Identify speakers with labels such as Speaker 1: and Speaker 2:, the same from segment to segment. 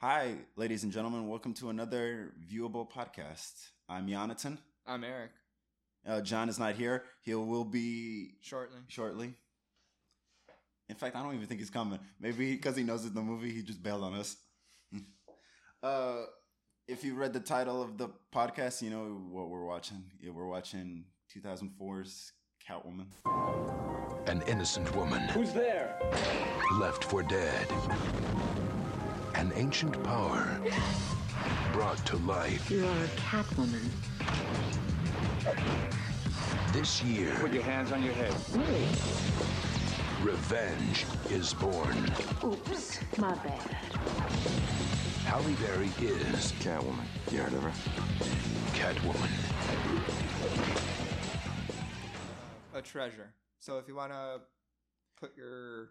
Speaker 1: Hi, ladies and gentlemen. Welcome to another viewable podcast. I'm Jonathan.
Speaker 2: I'm Eric.
Speaker 1: Uh, John is not here. He will be
Speaker 2: Shortly.
Speaker 1: shortly. In fact, I don't even think he's coming. Maybe because he knows it's the movie, he just bailed on us. uh, if you read the title of the podcast, you know what we're watching. Yeah, we're watching 2004's Catwoman.
Speaker 3: An innocent woman. Who's there? Left for dead. An ancient power brought to life
Speaker 4: You are a Catwoman.
Speaker 3: this year.
Speaker 5: your hands on your head.
Speaker 3: Revenge is born.
Speaker 4: Oops, my bad.
Speaker 3: Halle Berry is
Speaker 5: Catwoman. You heard of her?
Speaker 3: Catwoman.
Speaker 2: A treasure. So if you want to put your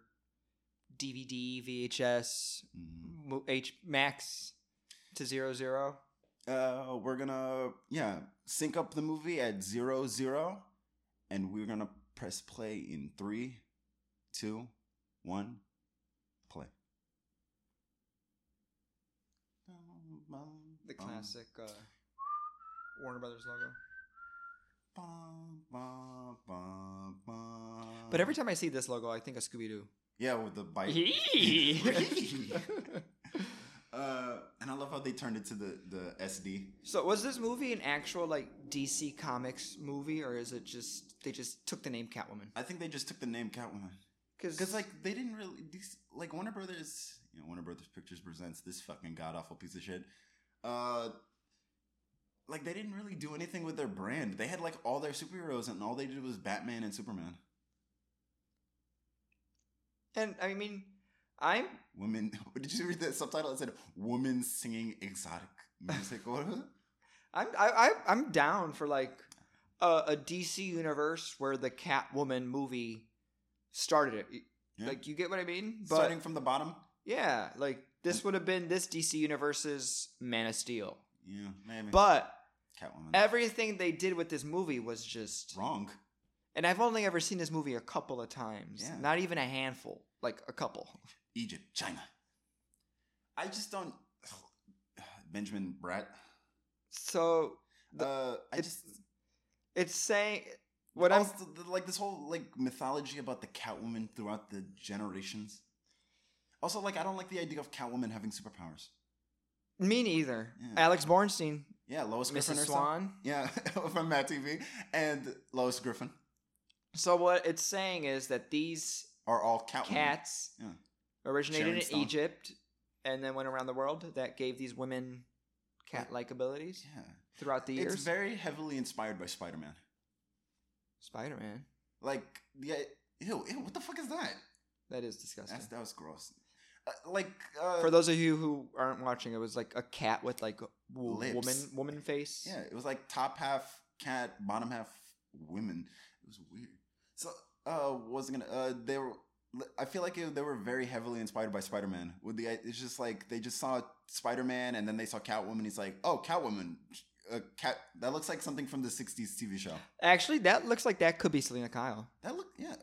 Speaker 2: DVD, VHS,
Speaker 1: Mm-hmm.
Speaker 2: mo- H Max to zero zero,
Speaker 1: Uh, we're gonna yeah sync up the movie at zero zero, and we're gonna press play in three, two, one, play.
Speaker 2: the
Speaker 1: Um.
Speaker 2: classic uh, Warner Brothers logo. But every time I see this logo, I think of Scooby Doo.
Speaker 1: yeah, with the bite. uh, and I love how they turned it to the the SD.
Speaker 2: so was this movie an actual like DC Comics movie, or is it just they just took the name Catwoman?
Speaker 1: I think they just took the name Catwoman. Because like they didn't really these like Warner Brothers, you know, Warner Brothers Pictures presents this fucking god awful piece of shit. Uh, like they didn't really do anything with their brand. They had like all their superheroes, and all they did was Batman and Superman.
Speaker 2: and I mean, I'm
Speaker 1: Women, did you read the subtitle? It said "Women singing exotic music." What was it?
Speaker 2: I'm I, I I'm down for like a, a DC universe where the Catwoman movie started it.
Speaker 1: Yeah.
Speaker 2: Like you get what I mean? But
Speaker 1: Starting from the bottom.
Speaker 2: yeah, like this would have been this DC universe's Man of Steel.
Speaker 1: Yeah, maybe.
Speaker 2: But
Speaker 1: Catwoman.
Speaker 2: everything they did with this movie was just
Speaker 1: Wrong.
Speaker 2: and I've only ever seen this movie a couple of times.
Speaker 1: Yeah.
Speaker 2: Not even a handful, like a couple.
Speaker 1: Egypt, China. I just don't. Benjamin Bratt.
Speaker 2: So
Speaker 1: Uh, I
Speaker 2: it's-
Speaker 1: just.
Speaker 2: it's saying what I'm
Speaker 1: also, th- like this whole like mythology about the Catwoman throughout the generations. Also, like I don't like the idea of Catwoman having superpowers.
Speaker 2: me neither.
Speaker 1: Yeah.
Speaker 2: Alex Bornstein,
Speaker 1: Yeah, Lois Griffin.
Speaker 2: Mrs.
Speaker 1: or something.
Speaker 2: Swan.
Speaker 1: Yeah, from Mad TV and Lois Griffin
Speaker 2: So what it's saying is that these
Speaker 1: are all Catwoman.
Speaker 2: cats
Speaker 1: Yeah.
Speaker 2: originated
Speaker 1: Sharon
Speaker 2: in
Speaker 1: Stone.
Speaker 2: Egypt and then went around the world that gave these women cat-like abilities
Speaker 1: Yeah,
Speaker 2: throughout the years.
Speaker 1: it's very heavily inspired by Spider-Man.
Speaker 2: Spider-Man.
Speaker 1: Like the ew, ew, what the fuck is that?
Speaker 2: That is disgusting.
Speaker 1: That's, that was gross. Uh, like uh,
Speaker 2: For those of you who aren't watching, it was like a cat with like a wo-
Speaker 1: Lips.
Speaker 2: woman woman face.
Speaker 1: Yeah, it was like top half cat, bottom half women. It was weird. So, uh, wasn't gonna. Uh, they were. I feel like it, they were very heavily inspired by Spider Man. With the, it's just like they just saw Spider Man and then they saw Catwoman. He's like, oh, Catwoman, a cat that looks like something from the '60s TV show.
Speaker 2: Actually, that looks like that could be Selena Kyle.
Speaker 1: That look, yeah.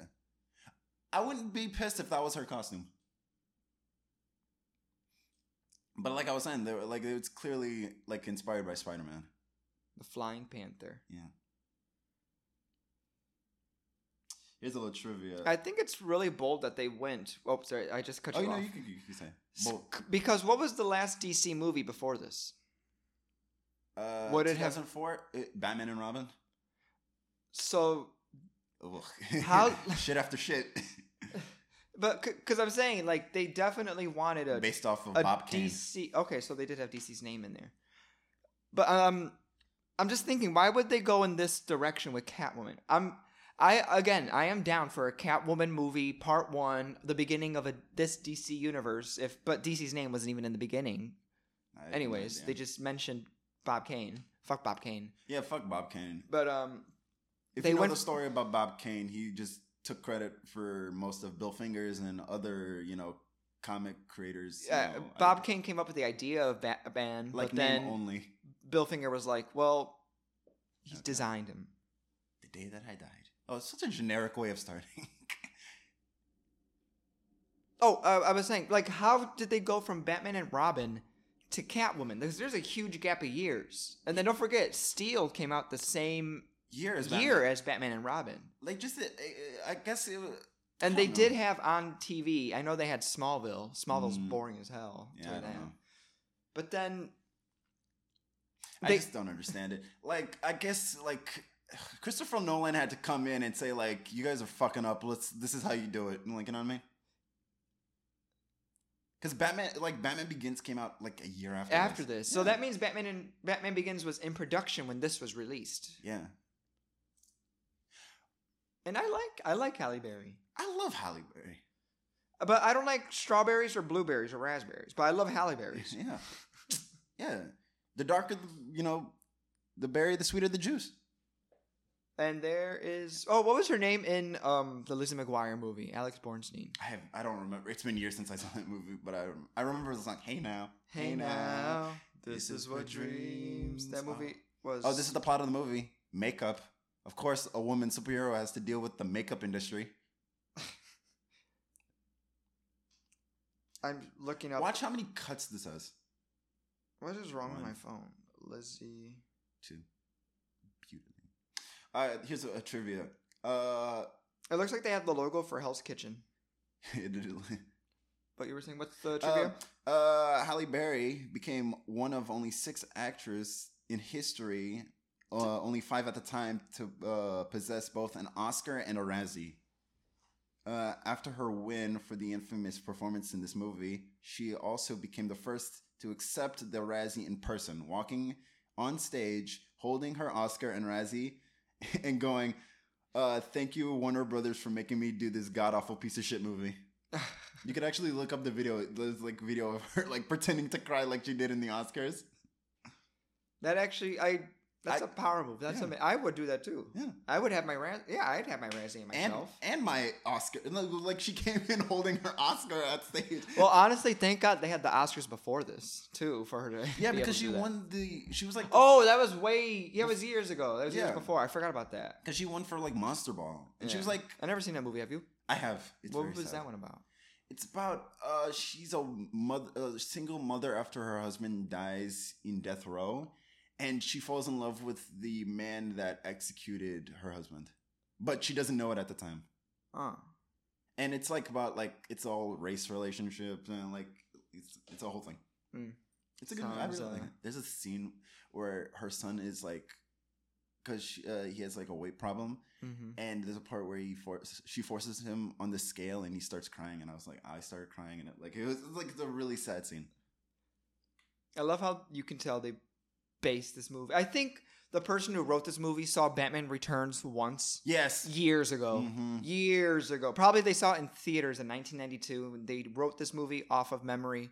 Speaker 1: I wouldn't be pissed if that was her costume. But like I was saying, they were, like it's clearly like inspired by Spider Man.
Speaker 2: The Flying Panther.
Speaker 1: Here's a little trivia.
Speaker 2: I think it's really bold that they went. Oh, sorry, I just cut
Speaker 1: Oh,
Speaker 2: you
Speaker 1: you know,
Speaker 2: off.
Speaker 1: you can, you can say.
Speaker 2: S-
Speaker 1: Well,
Speaker 2: c- Because what was the last DC movie before this?
Speaker 1: uh,
Speaker 2: What did it have-
Speaker 1: 2004, it- Batman and Robin.
Speaker 2: So
Speaker 1: Ugh.
Speaker 2: How-
Speaker 1: shit after shit,
Speaker 2: But because I'm saying, like, they definitely wanted a,
Speaker 1: based off of
Speaker 2: a
Speaker 1: Bob Kane.
Speaker 2: DC. Okay, so they did have DC's name in there. But um, I'm just thinking, why would they go in this direction with Catwoman? I'm, I again, I am down for a Catwoman movie, part one, the beginning of a this DC universe. If but DC's name wasn't even in the beginning.
Speaker 1: I-
Speaker 2: Anyways,
Speaker 1: yeah.
Speaker 2: they just mentioned Bob Kane. Fuck Bob Kane.
Speaker 1: yeah, fuck Bob Kane.
Speaker 2: But um,
Speaker 1: If
Speaker 2: They
Speaker 1: you know
Speaker 2: went-
Speaker 1: the story about Bob Kane, he just took credit for most of Bill Fingers and other you know comic creators. you
Speaker 2: uh,
Speaker 1: know, I-
Speaker 2: Bob Kane came up with the idea of Batman,
Speaker 1: like
Speaker 2: but
Speaker 1: name
Speaker 2: then
Speaker 1: only.
Speaker 2: Bill Finger was like, well, he
Speaker 1: Okay.
Speaker 2: designed him.
Speaker 1: The day that I died. Oh, it's such a generic way of starting.
Speaker 2: Oh, uh, I was saying, like, how did they go from Batman and Robin to Catwoman. There's, there's a huge gap of years. And then don't forget, Steel came out the same
Speaker 1: year as Batman.
Speaker 2: year as Batman and Robin.
Speaker 1: Like just, it, it- I guess it. was-
Speaker 2: And
Speaker 1: I
Speaker 2: they
Speaker 1: don't
Speaker 2: did
Speaker 1: know.
Speaker 2: have on TV. I know they had Smallville. Smallville's
Speaker 1: Mm.
Speaker 2: boring as hell.
Speaker 1: Yeah,
Speaker 2: Tell
Speaker 1: I
Speaker 2: you
Speaker 1: don't
Speaker 2: that.
Speaker 1: know.
Speaker 2: But then
Speaker 1: I
Speaker 2: They-
Speaker 1: just don't understand it. Like, I guess like Christopher Nolan had to come in and say like, "You guys are fucking up. Let's. This is how you do it." And like, you know what I mean? Because Batman, like Batman Begins, came out like a year after
Speaker 2: after this, so
Speaker 1: Yeah.
Speaker 2: that means Batman and Batman Begins was in production when this was released.
Speaker 1: yeah,
Speaker 2: And I like I like Halle Berry,
Speaker 1: I love Halle Berry.
Speaker 2: but I don't like strawberries or blueberries or raspberries. But I love Halle berries.
Speaker 1: Yeah, yeah. The darker, the, you know, the berry, the sweeter the juice.
Speaker 2: And there is oh, what was her name in um the Lizzie McGuire movie? Alex Bornstein.
Speaker 1: I have, I don't remember. It's been years since I saw that movie, but I I remember the song "Hey Now."
Speaker 2: Hey now, this is what dreams. That
Speaker 1: are.
Speaker 2: movie was.
Speaker 1: Oh, this is the plot of the movie. Makeup. Of course, a woman superhero has to deal with the makeup industry.
Speaker 2: I'm looking up.
Speaker 1: Watch how many cuts this has.
Speaker 2: What is wrong with
Speaker 1: One.
Speaker 2: my phone, Lizzie?
Speaker 1: Two. Beautiful. Uh, here's a, a trivia. Uh,
Speaker 2: It looks like they have the logo for Hell's Kitchen. But you were saying what's the trivia?
Speaker 1: um, uh, Halle Berry became one of only six actors in history, uh, only five at the time, to uh, possess both an Oscar and a Razzie. Uh, after her win for the infamous performance in this movie, she also became the first to accept the Razzie in person, walking on stage, holding her Oscar and Razzie, and going, uh, "Thank you, Warner Brothers, for making me do this god awful piece of shit movie." You could actually look up the video. There's like video of her like pretending to cry like she did in the Oscars.
Speaker 2: that actually, I. That's a
Speaker 1: I-
Speaker 2: power move. That's
Speaker 1: yeah.
Speaker 2: ama- I would do that too.
Speaker 1: Yeah.
Speaker 2: I would have my raz. Yeah, I'd have my Razzie
Speaker 1: And
Speaker 2: myself.
Speaker 1: and my Oscar. No, Like she came in holding her Oscar at stage.
Speaker 2: well, honestly, thank God they had the Oscars before this too for her to.
Speaker 1: yeah,
Speaker 2: be able
Speaker 1: because
Speaker 2: to
Speaker 1: she
Speaker 2: do that.
Speaker 1: won the. She was like
Speaker 2: Oh, that was way. Yeah, it was years ago. That was years
Speaker 1: Yeah.
Speaker 2: before. I forgot about that.
Speaker 1: because she won for like Monster Ball, and she
Speaker 2: Yeah.
Speaker 1: was like,
Speaker 2: I never seen that movie. Have you?
Speaker 1: I have. It's
Speaker 2: what
Speaker 1: very
Speaker 2: was
Speaker 1: sad.
Speaker 2: that one about?
Speaker 1: It's about uh, she's a mother, a single mother after her husband dies in death row, and she falls in love with the man that executed her husband, but she doesn't know it at the time.
Speaker 2: Oh.
Speaker 1: and it's like about like it's all race relationships and like it's it's a whole thing.
Speaker 2: Mm.
Speaker 1: It's a good. I
Speaker 2: Sounds,
Speaker 1: really like
Speaker 2: uh,
Speaker 1: it. There's a scene where her son is like, because uh, he has like a weight problem,
Speaker 2: Mm-hmm.
Speaker 1: and there's a part where he force she forces him on the scale, and he starts crying, and I was like, I started crying, and it like it was like it's a really sad scene.
Speaker 2: I love how you can tell they based this movie. I think the person who wrote this movie saw Batman Returns once
Speaker 1: Yes.
Speaker 2: years ago.
Speaker 1: Mhm.
Speaker 2: Years ago. Probably they saw it in theaters in 1992. and They wrote this movie off of memory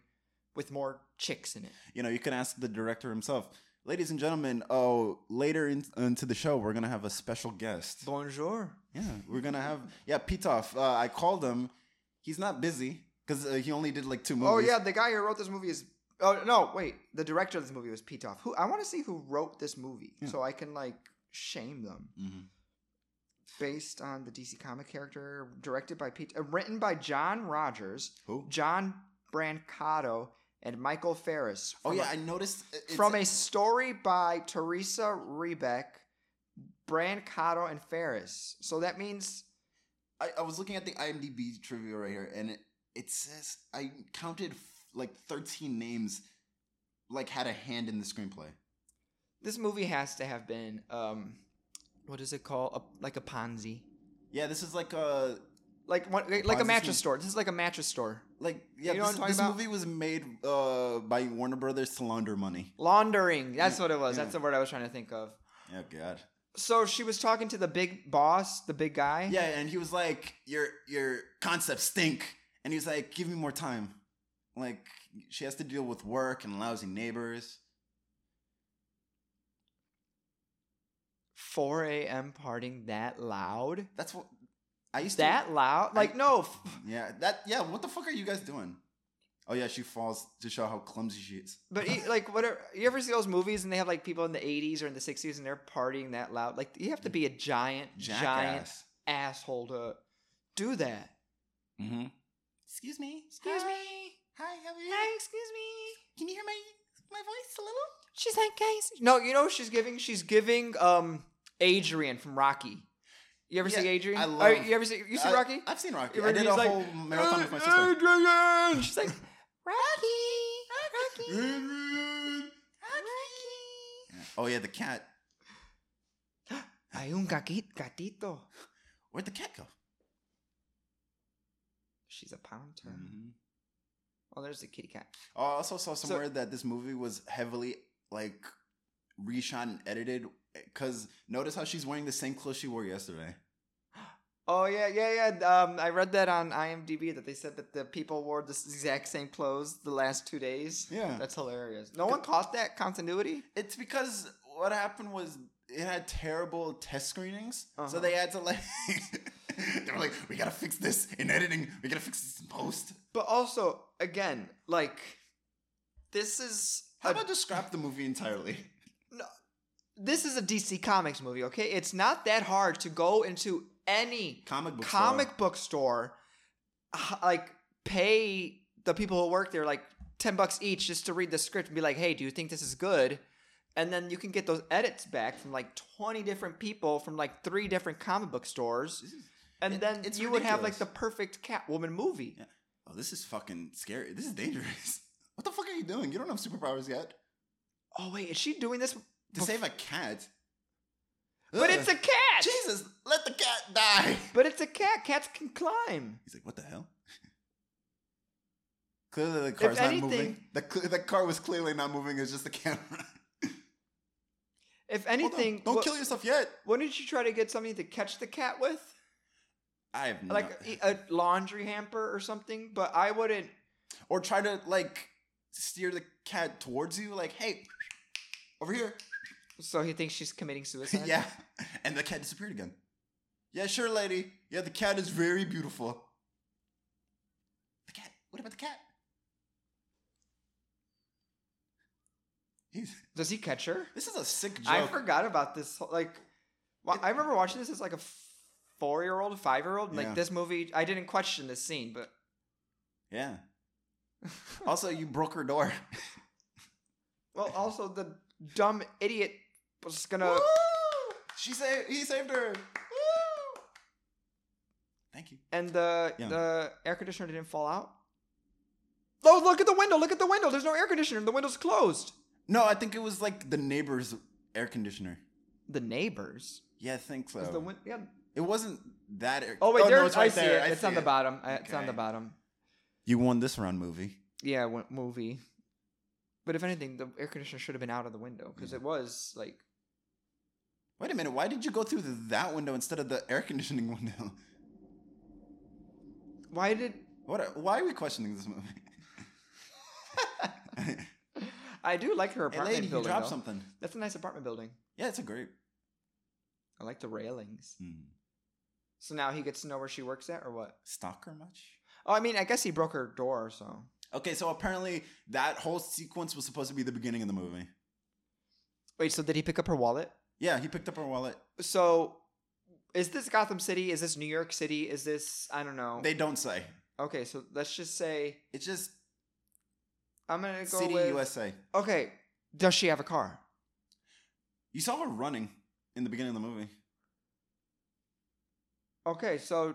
Speaker 2: with more chicks in it.
Speaker 1: You know, you can ask the director himself. Ladies and gentlemen, oh, later in, into the show, we're gonna have a special guest.
Speaker 2: Bonjour.
Speaker 1: Yeah, we're gonna have yeah Pitoff. Uh, I called him. He's not busy because uh, he only did like two movies.
Speaker 2: Oh, yeah. The guy who wrote this movie is. Oh, no. Wait. The director of this movie was Pitoff. Who I want to see who wrote this movie so I can, like, shame them.
Speaker 1: Mhm.
Speaker 2: Based on the DC comic character, directed by Pete, uh, written by John Rogers,
Speaker 1: Who?
Speaker 2: John Brancato, and Michael Ferris.
Speaker 1: Oh
Speaker 2: from
Speaker 1: yeah,
Speaker 2: a-
Speaker 1: I noticed. it- It's,
Speaker 2: from a story by Teresa Rebeck, Brancato, and Ferris. So that means
Speaker 1: I, I was looking at the IMDb trivia right here, and it, it says I counted f- like thirteen names, like had a hand in the screenplay.
Speaker 2: this movie has to have been um, what is it called? A, like a Ponzi,
Speaker 1: Yeah, this is like uh
Speaker 2: like what, like a
Speaker 1: Ponzi
Speaker 2: mattress
Speaker 1: scheme.
Speaker 2: store. This is like a mattress store.
Speaker 1: like yeah
Speaker 2: You know what
Speaker 1: this,
Speaker 2: I'm talking
Speaker 1: this
Speaker 2: about?
Speaker 1: movie was made uh by Warner Brothers to launder money.
Speaker 2: Laundering. That's what it was.
Speaker 1: yeah.
Speaker 2: That's the word I was trying to think of.
Speaker 1: Oh god.
Speaker 2: So she was talking to the big boss, the big guy.
Speaker 1: Yeah, and he was like, "Your your concepts stink," and he was like, "Give me more time." Like she has to deal with work and lousy neighbors.
Speaker 2: 4 a.m. partying that loud.
Speaker 1: That's what I used to.
Speaker 2: That loud? Like no. f-
Speaker 1: Yeah, that yeah. What the fuck are you guys doing? Oh yeah, she falls to show how clumsy she is.
Speaker 2: But e- like whatever you ever see those movies and they have like people in the 80s or in the 60s and they're partying that loud. Like you have to be a giant giant
Speaker 1: Jackass.
Speaker 2: asshole to do that.
Speaker 1: Mm-hmm. Excuse me.
Speaker 2: Excuse
Speaker 1: Hi.
Speaker 2: me.
Speaker 1: Hi, how are you?
Speaker 2: Hey, excuse me.
Speaker 1: Can you hear my
Speaker 2: My voice a little. She's like, guys. No, you know what she's giving. She's giving um Adrian from Rocky. You ever
Speaker 1: Yeah,
Speaker 2: see Adrian?
Speaker 1: I
Speaker 2: Are-
Speaker 1: love-
Speaker 2: you ever see? You see
Speaker 1: I-
Speaker 2: Rocky?
Speaker 1: Uh, I've seen Rocky.
Speaker 2: You
Speaker 1: I
Speaker 2: ever-
Speaker 1: did a
Speaker 2: he's like,
Speaker 1: whole marathon with my sister.
Speaker 2: Adrian. She's like, Rocky, Rocky, Rocky.
Speaker 1: Yeah. Oh yeah, the cat.
Speaker 2: Hay un gati- gatito.
Speaker 1: Where'd the cat go?
Speaker 2: She's a pound turn.
Speaker 1: Mm-hmm.
Speaker 2: Oh, there's the kitty cat.
Speaker 1: I also saw somewhere that this movie was heavily like reshot and edited. Cause notice how she's wearing the same clothes she wore yesterday.
Speaker 2: Oh yeah, yeah, yeah. Um, I read that on IMDb that they said that the people wore the s- exact same clothes the last two days.
Speaker 1: Yeah.
Speaker 2: that's hilarious. No one caught that continuity.
Speaker 1: It's because what happened was it had terrible test screenings,
Speaker 2: Uh-huh.
Speaker 1: so they had to like. they were like, "We gotta fix this in editing. We gotta fix this in post."
Speaker 2: But also, again, like this is
Speaker 1: How
Speaker 2: a-
Speaker 1: about just scrap the movie entirely?
Speaker 2: this is a DC Comics movie. Okay, it's not that hard to go into any
Speaker 1: Comic book.
Speaker 2: comic
Speaker 1: store.
Speaker 2: book store, h- like pay the people who work there like ten bucks each just to read the script and be like, "Hey, do you think this is good?" And then you can get those edits back from like twenty different people from like three different comic book stores, and
Speaker 1: it-
Speaker 2: then
Speaker 1: it's
Speaker 2: you would have like
Speaker 1: ridiculous.
Speaker 2: the perfect Catwoman movie.
Speaker 1: Yeah. Oh, this is fucking scary. This is dangerous. What the fuck are you doing? You don't have superpowers yet.
Speaker 2: Oh wait, is she doing this?
Speaker 1: To
Speaker 2: bef-
Speaker 1: save a cat.
Speaker 2: but
Speaker 1: Ugh.
Speaker 2: it's a cat.
Speaker 1: Jesus, let the cat die.
Speaker 2: But it's a cat. Cats can climb.
Speaker 1: He's like, what the hell? clearly the car's not moving.
Speaker 2: anything-
Speaker 1: The, cl- the car was clearly not moving. It's just the camera. Hold
Speaker 2: If
Speaker 1: on,
Speaker 2: anything,
Speaker 1: don't
Speaker 2: wha-
Speaker 1: kill yourself yet.
Speaker 2: Wouldn't you try to get something to catch the cat with?
Speaker 1: I have no.
Speaker 2: like a- a laundry hamper or something. But I wouldn't.
Speaker 1: or try to like steer the cat towards you. Like, hey, over here.
Speaker 2: So he thinks she's committing suicide.
Speaker 1: yeah, and the cat disappeared again. Yeah, sure, lady. Yeah, the cat is very beautiful. The cat. What about the cat? He's.
Speaker 2: Does he catch her?
Speaker 1: This is a sick joke.
Speaker 2: I forgot about this. whole- Like, wa- I remember watching this as like a four-year-old, five-year-old. Like
Speaker 1: Yeah.
Speaker 2: this movie, I didn't question this scene, but
Speaker 1: Yeah. also, you broke her door.
Speaker 2: well, also the dumb idiot was gonna.
Speaker 1: She saved. He saved her. Thank you.
Speaker 2: and the
Speaker 1: Yeah.
Speaker 2: the air conditioner didn't fall out. Oh, look at the window! Look at the window. There's no air conditioner. The window's closed.
Speaker 1: No, I think it was like the neighbor's air conditioner.
Speaker 2: The neighbors.
Speaker 1: Yeah, I think so.
Speaker 2: Is the win- yeah.
Speaker 1: it wasn't that. Air-
Speaker 2: Oh wait,
Speaker 1: Oh. no,
Speaker 2: there's.
Speaker 1: it's right
Speaker 2: I see
Speaker 1: there.
Speaker 2: it.
Speaker 1: I
Speaker 2: it's
Speaker 1: see
Speaker 2: on the
Speaker 1: it.
Speaker 2: bottom. Uh, It's on the
Speaker 1: Okay.
Speaker 2: bottom.
Speaker 1: You won this round, movie.
Speaker 2: Yeah, w- movie. But if anything, the air conditioner should have been out of the window because it was like
Speaker 1: Wait a minute. Why did you go through that window instead of the air conditioning window?
Speaker 2: why did
Speaker 1: What? are- why are we questioning this movie?
Speaker 2: I do like her
Speaker 1: hey,
Speaker 2: apartment
Speaker 1: lady, you
Speaker 2: building?
Speaker 1: dropped
Speaker 2: though.
Speaker 1: something.
Speaker 2: That's a nice apartment building.
Speaker 1: Yeah, it's a great.
Speaker 2: I like the railings.
Speaker 1: Hmm.
Speaker 2: So now he gets to know where she works at or what?
Speaker 1: Stalker much?
Speaker 2: Oh, I mean, I guess he broke her door, so
Speaker 1: Okay, so apparently that whole sequence was supposed to be the beginning of the movie.
Speaker 2: wait. So did he pick up her wallet?
Speaker 1: Yeah, he picked up her wallet.
Speaker 2: So is this Gotham City? Is this New York City? Is this I don't know.
Speaker 1: They don't say.
Speaker 2: okay, so let's just say
Speaker 1: It's just
Speaker 2: I'm gonna go
Speaker 1: City
Speaker 2: with
Speaker 1: USA.
Speaker 2: okay. Does she have a car?
Speaker 1: You saw her running in the beginning of the movie.
Speaker 2: Okay, so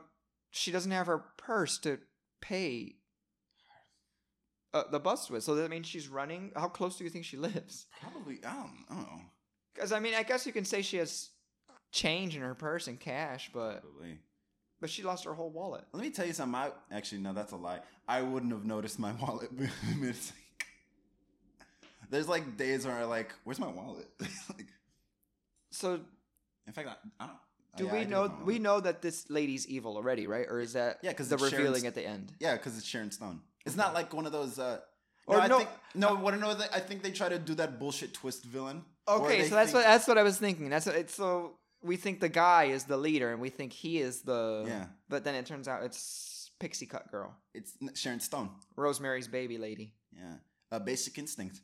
Speaker 2: she doesn't have her purse to pay uh, the bus with. So that means she's running. How close do you think she lives?
Speaker 1: Probably, I don't know.
Speaker 2: Because I mean, I guess you can say she has change in her purse and cash, but
Speaker 1: Probably.
Speaker 2: but she lost her whole wallet.
Speaker 1: Let me tell you something. I actually no, that's a lie. I wouldn't have noticed my wallet. It's like- There's like days where I like, where's my wallet? like,
Speaker 2: So
Speaker 1: in fact, I, I don't.
Speaker 2: do
Speaker 1: yeah, I
Speaker 2: we
Speaker 1: have
Speaker 2: know?
Speaker 1: my wallet.
Speaker 2: We know that this lady's evil already, right? Or is that
Speaker 1: Yeah, 'cause
Speaker 2: the
Speaker 1: it's Sharon
Speaker 2: revealing
Speaker 1: St-
Speaker 2: at the end?
Speaker 1: Yeah, because it's Sharon Stone. It's not like one of those. Uh, no,
Speaker 2: Or
Speaker 1: I
Speaker 2: no- uh,
Speaker 1: think, no. What I know, that- I think they try to do that bullshit twist villain. where
Speaker 2: Okay,
Speaker 1: they
Speaker 2: so that's
Speaker 1: think-
Speaker 2: what that's what I was thinking. That's what, it's so we think the guy is the leader, and we think he is the
Speaker 1: Yeah.
Speaker 2: But then it turns out it's pixie cut girl.
Speaker 1: It's n- Sharon Stone.
Speaker 2: Rosemary's Baby lady.
Speaker 1: Yeah, uh, Basic Instinct.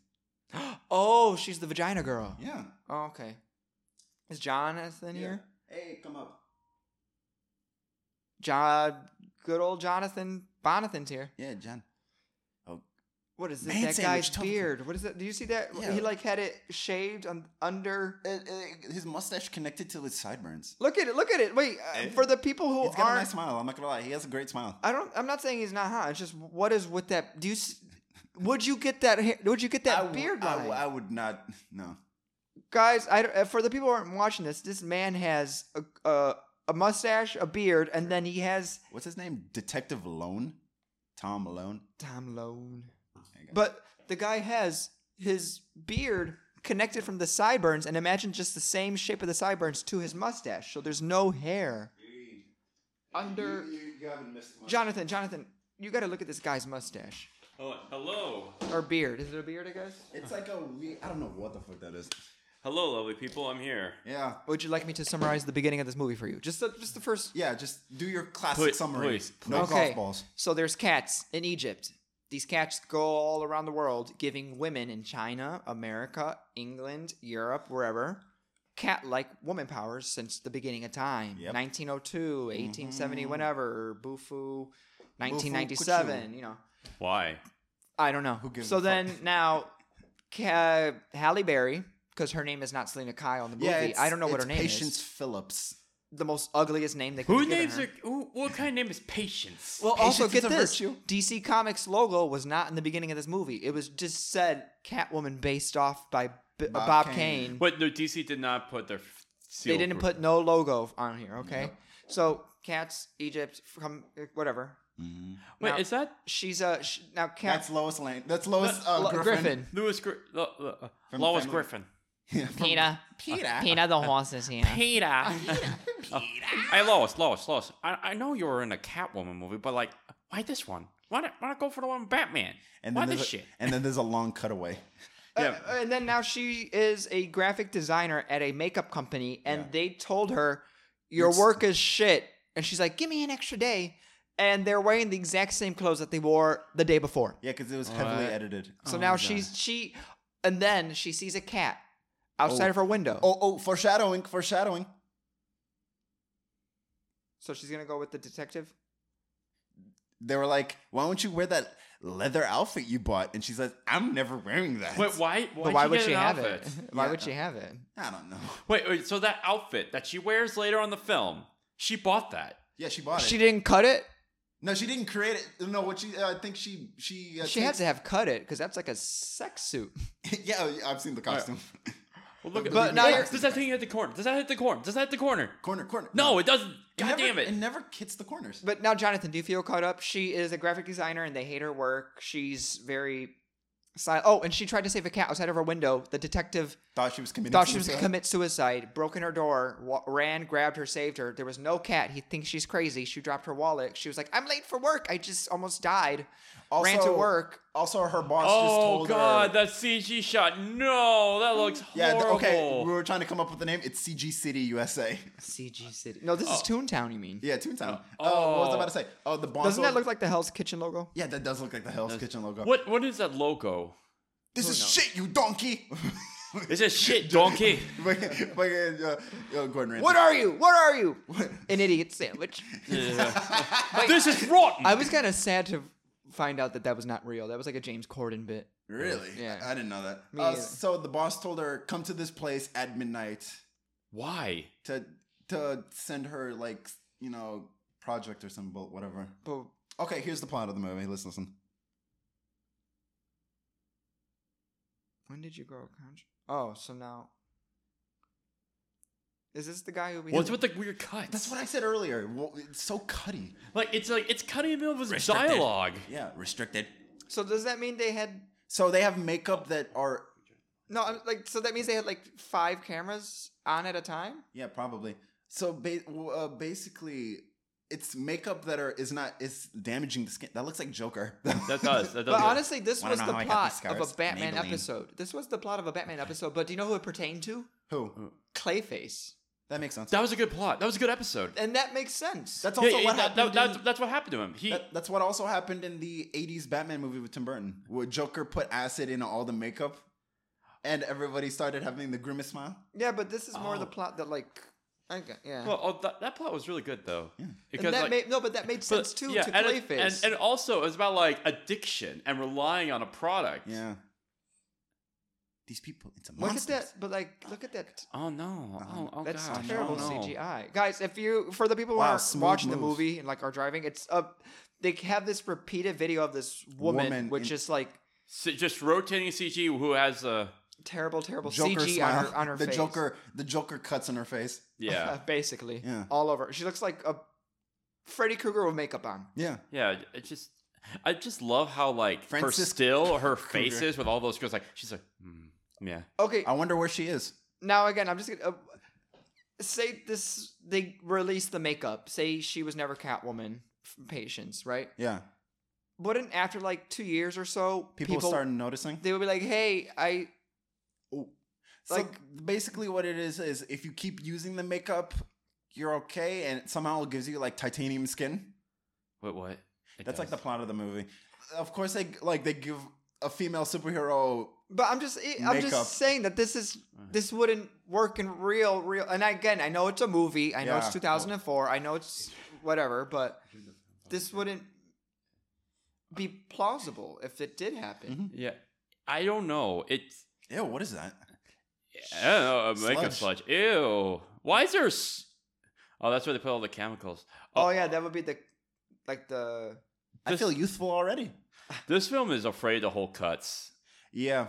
Speaker 2: oh, she's the vagina girl.
Speaker 1: Yeah.
Speaker 2: Oh, okay. Is John in
Speaker 1: yeah.
Speaker 2: here?
Speaker 1: Hey, come up.
Speaker 2: John, good old Jonathan Bonathan's here.
Speaker 1: Yeah, John. Oh,
Speaker 2: What is this?
Speaker 1: Man
Speaker 2: that
Speaker 1: sandwich,
Speaker 2: guy's
Speaker 1: tell the-
Speaker 2: beard. What is that? Did you see that?
Speaker 1: Yeah.
Speaker 2: He like had it shaved on under.
Speaker 1: It, it, Eh, his mustache connected to his sideburns.
Speaker 2: Look at it. Look at it. Wait, uh,
Speaker 1: Eh?
Speaker 2: for the people who
Speaker 1: He's got a
Speaker 2: aren't.
Speaker 1: nice smile. I'm not gonna lie. He has a great smile.
Speaker 2: I don't. I'm not saying he's not hot. It's just what is with that? Do you? s- Would you get that? hair- Would you get that
Speaker 1: I w-
Speaker 2: beard
Speaker 1: I
Speaker 2: line,
Speaker 1: w- I would not. No.
Speaker 2: guys? I don't- uh, for the people who aren't watching this, this man has a, a a mustache, a beard, and then he has
Speaker 1: What's his name? Detective Lone. Tom Lone.
Speaker 2: Tom Lone.
Speaker 1: There you go.
Speaker 2: But the guy has his beard connected from the sideburns, and imagine just the same shape of the sideburns to his mustache. So there's no hair under.
Speaker 1: haven't missed much.
Speaker 2: Jonathan, Jonathan, you got to look at this guy's mustache
Speaker 6: Oh, hello.
Speaker 2: or beard. Is it a beard, I guess?
Speaker 1: It's like a we. I don't know what the fuck that is.
Speaker 6: Hello, lovely people. I'm here.
Speaker 1: Yeah.
Speaker 2: Would you like me to summarize the beginning of this movie for you? Just the, just the first.
Speaker 1: Yeah. Just do your classic
Speaker 6: Please,
Speaker 1: summary.
Speaker 6: please,
Speaker 1: No
Speaker 6: please.
Speaker 1: golf balls.
Speaker 2: So there's cats in Egypt. These cats go all around the world giving women in China, America, England, Europe, wherever, cat like woman powers since the beginning of time.
Speaker 1: Yep. Mm-hmm.
Speaker 2: 1902, 1870, whenever, Bufu, 1997, you know.
Speaker 6: Why?
Speaker 2: I don't know.
Speaker 1: Who gives
Speaker 2: so
Speaker 1: a fuck?
Speaker 2: then now, Ca- Halle Berry, because her name is not Selena Kyle in the movie.
Speaker 1: Yeah. it's-
Speaker 2: I don't know what
Speaker 1: it's
Speaker 2: her name
Speaker 1: Patience
Speaker 2: is.
Speaker 1: Phillips.
Speaker 2: The most ugliest name they could
Speaker 6: Who
Speaker 2: have given
Speaker 6: names
Speaker 2: her.
Speaker 6: a who, what kind of name is Patience?
Speaker 2: Well,
Speaker 1: Patience
Speaker 2: also get
Speaker 1: is a
Speaker 2: this:
Speaker 1: virtue.
Speaker 2: DC Comics logo was not in the beginning of this movie. It was just said Catwoman based off by B- Bob, Bob
Speaker 1: Kane.
Speaker 2: Kane.
Speaker 6: What? No, DC did not put their. f-
Speaker 2: They
Speaker 6: seal
Speaker 2: didn't
Speaker 6: for-
Speaker 2: put no logo on here. Okay, so cats, Egypt, from eh, whatever.
Speaker 6: Wait,
Speaker 2: now-
Speaker 6: is that
Speaker 2: She's a sh now
Speaker 1: That's
Speaker 2: cat
Speaker 1: Lois Lane. That's Lois uh,
Speaker 2: Lo-
Speaker 1: Griffin.
Speaker 2: Griffin.
Speaker 6: Louis Gr- Lo- Lo- uh, Lois
Speaker 1: Family-
Speaker 6: Griffin?
Speaker 2: Peter, Peter, Peter, the horse is here.
Speaker 6: Peter. Peter. Hey, Lois, Lois, Lois. I, I know you were in a Catwoman movie, but like, why this one? Why not, why not go for the one with Batman?
Speaker 1: And
Speaker 6: why
Speaker 1: then
Speaker 6: this
Speaker 1: there's a,
Speaker 6: shit?
Speaker 1: And then there's a long cutaway.
Speaker 6: yeah.
Speaker 2: Uh, and then now she is a graphic designer at a makeup company, and they told her, "Your work is shit," and she's like, "Give me an extra day." And they're wearing the exact same clothes that they wore the day before.
Speaker 1: Yeah, because it was heavily edited. Oh
Speaker 2: So now she's she, and then she sees a cat outside
Speaker 1: Oh.
Speaker 2: of her window.
Speaker 1: Oh, oh, foreshadowing, foreshadowing.
Speaker 2: So she's gonna go with the detective.
Speaker 1: They were like, "Why don't you wear that leather outfit you bought?" And she's like, "I'm never wearing that."
Speaker 6: Wait, why?
Speaker 2: But
Speaker 6: Why'd
Speaker 2: why
Speaker 6: you
Speaker 2: would
Speaker 6: get
Speaker 2: she
Speaker 6: an
Speaker 2: have it?
Speaker 6: outfit?
Speaker 2: Why
Speaker 1: Yeah.
Speaker 2: would she have it?
Speaker 1: I don't know.
Speaker 6: Wait, wait, so that outfit that she wears later on the film, she bought that.
Speaker 1: Yeah, she bought it.
Speaker 2: She didn't cut it.
Speaker 1: no, she didn't create it. No, what she? Uh, I think she she. Uh,
Speaker 2: She had to have cut it because that's like a sex suit.
Speaker 1: takes- yeah, yeah, I've seen the costume.
Speaker 6: Well, look at
Speaker 2: But now
Speaker 6: Yeah,
Speaker 2: you're-
Speaker 6: does that thing hit the corner? Does that hit the corner? Does that hit the corner?
Speaker 1: corner, corner.
Speaker 6: No, it doesn't. God
Speaker 1: never-
Speaker 6: damn it!
Speaker 1: It never hits the corners.
Speaker 2: But now, Jonathan, do you feel caught up? She is a graphic designer, and they hate her work. She's very silent. Oh, and she tried to save a cat outside of her window. The detective
Speaker 1: Thought she was committing.
Speaker 2: thought she was going
Speaker 1: suicide.
Speaker 2: to commit suicide, broke in her door, wa- ran, grabbed her, saved her. There was no cat. He thinks she's crazy. She dropped her wallet. She was like, "I'm late for work. I just almost died." ran to
Speaker 1: Also-
Speaker 2: work.
Speaker 1: Also, her boss just
Speaker 6: oh
Speaker 1: told
Speaker 6: god,
Speaker 1: her.
Speaker 6: that CG shot. No, that looks
Speaker 1: yeah, th-
Speaker 6: horrible.
Speaker 1: okay. We were trying to come up with the name. It's CG City USA.
Speaker 2: CG City. No, this is Toontown. You mean?
Speaker 1: Oh. Yeah, Toontown. Oh, what was I about to say? Oh, the bonzo.
Speaker 2: Doesn't that look like the Hell's Kitchen logo?
Speaker 1: Yeah, that does look like the Hell's Kitchen logo.
Speaker 6: What what is that logo?
Speaker 1: This is shit, you donkey.
Speaker 6: It's a shit donkey.
Speaker 1: Fucking- fucking, uh, uh, Gordon Ramsay.
Speaker 2: What are you? What are you? An idiot sandwich.
Speaker 6: this is rotten.
Speaker 2: I was kind of sad to find out that that was not real. That was like a James Corden bit.
Speaker 1: Really?
Speaker 2: Yeah.
Speaker 1: I, I didn't know that.
Speaker 2: Me
Speaker 1: Uh,
Speaker 2: either.
Speaker 1: so the boss told her, "Come to this place at midnight
Speaker 6: Why?
Speaker 1: to to send her like you know project or some bull whatever."
Speaker 2: But
Speaker 1: Okay, here's the plot of the movie. Let's listen.
Speaker 2: When did you grow a contract? Oh, so now. Is this the guy who we?
Speaker 6: What's with the weird cuts?
Speaker 1: That's what I said earlier. Well, it's so cutty.
Speaker 6: like it's like it's cutting in the middle of his dialogue.
Speaker 1: Yeah, restricted.
Speaker 2: so does that mean they had?
Speaker 1: So they have makeup that are
Speaker 2: No, I'm like so that means they had like five cameras on at a time.
Speaker 1: Yeah, probably. So ba- w- uh, basically, it's makeup that are is not is damaging the skin. That looks like Joker.
Speaker 6: That does. That does.
Speaker 2: But honestly, this
Speaker 1: Wanna
Speaker 2: was
Speaker 1: know
Speaker 2: the
Speaker 1: how I got
Speaker 2: plot
Speaker 1: these
Speaker 2: of a
Speaker 1: scars?
Speaker 2: Batman
Speaker 1: Maybelline.
Speaker 2: episode. This was the plot of a Batman episode. But do you know who it pertained to?
Speaker 1: Who?
Speaker 2: Clayface,
Speaker 1: That makes sense.
Speaker 6: that was a good plot. That was a good episode.
Speaker 2: and that makes sense.
Speaker 1: that's also
Speaker 6: Yeah, yeah,
Speaker 1: what
Speaker 6: that-
Speaker 1: happened.
Speaker 6: that-
Speaker 1: in-
Speaker 6: that's, that's what happened to him. He
Speaker 1: that- that's what also happened in the '80s Batman movie with Tim Burton, where Joker put acid in all the makeup, and everybody started having the grimace smile.
Speaker 2: yeah, but this is more the plot that like Okay, yeah.
Speaker 6: Oh. Well, oh, that, that plot was really good though. Because
Speaker 2: and that
Speaker 6: like,
Speaker 2: made, no, but that made
Speaker 6: but-
Speaker 2: sense too
Speaker 6: yeah,
Speaker 2: to
Speaker 6: and it-
Speaker 2: Clayface.
Speaker 6: and, and also it was about like addiction and relying on a product.
Speaker 1: Yeah. These people, it's a
Speaker 2: look
Speaker 1: monster.
Speaker 2: at that, but like, look at that.
Speaker 6: Oh
Speaker 1: Um,
Speaker 6: no! Oh, oh
Speaker 2: That's
Speaker 6: gosh.
Speaker 2: terrible
Speaker 6: oh, no.
Speaker 2: CGI, guys. If you, for the people who
Speaker 1: Wow,
Speaker 2: aren't
Speaker 1: smooth
Speaker 2: watching the
Speaker 1: moves.
Speaker 2: movie and like are driving, it's uh, they have this repeated video of this woman,
Speaker 1: Woman
Speaker 2: which
Speaker 1: in-
Speaker 2: is like
Speaker 6: So just rotating CG. Who has a
Speaker 2: terrible, terrible
Speaker 1: Joker
Speaker 2: CG
Speaker 1: smile.
Speaker 2: on her on her
Speaker 1: the
Speaker 2: face.
Speaker 1: Joker, the Joker cuts on her face.
Speaker 6: yeah
Speaker 2: basically,
Speaker 1: Yeah.
Speaker 2: all over. She looks like a Freddy Krueger with makeup on.
Speaker 1: Yeah.
Speaker 6: yeah? It just I just love how like her
Speaker 1: Francis
Speaker 6: still her
Speaker 1: Krueger.
Speaker 6: faces with all those girls like she's like mm, yeah
Speaker 2: Okay,
Speaker 1: I wonder where she is.
Speaker 2: now again, I'm just gonna uh, say this. They release the makeup. Say she was never Catwoman. From patients, right?
Speaker 1: Yeah.
Speaker 2: Wouldn't after like two years or so,
Speaker 1: People, start noticing.
Speaker 2: they would be like, "Hey, I
Speaker 1: like basically what it is is if you keep using the makeup, you're okay, and it somehow it gives you like titanium skin.
Speaker 6: what what It
Speaker 1: That's like the
Speaker 6: does.
Speaker 1: plot of the movie. Of course, they like they give a female superhero.
Speaker 2: But I'm just it- I'm
Speaker 1: Makeup.
Speaker 2: just saying that this is this wouldn't work in real real. And again, I know it's a movie. I know it's
Speaker 1: Yeah.
Speaker 2: 2004. I know it's whatever, but this wouldn't be plausible if it did happen.
Speaker 6: yeah I don't know it's
Speaker 1: Ew, what is that?
Speaker 6: I don't know a makeup
Speaker 1: Sludge.
Speaker 6: sludge ew why is there s- oh that's where they put all the chemicals
Speaker 2: Oh yeah, that would be the like the
Speaker 1: I feel youthful already.
Speaker 6: this film is afraid of whole cuts
Speaker 1: Yeah,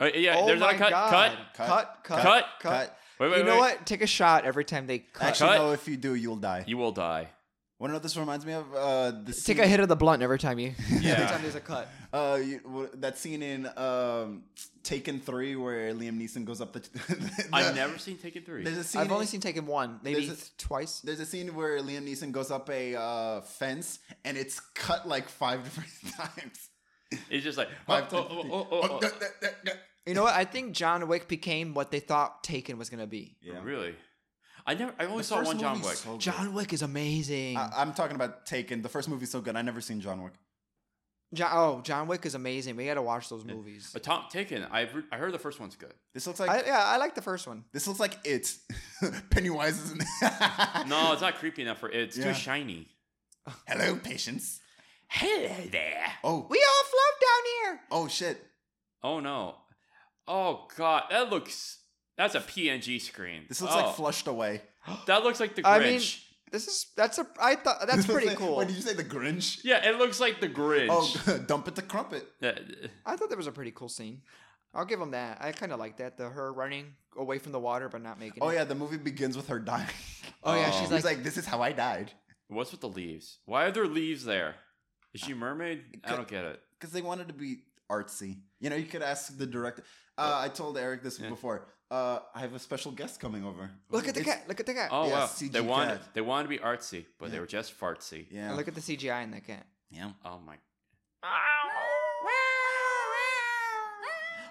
Speaker 6: Uh, yeah
Speaker 2: oh
Speaker 6: there's
Speaker 2: my
Speaker 6: not a cut
Speaker 2: god
Speaker 6: cut
Speaker 2: cut cut cut
Speaker 6: Cut.
Speaker 1: cut.
Speaker 6: wait, wait,
Speaker 2: you know
Speaker 6: wait.
Speaker 2: what? Take a shot every time they cut.
Speaker 1: Actually,
Speaker 6: Cut.
Speaker 1: no. If you do, you'll die.
Speaker 6: you will die
Speaker 1: Wanna know what this reminds me of? Uh, the scene,
Speaker 2: Take a hit of the blunt every time you. Every
Speaker 6: Yeah.
Speaker 2: time there's a cut.
Speaker 1: Uh, you, w- that scene in um, Taken Three where Liam Neeson goes up the. the-
Speaker 6: I've never seen Taken Three
Speaker 1: There's a scene.
Speaker 2: I've only
Speaker 1: in-
Speaker 2: seen taken one, maybe
Speaker 1: There's a-
Speaker 2: th- twice.
Speaker 1: There's a scene where Liam Neeson goes up a uh, fence and it's cut like five different times.
Speaker 6: it's just like oh,
Speaker 1: Five
Speaker 6: oh,
Speaker 1: times.
Speaker 6: oh, oh, oh, oh.
Speaker 2: You know what? I think John Wick became what they thought Taken was gonna be.
Speaker 1: Yeah.
Speaker 6: Really? I never. I only
Speaker 1: The
Speaker 6: saw
Speaker 1: first
Speaker 6: one John
Speaker 1: movie's
Speaker 6: Wick.
Speaker 1: so good.
Speaker 2: John Wick is amazing.
Speaker 1: I, I'm talking about Taken. The first movie's so good. I never seen John Wick.
Speaker 2: John, oh, John Wick is amazing. We gotta watch those movies.
Speaker 6: But Tom Taken. I've re- I heard the first one's good.
Speaker 1: This looks like
Speaker 2: I, yeah, I like the first one.
Speaker 1: this looks like it. Pennywise is in
Speaker 6: No, it's not creepy enough for it. It's
Speaker 1: Yeah.
Speaker 6: too shiny.
Speaker 1: Hello, patients.
Speaker 6: Hello there.
Speaker 1: Oh,
Speaker 2: We all float down here.
Speaker 1: oh shit.
Speaker 6: Oh no. Oh god, that looks. That's a PNG screen.
Speaker 1: This looks
Speaker 6: oh,
Speaker 1: like flushed away.
Speaker 6: That looks like the Grinch.
Speaker 2: I mean, this is that's a. I thought that's pretty cool.
Speaker 1: What did you say? The Grinch?
Speaker 6: yeah, it looks like the Grinch.
Speaker 1: Oh, dump it to crumpet.
Speaker 6: Yeah,
Speaker 2: I thought that was a pretty cool scene. I'll give him that. I kind of like that. The her running away from the water but not making.
Speaker 1: Oh
Speaker 2: it.
Speaker 1: yeah, the movie begins with her dying.
Speaker 2: Oh yeah.
Speaker 6: Oh.
Speaker 2: She's
Speaker 1: He's
Speaker 2: like,
Speaker 1: like, "This is how I died,"
Speaker 6: What's with the leaves? Why are there leaves there? Is she a mermaid? I don't get it.
Speaker 1: because they wanted to be artsy. You know, you could ask the director.
Speaker 2: Oh.
Speaker 1: Uh, I told Eric this before. Uh, I have a special guest coming over.
Speaker 2: look at the
Speaker 1: It's-
Speaker 2: cat. Look at the cat.
Speaker 6: Oh
Speaker 1: Yeah,
Speaker 6: wow,
Speaker 1: CG
Speaker 6: they wanted
Speaker 1: cat.
Speaker 6: they wanted to be artsy, but they
Speaker 1: Yeah.
Speaker 6: were just fartsy.
Speaker 1: Yeah.
Speaker 2: And look at the CGI in that cat.
Speaker 1: yeah.
Speaker 6: Oh my.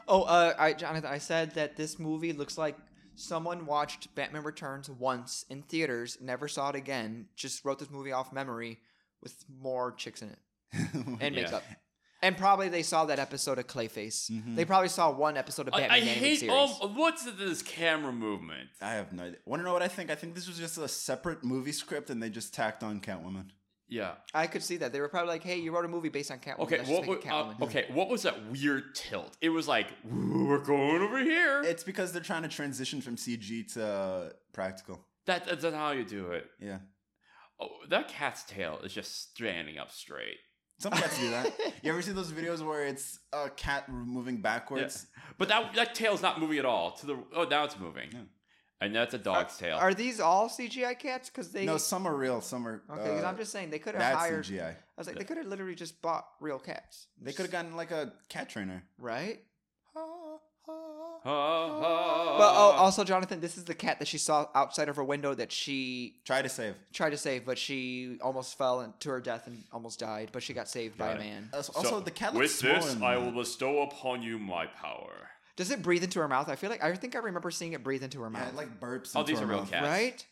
Speaker 2: Oh, uh, I, Jonathan, I said that this movie looks like someone watched Batman Returns once in theaters, never saw it again, just wrote this movie off memory with more chicks in it and
Speaker 6: Yeah.
Speaker 2: makeup. And probably they saw that episode of Clayface.
Speaker 1: Mhm.
Speaker 2: They probably saw one episode of
Speaker 6: I,
Speaker 2: Batman
Speaker 6: I
Speaker 2: animated
Speaker 6: hate
Speaker 2: series.
Speaker 6: all. What's this camera movement?
Speaker 1: I have no idea. Want to know what I think? I think this was just a separate movie script, and they just tacked on Catwoman.
Speaker 6: Yeah.
Speaker 2: I could see that. They were probably like, "Hey, you wrote a movie based on Catwoman.
Speaker 6: Okay.
Speaker 2: Let's just
Speaker 6: What?
Speaker 2: make it
Speaker 6: wa- uh,
Speaker 2: Catwoman."
Speaker 6: okay. What was that weird tilt? It was like "Woo, we're going over here.
Speaker 1: It's because they're trying to transition from CG to uh, practical.
Speaker 6: that, that's not how you do it.
Speaker 1: Yeah,
Speaker 6: Oh, that cat's tail is just standing up straight.
Speaker 1: some cats do that. You ever see those videos where it's a cat moving backwards?
Speaker 6: But that that tail's not moving at all. To the oh, now it's moving,
Speaker 1: Yeah. Uh,
Speaker 6: and that's a dog's tail.
Speaker 2: Are these all CGI cats? Because they
Speaker 1: No, some are real, some are.
Speaker 2: okay. 'cause
Speaker 1: uh,
Speaker 2: I'm just saying they could have
Speaker 1: that's
Speaker 2: hired.
Speaker 1: CGI.
Speaker 2: I was like, they could have literally just bought real cats.
Speaker 1: They could have gotten like a cat trainer.
Speaker 2: right.
Speaker 6: Ha, ha.
Speaker 2: But oh, also Jonathan, this is the cat that she saw outside of her window that she
Speaker 1: Try to save.
Speaker 2: tried to save, but she almost fell in- to her death and almost died. But she got saved by
Speaker 6: Got
Speaker 2: a
Speaker 6: it.
Speaker 2: man.
Speaker 1: Uh,
Speaker 6: So,
Speaker 1: also, the cat looks
Speaker 6: With
Speaker 1: small
Speaker 6: this,
Speaker 1: in
Speaker 6: I
Speaker 1: that.
Speaker 6: will bestow upon you my power.
Speaker 2: Does it breathe into her mouth? I feel like I think I remember seeing it breathe into her
Speaker 1: Yeah, it,
Speaker 2: mouth.
Speaker 1: like burps.
Speaker 6: Oh,
Speaker 1: into
Speaker 6: these
Speaker 1: her
Speaker 6: are real
Speaker 1: mouth.
Speaker 6: cats.
Speaker 2: right?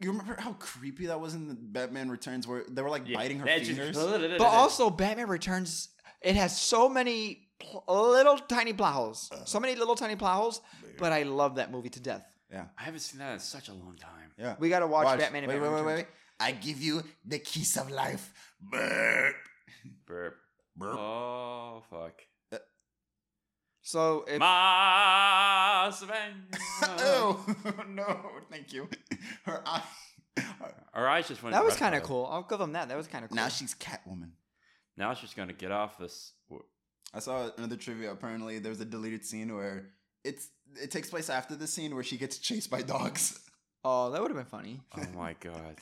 Speaker 1: You remember how creepy that was in the Batman Returns, where they were like biting her
Speaker 6: That's just-
Speaker 1: fingers.
Speaker 2: But also, Batman Returns. It has so many pl- little tiny plowholes, so many little tiny plowholes. But I love that movie to death.
Speaker 1: Yeah.
Speaker 6: I haven't seen that in such a long time.
Speaker 1: Yeah.
Speaker 2: We gotta watch, Batman and
Speaker 1: wait,
Speaker 2: Batman
Speaker 1: wait, wait,
Speaker 2: Returns.
Speaker 1: wait. I give you the keys of life. Burp.
Speaker 6: Burp.
Speaker 1: Burp.
Speaker 6: Oh fuck.
Speaker 2: So if
Speaker 6: Mas Ven-
Speaker 1: oh no, thank you. Her eye.
Speaker 6: Her eyes just went.
Speaker 2: that was
Speaker 6: red
Speaker 2: kind of
Speaker 6: red.
Speaker 2: cool. I'll give them that. That was kind of cool.
Speaker 1: Now she's Catwoman.
Speaker 6: Now she's gonna get off this.
Speaker 1: I saw another trivia. Apparently, there's a deleted scene where it's it takes place after the scene where she gets chased by dogs.
Speaker 2: oh, that would have been funny.
Speaker 6: Oh my god.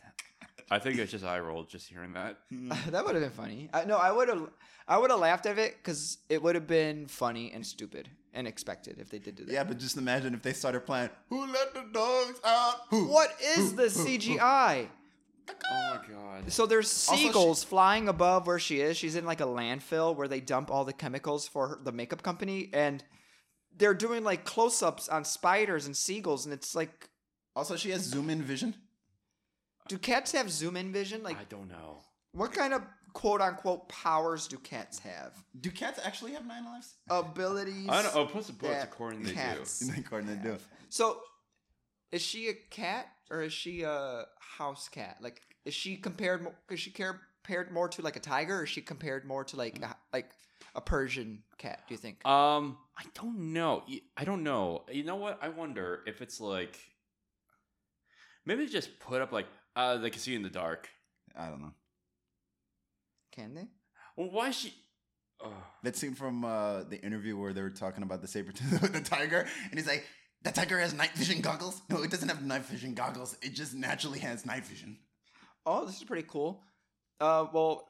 Speaker 6: I think it's just eye rolled just hearing that. Oh
Speaker 2: that would have been funny. I, no, I would have. I would have laughed at it because it would have been funny and stupid and expected if they did do that.
Speaker 1: yeah, but just imagine if they started playing "Who let the dogs out?" Who?
Speaker 2: What is the CGI?
Speaker 6: Oh my god.
Speaker 2: So there's
Speaker 1: Also, she-
Speaker 2: seagulls flying above where she is. She's in like a landfill where they dump all the chemicals for her, the makeup company, and they're doing like close-ups on spiders and seagulls, and it's like,
Speaker 1: Also, she has zoom in vision.
Speaker 2: do cats have zoom-in vision? Like,
Speaker 6: I don't know.
Speaker 2: what kind of quote-unquote powers do cats have?
Speaker 1: Do cats actually have nine lives?
Speaker 2: Abilities.
Speaker 6: I don't know. Oh, Puss in Boots,
Speaker 2: that
Speaker 6: according to
Speaker 2: cats-
Speaker 6: you.
Speaker 1: According to do.
Speaker 2: So, is she a cat or is she a house cat? Like, is she compared? mo- Is she care- compared more to like a tiger, or is she compared more to like a, like a Persian cat? Do you think?
Speaker 6: Um, I don't know. Y- I don't know. You know what? I wonder if it's like maybe just put up like uh they can see you in the dark.
Speaker 1: I don't know.
Speaker 2: Can they?
Speaker 6: Well, why is she? Oh,
Speaker 1: That scene from uh, the interview where they were talking about the saber tooth the tiger, and he's like, "The tiger has night vision goggles." No, it doesn't have night vision goggles. It just naturally has night vision.
Speaker 2: Oh, this is pretty cool. Uh, well,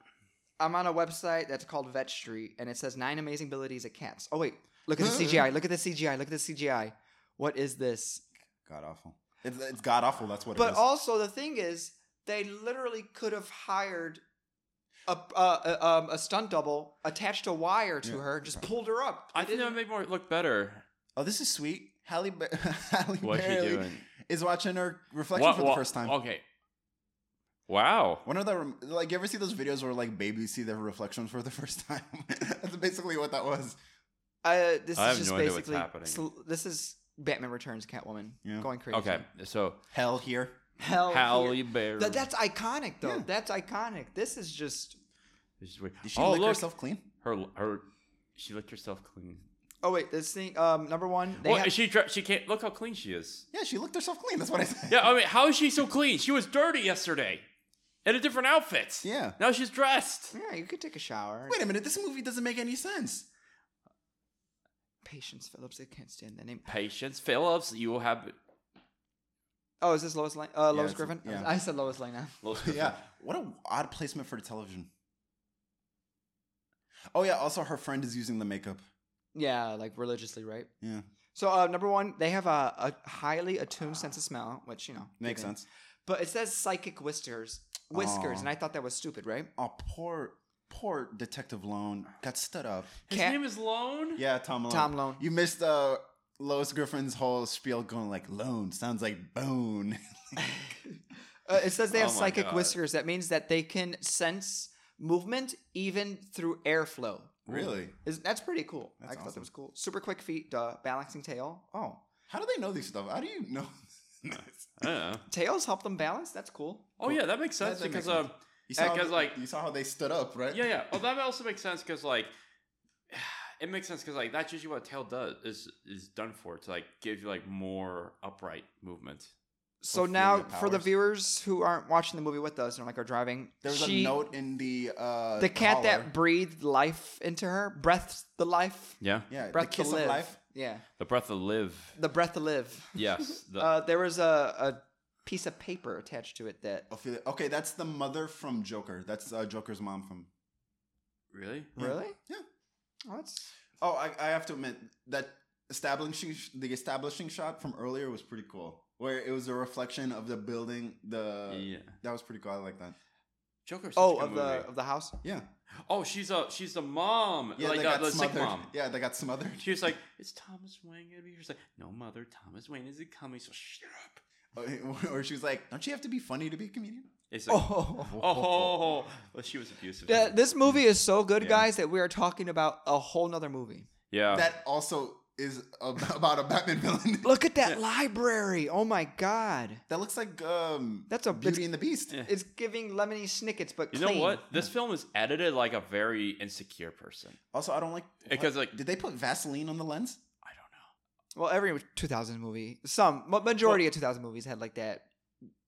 Speaker 2: I'm on a website that's called Vet Street, and it says nine amazing abilities of cats. Oh wait, look at the CGI. Look at the CGI. Look at the CGI. What is this?
Speaker 1: God awful. It's, it's god awful. That's what. it
Speaker 2: But
Speaker 1: is.
Speaker 2: also the thing is, they literally could have hired a a, a, um, a stunt double attached a wire to
Speaker 1: Yeah.
Speaker 2: her, just pulled her up.
Speaker 6: I
Speaker 2: They
Speaker 6: think that
Speaker 2: didn't-
Speaker 6: would make more look better.
Speaker 1: oh, this is sweet. Halle, Ber- Halle
Speaker 6: What's she
Speaker 1: Berry
Speaker 6: doing?
Speaker 1: is watching her reflection for the first time.
Speaker 6: Okay. Wow.
Speaker 1: One of the rem- like, you ever see those videos where like babies see their reflections for the first time? That's basically what that was.
Speaker 2: Uh, this is
Speaker 6: I have
Speaker 2: just
Speaker 6: no idea what's
Speaker 2: basically
Speaker 6: happening.
Speaker 2: sl- this is Batman Returns Catwoman
Speaker 1: Yeah.
Speaker 2: going crazy.
Speaker 6: Okay. So
Speaker 1: Hell here. Oh,
Speaker 2: hell,
Speaker 6: Halle
Speaker 2: Halle
Speaker 6: Berry.
Speaker 2: that's iconic though.
Speaker 1: Yeah.
Speaker 2: That's iconic. This is just.
Speaker 6: This is weird.
Speaker 1: Did she
Speaker 6: Oh,
Speaker 1: lick
Speaker 6: look.
Speaker 1: herself clean?
Speaker 6: Her her. She licked herself clean.
Speaker 2: Oh wait, this thing. Um, number one. They
Speaker 6: Well,
Speaker 2: have-
Speaker 6: she dr- she can't look how clean she is.
Speaker 1: Yeah, she licked herself clean. That's what I said.
Speaker 6: Yeah, I mean, how is she so clean? She was dirty yesterday, in a different outfit.
Speaker 1: Yeah.
Speaker 6: Now she's dressed.
Speaker 2: yeah, you could take a shower.
Speaker 1: Wait a minute. This movie doesn't make any sense.
Speaker 2: Patience Phillips. I can't stand that name.
Speaker 6: Patience Phillips, you will have.
Speaker 2: Oh, is this Lois Lane? Uh, Lois
Speaker 1: it's-
Speaker 2: Griffin.
Speaker 1: yeah.
Speaker 2: I said Lois Lane. now.
Speaker 1: yeah. What a odd placement for the television. Oh yeah. Also, her friend is using the makeup.
Speaker 2: Yeah, like religiously, right?
Speaker 1: Yeah,
Speaker 2: So uh, number one, they have a, a highly attuned sense of smell, which you know
Speaker 1: makes
Speaker 2: given.
Speaker 1: sense. Oh.
Speaker 2: But it says psychic whiskers, whiskers,
Speaker 1: Aw.
Speaker 2: and I thought that was stupid, right?
Speaker 1: Oh, poor, poor Detective Lone got stood up.
Speaker 6: His
Speaker 2: Cat-
Speaker 6: name is Lone.
Speaker 1: Yeah, Tom Lone.
Speaker 2: Tom Lone.
Speaker 1: You missed uh, Lois Griffin's whole spiel going like Lone sounds like bone.
Speaker 2: Uh, it says they have
Speaker 6: Oh my
Speaker 2: psychic
Speaker 6: God.
Speaker 2: whiskers. That means that they can sense movement even through airflow.
Speaker 1: really?
Speaker 2: Is that's pretty cool? I
Speaker 1: That's
Speaker 2: thought that
Speaker 1: awesome.
Speaker 2: was cool. Super quick feet, duh, balancing tail. Oh,
Speaker 1: How do they know these stuff? How do you know? this?
Speaker 6: I don't know.
Speaker 2: tails help them balance. That's cool.
Speaker 6: Oh yeah, that makes
Speaker 1: That-
Speaker 6: sense
Speaker 1: that makes
Speaker 6: because um,
Speaker 1: sense. You
Speaker 6: Yeah,
Speaker 1: saw,
Speaker 6: 'cause,
Speaker 1: how-
Speaker 6: like-
Speaker 1: you saw how they stood up, right?
Speaker 6: yeah, yeah. Oh, that also makes sense because like, it makes sense because like that's usually what a tail does is is done for. It's like gives you like more upright movement.
Speaker 2: So
Speaker 1: Hopefully
Speaker 2: now,
Speaker 1: the
Speaker 2: for the
Speaker 1: powers.
Speaker 2: viewers who aren't watching the movie with us and like are driving,
Speaker 1: There was
Speaker 2: she-
Speaker 1: a note in the uh,
Speaker 2: the cat
Speaker 1: collar.
Speaker 2: that breathed life into her, breathed the life,
Speaker 6: Yeah,
Speaker 1: yeah,
Speaker 2: breath
Speaker 1: the kiss
Speaker 2: to live.
Speaker 1: of life.
Speaker 2: Yeah,
Speaker 6: the breath of live.
Speaker 2: the breath to live.
Speaker 6: Yes, the,
Speaker 2: Uh, there was a, a piece of paper attached to it that
Speaker 1: Ophelia- Okay, that's the mother from Joker. That's uh, Joker's mom from.
Speaker 6: really.
Speaker 2: really.
Speaker 1: Yeah.
Speaker 2: Oh, that's
Speaker 1: Oh, I, I have to admit that establishing sh- the establishing shot from earlier was pretty cool. Where it was a reflection of the building. The
Speaker 6: Yeah.
Speaker 1: that was pretty cool. I like that.
Speaker 6: Joker's such
Speaker 2: oh
Speaker 6: a good
Speaker 2: of the
Speaker 6: movie.
Speaker 2: of the house.
Speaker 1: Yeah,
Speaker 6: Oh, she's a she's the mom,
Speaker 1: yeah,
Speaker 6: like
Speaker 1: they
Speaker 6: uh,
Speaker 1: got
Speaker 6: the sick
Speaker 1: smothered.
Speaker 6: mom.
Speaker 1: Yeah, they got smothered.
Speaker 6: She was like, "Is Thomas Wayne gonna be here?" She's like, "No, mother. Thomas Wayne isn't coming, so shut up."
Speaker 1: or she was like, "Don't you have to be funny to be a comedian?"
Speaker 6: It's like, oh,
Speaker 2: Oh.
Speaker 6: oh, oh, oh. Well, she was abusive.
Speaker 2: Yeah, this movie is so good,
Speaker 1: Yeah.
Speaker 6: Oh.
Speaker 2: guys, that we are talking about a whole nother movie.
Speaker 6: yeah.
Speaker 1: That also is ab- about a Batman villain.
Speaker 2: Look at that library. Oh my god.
Speaker 1: that looks like um
Speaker 2: That's a
Speaker 1: Beauty and the Beast.
Speaker 6: Yeah.
Speaker 2: It's giving Lemony Snickets, but
Speaker 6: You
Speaker 2: clean.
Speaker 6: know what? This film is edited like a very insecure person.
Speaker 1: Also, I don't like
Speaker 6: Because,
Speaker 1: what-
Speaker 6: like-
Speaker 1: did they put Vaseline on the lens?
Speaker 6: I don't know.
Speaker 2: Well, every 2000 movie, some ma- majority of 2000 movies had like that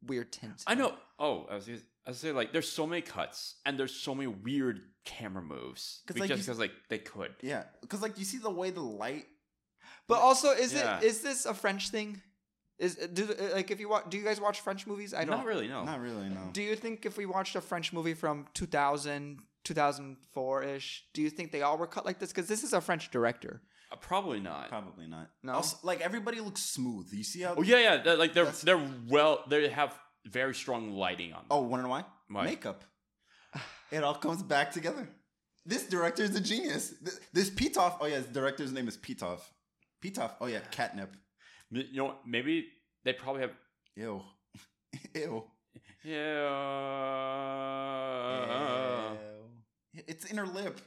Speaker 2: weird tint.
Speaker 6: I know. Oh, I was gonna, I was gonna say like there's so many cuts and there's so many weird camera moves
Speaker 1: 'Cause,
Speaker 6: be-
Speaker 1: like,
Speaker 6: just
Speaker 1: you-
Speaker 6: because like they could.
Speaker 1: Yeah, because like you see the way the light.
Speaker 2: But also, is
Speaker 6: Yeah.
Speaker 2: it is this a French thing? Is do like if you watch? Do you guys watch French movies? I don't.
Speaker 6: Not really. No.
Speaker 1: Not really, no.
Speaker 2: Do you think if we watched a French movie from 2000, 2004 ish, do you think they all were cut like this? Because this is a French director.
Speaker 6: Uh, probably not.
Speaker 1: Probably not.
Speaker 2: No?
Speaker 1: Also, like everybody looks smooth. You see how?
Speaker 6: Oh yeah, yeah. they're- like they're
Speaker 1: That's-
Speaker 6: they're well. They have very strong lighting on. Them.
Speaker 1: Oh, wondering why?
Speaker 6: Why?
Speaker 1: Makeup. It all comes back together. This director is a genius. This, this Pitoff. Oh yeah, his director's name is Pitoff. Pitoff. Oh yeah, catnip.
Speaker 6: M- You know, what? maybe they probably have.
Speaker 1: Ew. Ew.
Speaker 6: Yeah.
Speaker 1: Ew. It's inner lip.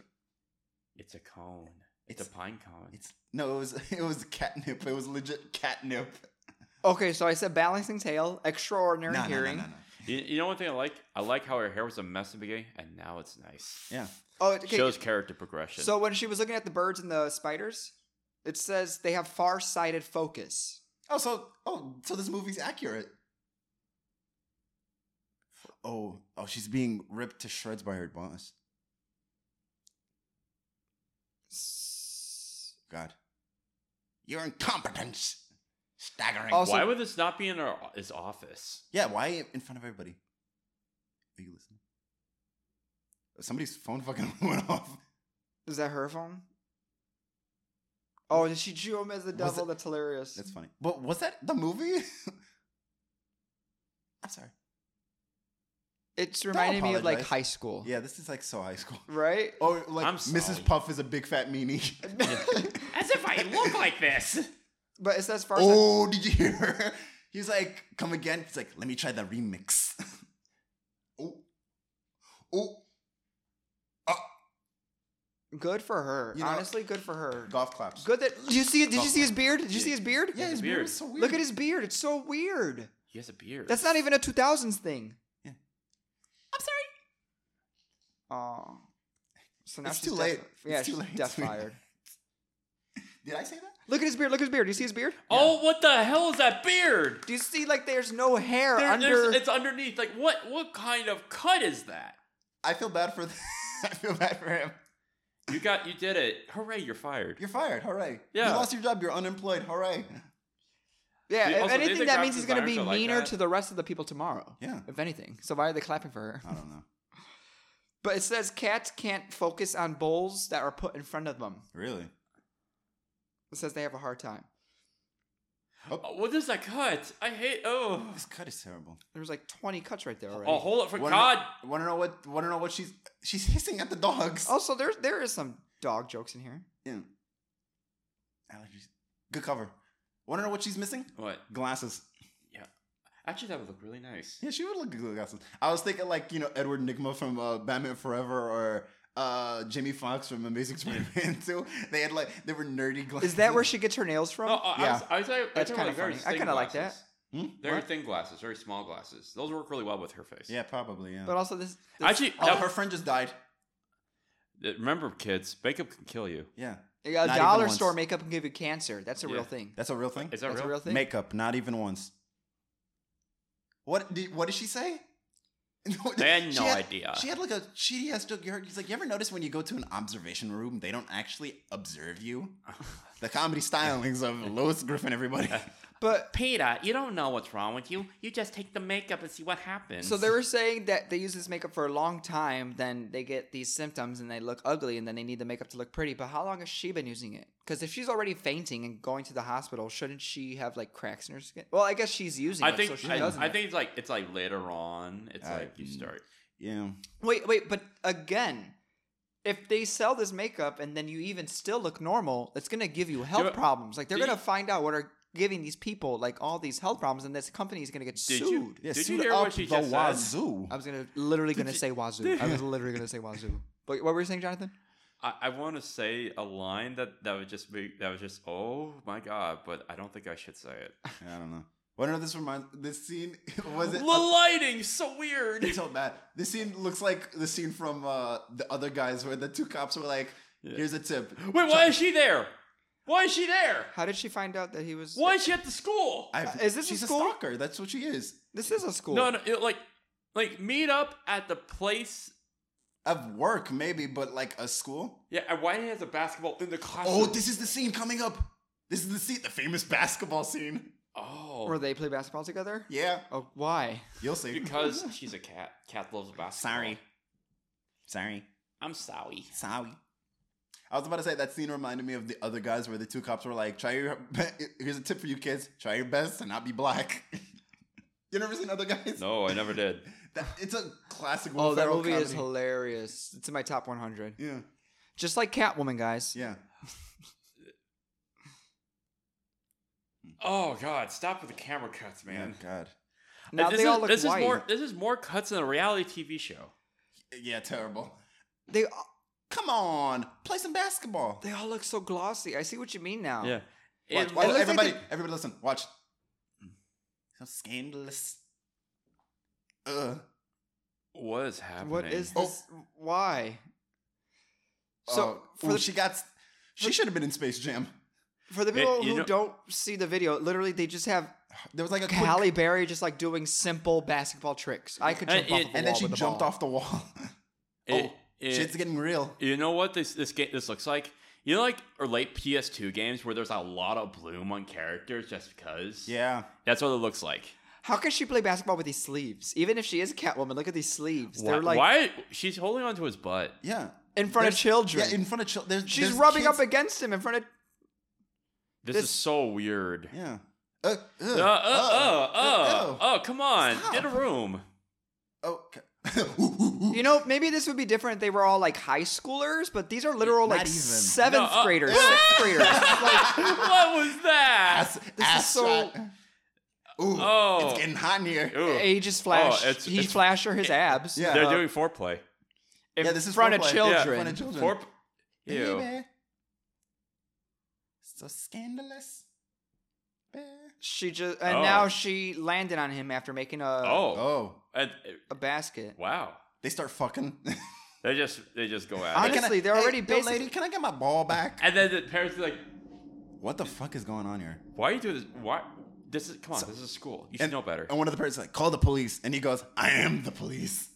Speaker 6: It's a cone. It's,
Speaker 1: It's
Speaker 6: a pine cone.
Speaker 1: It's no. It was it was catnip. It was legit catnip.
Speaker 2: Okay, so I said balancing tail, extraordinary
Speaker 1: No, no, no, no,
Speaker 2: hearing.
Speaker 1: no.
Speaker 6: you, you know one thing I like? I like how her hair was a mess in the beginning, and now it's nice.
Speaker 1: Yeah.
Speaker 2: Oh, okay.
Speaker 6: Shows character progression.
Speaker 2: So when she was looking at the birds and the spiders, it says they have far-sighted focus.
Speaker 1: Oh, so oh, so this movie's accurate. Oh, oh, she's being ripped to shreds by her boss.
Speaker 2: S-
Speaker 1: God, your incompetence, staggering.
Speaker 2: Also-
Speaker 6: why would this not be in our, his office?
Speaker 1: yeah, why in front of everybody? Are you listening? Somebody's phone fucking went off.
Speaker 2: Is that her phone? Oh, she drew him as the
Speaker 1: Was
Speaker 2: devil.
Speaker 1: it-
Speaker 2: That's hilarious.
Speaker 1: That's funny. But was that the movie? I'm sorry.
Speaker 2: it's reminding me of like
Speaker 1: apologize.
Speaker 2: high school.
Speaker 1: Yeah, this is like so high school.
Speaker 2: Right?
Speaker 1: Oh, like
Speaker 6: I'm sorry.
Speaker 1: Mrs. Puff is a big fat meanie.
Speaker 6: As if I look like this.
Speaker 2: But it says far
Speaker 1: Oh, did you hear her? He's like, come again. He's like, let me try the remix. oh. Oh.
Speaker 2: good for her.
Speaker 1: You know-
Speaker 2: Honestly, good for her.
Speaker 1: Golf claps.
Speaker 2: Good that did you see did you
Speaker 1: Oh,
Speaker 2: see his beard? Did you
Speaker 6: yeah.
Speaker 2: see his beard?
Speaker 1: Yeah, his
Speaker 6: Weird.
Speaker 1: beard is so weird.
Speaker 2: Look at his beard. It's so weird.
Speaker 6: He has a beard.
Speaker 2: That's not even a 2000s thing.
Speaker 1: Yeah.
Speaker 2: I'm sorry. Oh. So now
Speaker 1: It's
Speaker 2: she's
Speaker 1: too
Speaker 2: deaf-
Speaker 1: late.
Speaker 2: yeah,
Speaker 1: It's too
Speaker 2: she's
Speaker 1: late,
Speaker 2: deaf
Speaker 1: sweetie.
Speaker 2: fired.
Speaker 1: Did I say that?
Speaker 2: Look at his beard. Look at his beard. Do you see his beard?
Speaker 6: Oh, what the hell is that beard?
Speaker 2: Do you see like there's no hair
Speaker 6: There- there's-
Speaker 2: under?
Speaker 6: it's underneath. Like what? What kind of cut is that?
Speaker 1: I feel bad for. I feel bad for him.
Speaker 6: You got. You did it. Hooray! You're fired.
Speaker 1: You're fired. Hooray.
Speaker 6: Yeah.
Speaker 1: You lost your job. You're unemployed. Hooray.
Speaker 2: yeah.
Speaker 6: Dude,
Speaker 2: If
Speaker 6: also, they
Speaker 2: anything,
Speaker 6: think
Speaker 2: that
Speaker 6: Rob
Speaker 2: means he's gonna be
Speaker 6: Zombie's like
Speaker 2: meaner
Speaker 6: that.
Speaker 2: to the rest of the people tomorrow.
Speaker 1: Yeah. Uh.
Speaker 2: If anything, so why are they clapping for her?
Speaker 1: I don't know.
Speaker 2: But it says cats can't focus on bowls that are put in front of them.
Speaker 1: Really?
Speaker 2: It says they have a hard time.
Speaker 6: Oh, what is that cut? I hate. Oh.
Speaker 1: This cut is terrible.
Speaker 2: There was like 20 cuts right there already.
Speaker 6: Oh, hold up for
Speaker 1: Wanna
Speaker 6: God.
Speaker 1: Know, wanna know what? Wanna know what she's? She's hissing at the dogs.
Speaker 2: Also, there there is some dog jokes in here.
Speaker 1: Yeah. Allergies. Good cover. Wanna know what she's missing?
Speaker 6: What?
Speaker 1: Glasses.
Speaker 6: Actually, that would look really nice.
Speaker 1: Yeah, she would look good with glasses. I was thinking like you know Edward Nigma from uh, Batman Forever or uh, Jimmy Fox from Amazing Spider-Man Two. They had like they were nerdy glasses.
Speaker 2: Is that where she gets her nails from?
Speaker 6: No, Oh, I, I was,
Speaker 1: Yeah.
Speaker 6: I was, I was
Speaker 2: That's
Speaker 6: talking about
Speaker 2: kinda
Speaker 6: very
Speaker 2: funny. I
Speaker 6: thin
Speaker 2: kinda like
Speaker 6: glasses.
Speaker 1: Hmm?
Speaker 6: Very
Speaker 1: What?
Speaker 6: thin glasses, very small glasses. Those work really well with her face.
Speaker 1: Yeah, probably. Yeah.
Speaker 2: But also this, this
Speaker 6: Actually,
Speaker 1: oh,
Speaker 6: that-
Speaker 1: her friend just died.
Speaker 6: remember, kids, makeup can kill you.
Speaker 1: Yeah,
Speaker 2: a
Speaker 1: even
Speaker 2: dollar store
Speaker 1: once.
Speaker 2: makeup can give you cancer. That's a
Speaker 6: Yeah.
Speaker 2: real thing.
Speaker 1: that's a real thing.
Speaker 6: Is that
Speaker 2: That's
Speaker 6: real?
Speaker 2: a real thing.
Speaker 1: Makeup, not even once. What did what did she say?
Speaker 6: I had
Speaker 1: She
Speaker 6: no idea.
Speaker 1: She had like a shitty ass joke. You heard- He's like, you ever notice when you go to an observation room, they don't actually observe you? the comedy stylings of Lois Griffin, everybody.
Speaker 2: But
Speaker 6: Peter, you don't know what's wrong with you. You just take the makeup and see what happens.
Speaker 2: so they were saying that they use this makeup for a long time, then they get these symptoms and they look ugly, and then they need the makeup to look pretty. But how long has she been using it? Because if she's already fainting and going to the hospital, shouldn't she have like cracks in her skin? Well, I guess she's using
Speaker 6: I
Speaker 2: it,
Speaker 6: think
Speaker 2: so she
Speaker 6: I,
Speaker 2: doesn't.
Speaker 6: I think it's like it's like later on. It's
Speaker 1: I-
Speaker 6: like you
Speaker 1: mm.
Speaker 6: start.
Speaker 1: yeah.
Speaker 2: Wait, wait, but again, if they sell this makeup and then you even still look normal, it's gonna give you health
Speaker 6: you-
Speaker 2: problems. Like they're
Speaker 6: do
Speaker 2: gonna
Speaker 6: you-
Speaker 2: find out what are giving these people like all these health problems, and this company is gonna get
Speaker 6: Did
Speaker 2: sued.
Speaker 6: you-
Speaker 1: Yeah,
Speaker 6: Did
Speaker 1: suit
Speaker 6: you hear
Speaker 1: up
Speaker 6: what she
Speaker 1: the
Speaker 6: just said? Uh,
Speaker 1: wazoo.
Speaker 2: I was gonna literally gonna say wazoo. I was literally gonna say wazoo. But what were you saying, Jonathan?
Speaker 6: I, I want to say a line that that would just be that was just oh my god, but I don't think I should say it.
Speaker 1: I don't know. Well, no, this reminds. This scene was it.
Speaker 6: the lighting's so weird.
Speaker 1: It's so bad. This scene looks like the scene from uh, the other guys where the two cops were like,
Speaker 6: Yeah.
Speaker 1: "Here's a tip."
Speaker 6: Wait, why is she there? Why is she there?
Speaker 2: How did she find out that he was?
Speaker 6: Why is she at the school?
Speaker 1: I've-
Speaker 2: Uh, Is this a
Speaker 1: she's a,
Speaker 2: school?
Speaker 1: stalker? That's what she is.
Speaker 2: This is a school.
Speaker 6: No, no, it, like, like meet up at the place.
Speaker 1: Of work, maybe, but like a school.
Speaker 6: Yeah, and why did he have the basketball in the classroom?
Speaker 1: Oh, this is the scene coming up. This is the scene, the famous basketball scene.
Speaker 6: Oh,
Speaker 2: Or they play basketball together?
Speaker 1: Yeah,
Speaker 2: Oh, why?
Speaker 1: you'll see.
Speaker 6: because she's a cat. Cat loves basketball.
Speaker 1: Sorry. Sorry.
Speaker 6: I'm sorry.
Speaker 1: Sorry. I was about to say that scene reminded me of the other guys where the two cops were like, "Try your be- here's a tip for you kids: try your best to not be black." you never seen other guys?
Speaker 6: No, I never did.
Speaker 1: That, it's a classic. Will
Speaker 2: Oh, that
Speaker 1: Ferrell
Speaker 2: movie is
Speaker 1: comedy.
Speaker 2: hilarious. It's in my top 100.
Speaker 1: Yeah,
Speaker 2: Just like Catwoman, guys.
Speaker 1: yeah.
Speaker 6: Oh God, stop with the camera cuts, man.
Speaker 1: Oh, God.
Speaker 2: Now
Speaker 6: this
Speaker 2: they
Speaker 6: is,
Speaker 2: all look
Speaker 6: this
Speaker 2: white.
Speaker 6: is more. This is more cuts than a reality TV show.
Speaker 1: Yeah, terrible.
Speaker 2: They all-
Speaker 1: Come on, play some basketball.
Speaker 2: they all look so glossy. I see what you mean now.
Speaker 1: Watch,
Speaker 6: It-
Speaker 1: watch,
Speaker 2: looks like
Speaker 1: everybody,
Speaker 2: they-
Speaker 1: everybody, listen. Watch. So scandalous.
Speaker 6: Uh,
Speaker 1: Ugh.
Speaker 6: what is happening?
Speaker 2: What is
Speaker 1: Oh.
Speaker 2: this? Why? So
Speaker 1: Oh,
Speaker 2: for
Speaker 1: ooh,
Speaker 2: the
Speaker 1: she got. s- She should have been in Space Jam.
Speaker 2: for the
Speaker 6: Hey,
Speaker 2: people
Speaker 6: you
Speaker 2: who
Speaker 6: know-
Speaker 2: don't see the video, literally they just have
Speaker 1: There was like a quick-
Speaker 2: Halle Berry just like doing simple basketball tricks. I could
Speaker 6: And
Speaker 2: jump off
Speaker 6: it-
Speaker 2: of a
Speaker 1: and then
Speaker 2: wall
Speaker 1: she
Speaker 2: with a
Speaker 1: jumped
Speaker 2: ball.
Speaker 1: off the wall.
Speaker 6: It-
Speaker 1: oh,
Speaker 6: it-
Speaker 1: shit's getting real.
Speaker 6: You know what this this game this looks like? You know, like or late PS2 games where there's a lot of bloom on characters just because.
Speaker 1: Yeah.
Speaker 6: that's what it looks like.
Speaker 2: How can she play basketball with these sleeves? Even if she is Catwoman, look at these sleeves.
Speaker 6: Why,
Speaker 2: They're like
Speaker 6: why she's holding onto his butt?
Speaker 1: Yeah.
Speaker 2: in front of
Speaker 1: There's-
Speaker 2: children.
Speaker 1: Yeah, in front of children.
Speaker 2: She's rubbing up against him in front of
Speaker 6: This,
Speaker 2: This-
Speaker 6: is so weird.
Speaker 1: Yeah. Uh, uh,
Speaker 6: Uh, uh, uh, uh,
Speaker 1: uh,
Speaker 6: oh, come on, get a
Speaker 1: Stop.
Speaker 6: room.
Speaker 1: oh. Okay. Ooh, ooh, ooh.
Speaker 2: You know, maybe this would be different. if They were all like high schoolers, but these are literal
Speaker 1: Not
Speaker 2: like
Speaker 1: even.
Speaker 2: seventh
Speaker 6: No, uh,
Speaker 2: graders, sixth graders. It's like,
Speaker 6: what was that?
Speaker 1: ass,
Speaker 2: is
Speaker 1: ass
Speaker 2: so-
Speaker 1: shot. Ooh,
Speaker 6: Oh.
Speaker 1: it's getting hot in here.
Speaker 6: Ooh.
Speaker 2: ages flash.
Speaker 6: Oh, it's-
Speaker 2: he
Speaker 6: it's-
Speaker 2: flash her his abs.
Speaker 1: Yeah.
Speaker 6: They're doing foreplay.
Speaker 2: in
Speaker 1: Yeah, this is
Speaker 2: front of
Speaker 1: foreplay.
Speaker 2: children.
Speaker 6: Yeah,
Speaker 1: In front of children.
Speaker 6: Forep- Ew.
Speaker 1: Baby. So scandalous. Bear.
Speaker 2: She just and
Speaker 6: Oh.
Speaker 2: now she landed on him after making a
Speaker 6: Oh,
Speaker 1: Oh,
Speaker 6: And-
Speaker 2: a basket.
Speaker 6: wow.
Speaker 1: they start fucking.
Speaker 6: They just they just go at
Speaker 2: Honest-
Speaker 6: it.
Speaker 2: Honestly, they're already
Speaker 1: yo,
Speaker 2: basic-
Speaker 1: lady, can I get my ball back?
Speaker 6: And then the parents are like,
Speaker 1: What the fuck is going on here?
Speaker 6: "Why are you doing this? Why? This is come on. this is school. You should know better.
Speaker 1: And one of the parents is like, call the police. And he goes, I am the police.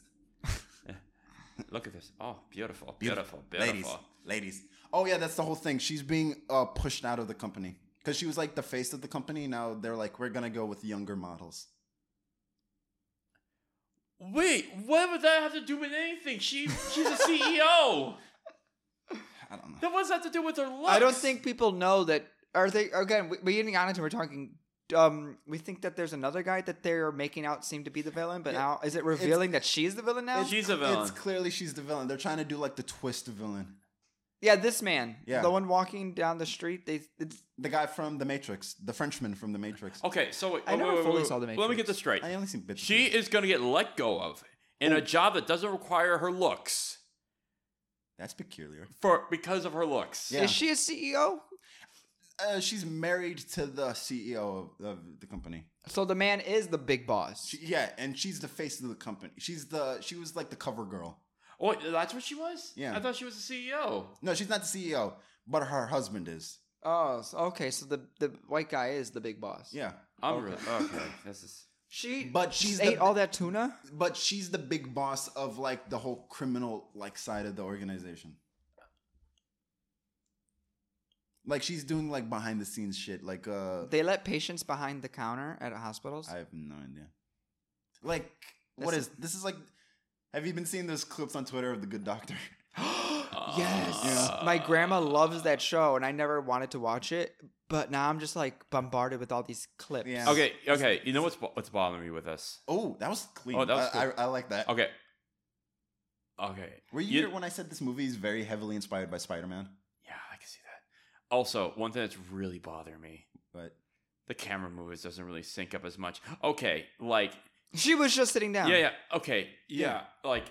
Speaker 6: Look at this. Oh, beautiful, beautiful, beautiful.
Speaker 1: Ladies, ladies. Oh yeah, that's the whole thing. She's being uh, pushed out of the company because she was like the face of the company. Now they're like, we're gonna go with younger models.
Speaker 6: Wait, what would that have to do with anything? She she's a E CEO.
Speaker 1: I don't know.
Speaker 6: That what does that have to do with her looks?
Speaker 2: I don't think people know that. Are they again? We, we're getting honest and we're talking. Um, we think that there's another guy that they're making out seem to be the villain, but now is it revealing that she's the villain now?
Speaker 6: she's a villain.
Speaker 1: It's clearly she's the villain. They're trying to do like the twist villain.
Speaker 2: yeah, this man,
Speaker 1: Yeah.
Speaker 2: the one walking down the street. They it's,
Speaker 1: The guy from The Matrix, the Frenchman from The Matrix.
Speaker 6: Okay, so wait,
Speaker 2: I
Speaker 6: wait,
Speaker 2: never
Speaker 6: wait, wait,
Speaker 2: fully
Speaker 6: wait.
Speaker 2: saw The
Speaker 6: Let me
Speaker 2: Matrix.
Speaker 6: get this straight.
Speaker 1: I only seen bits. of
Speaker 6: She
Speaker 1: it.
Speaker 6: is going to get let go of in a job that doesn't require her looks
Speaker 1: That's peculiar.
Speaker 6: for because of her looks.
Speaker 1: Yeah.
Speaker 2: Is she a E CEO?
Speaker 1: Uh, she's married to the CEO of, of the company.
Speaker 2: So the man is the big boss.
Speaker 1: She, yeah, and she's the face of the company. She's the she was like the cover girl.
Speaker 6: Oh, wait, that's what she was.
Speaker 1: Yeah.
Speaker 6: I thought she was the E CEO.
Speaker 1: No, she's not the CEO, but her husband is.
Speaker 2: oh, so- okay. So the the white guy is the big boss.
Speaker 1: Yeah.
Speaker 6: I'm really okay. This is
Speaker 2: She.
Speaker 1: But
Speaker 2: she
Speaker 1: she's the-
Speaker 2: ate all that tuna.
Speaker 1: But she's the big boss of like the whole criminal like side of the organization. Like she's doing like behind the scenes shit. Like uh
Speaker 2: They let patients behind the counter at hospitals.
Speaker 1: I have no idea. Like what
Speaker 2: That's-
Speaker 1: is this is like have you been seeing those clips on Twitter of the good doctor?
Speaker 2: uh, Yes. My grandma loves that show and I never wanted to watch it, but now I'm just like bombarded with all these clips.
Speaker 1: Yeah.
Speaker 6: okay. Okay, you know what's bo- what's bothering me with this?
Speaker 1: oh, that was clean.
Speaker 6: Oh, that was
Speaker 1: I, I, I like that.
Speaker 6: Okay. Okay.
Speaker 1: Were you, here when I said this movie is very heavily inspired by Spider Man?
Speaker 6: Yeah, I can see that. Also, one thing that's really bothering me,
Speaker 1: But
Speaker 6: the camera moves doesn't really sync up as much. Okay, like
Speaker 2: She was just sitting down.
Speaker 6: yeah, yeah. Okay, yeah,
Speaker 1: Yeah.
Speaker 6: like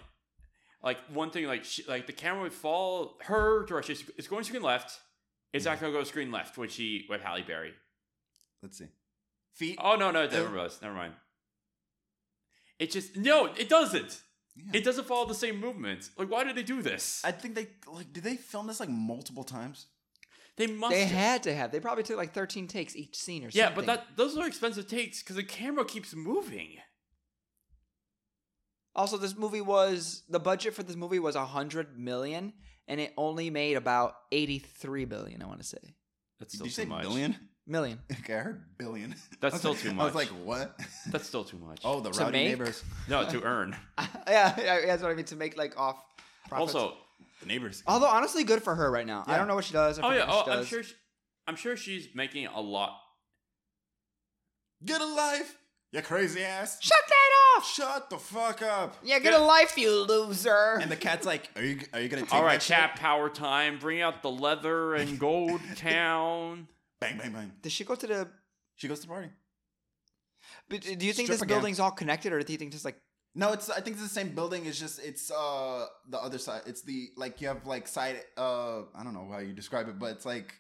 Speaker 6: like one thing, like she, like the camera would follow her direction. It's- It's going screen left. It's not going to go screen left when she with Halle Berry.
Speaker 1: Let's see. Feet.
Speaker 6: Oh no, no, it
Speaker 1: Uh.
Speaker 6: never was. Never mind. It just no, it doesn't.
Speaker 1: Yeah.
Speaker 6: It doesn't follow the same movements. Like, why did they do this?
Speaker 1: I think they like. Did they film this like multiple times?
Speaker 6: they must.
Speaker 2: They
Speaker 6: have.
Speaker 2: had to have. They probably took like 13 takes each scene or something.
Speaker 6: yeah, but that those are expensive takes because the camera keeps moving.
Speaker 2: Also, this movie was the budget for this movie was 100 million, and it only made about 83 billion. I want to say
Speaker 6: That's
Speaker 1: Did
Speaker 6: still
Speaker 1: you
Speaker 6: too
Speaker 1: say
Speaker 6: much.
Speaker 1: billion?
Speaker 2: million.
Speaker 1: Okay, I heard billion. I
Speaker 6: That's
Speaker 1: was
Speaker 6: still
Speaker 1: like-
Speaker 6: too
Speaker 1: I was
Speaker 6: much.
Speaker 1: like, what?
Speaker 6: That's still too much.
Speaker 1: oh, the
Speaker 2: To
Speaker 1: rowdy
Speaker 2: make?
Speaker 1: neighbors.
Speaker 6: no, to earn.
Speaker 2: yeah, yeah, that's what I mean to make like off. Profits.
Speaker 6: Also,
Speaker 1: The neighbors.
Speaker 2: although honestly, good for her right now. I
Speaker 1: Yeah.
Speaker 2: don't know what she does. I
Speaker 6: oh yeah,
Speaker 2: forget
Speaker 6: oh,
Speaker 2: what she
Speaker 6: I'm
Speaker 2: does.
Speaker 6: sure. She, I'm sure she's making a lot.
Speaker 1: Get a life, you crazy ass.
Speaker 2: Shut that off!
Speaker 1: Shut the fuck up.
Speaker 2: Yeah, get a life, you loser.
Speaker 1: And the cat's like, are you are you gonna take
Speaker 6: All right,
Speaker 1: that shit?
Speaker 6: chat power time. Bring out the leather and gold town.
Speaker 1: Bang bang bang.
Speaker 2: Does she go to the?
Speaker 1: She goes to the party.
Speaker 2: But do you
Speaker 1: Strip
Speaker 2: think this
Speaker 1: again.
Speaker 2: building's all connected, or do you think just like
Speaker 1: No, it's I think it's the same building. It's just it's uh the other side. It's the like you have like side uh I don't know how you describe it, but it's like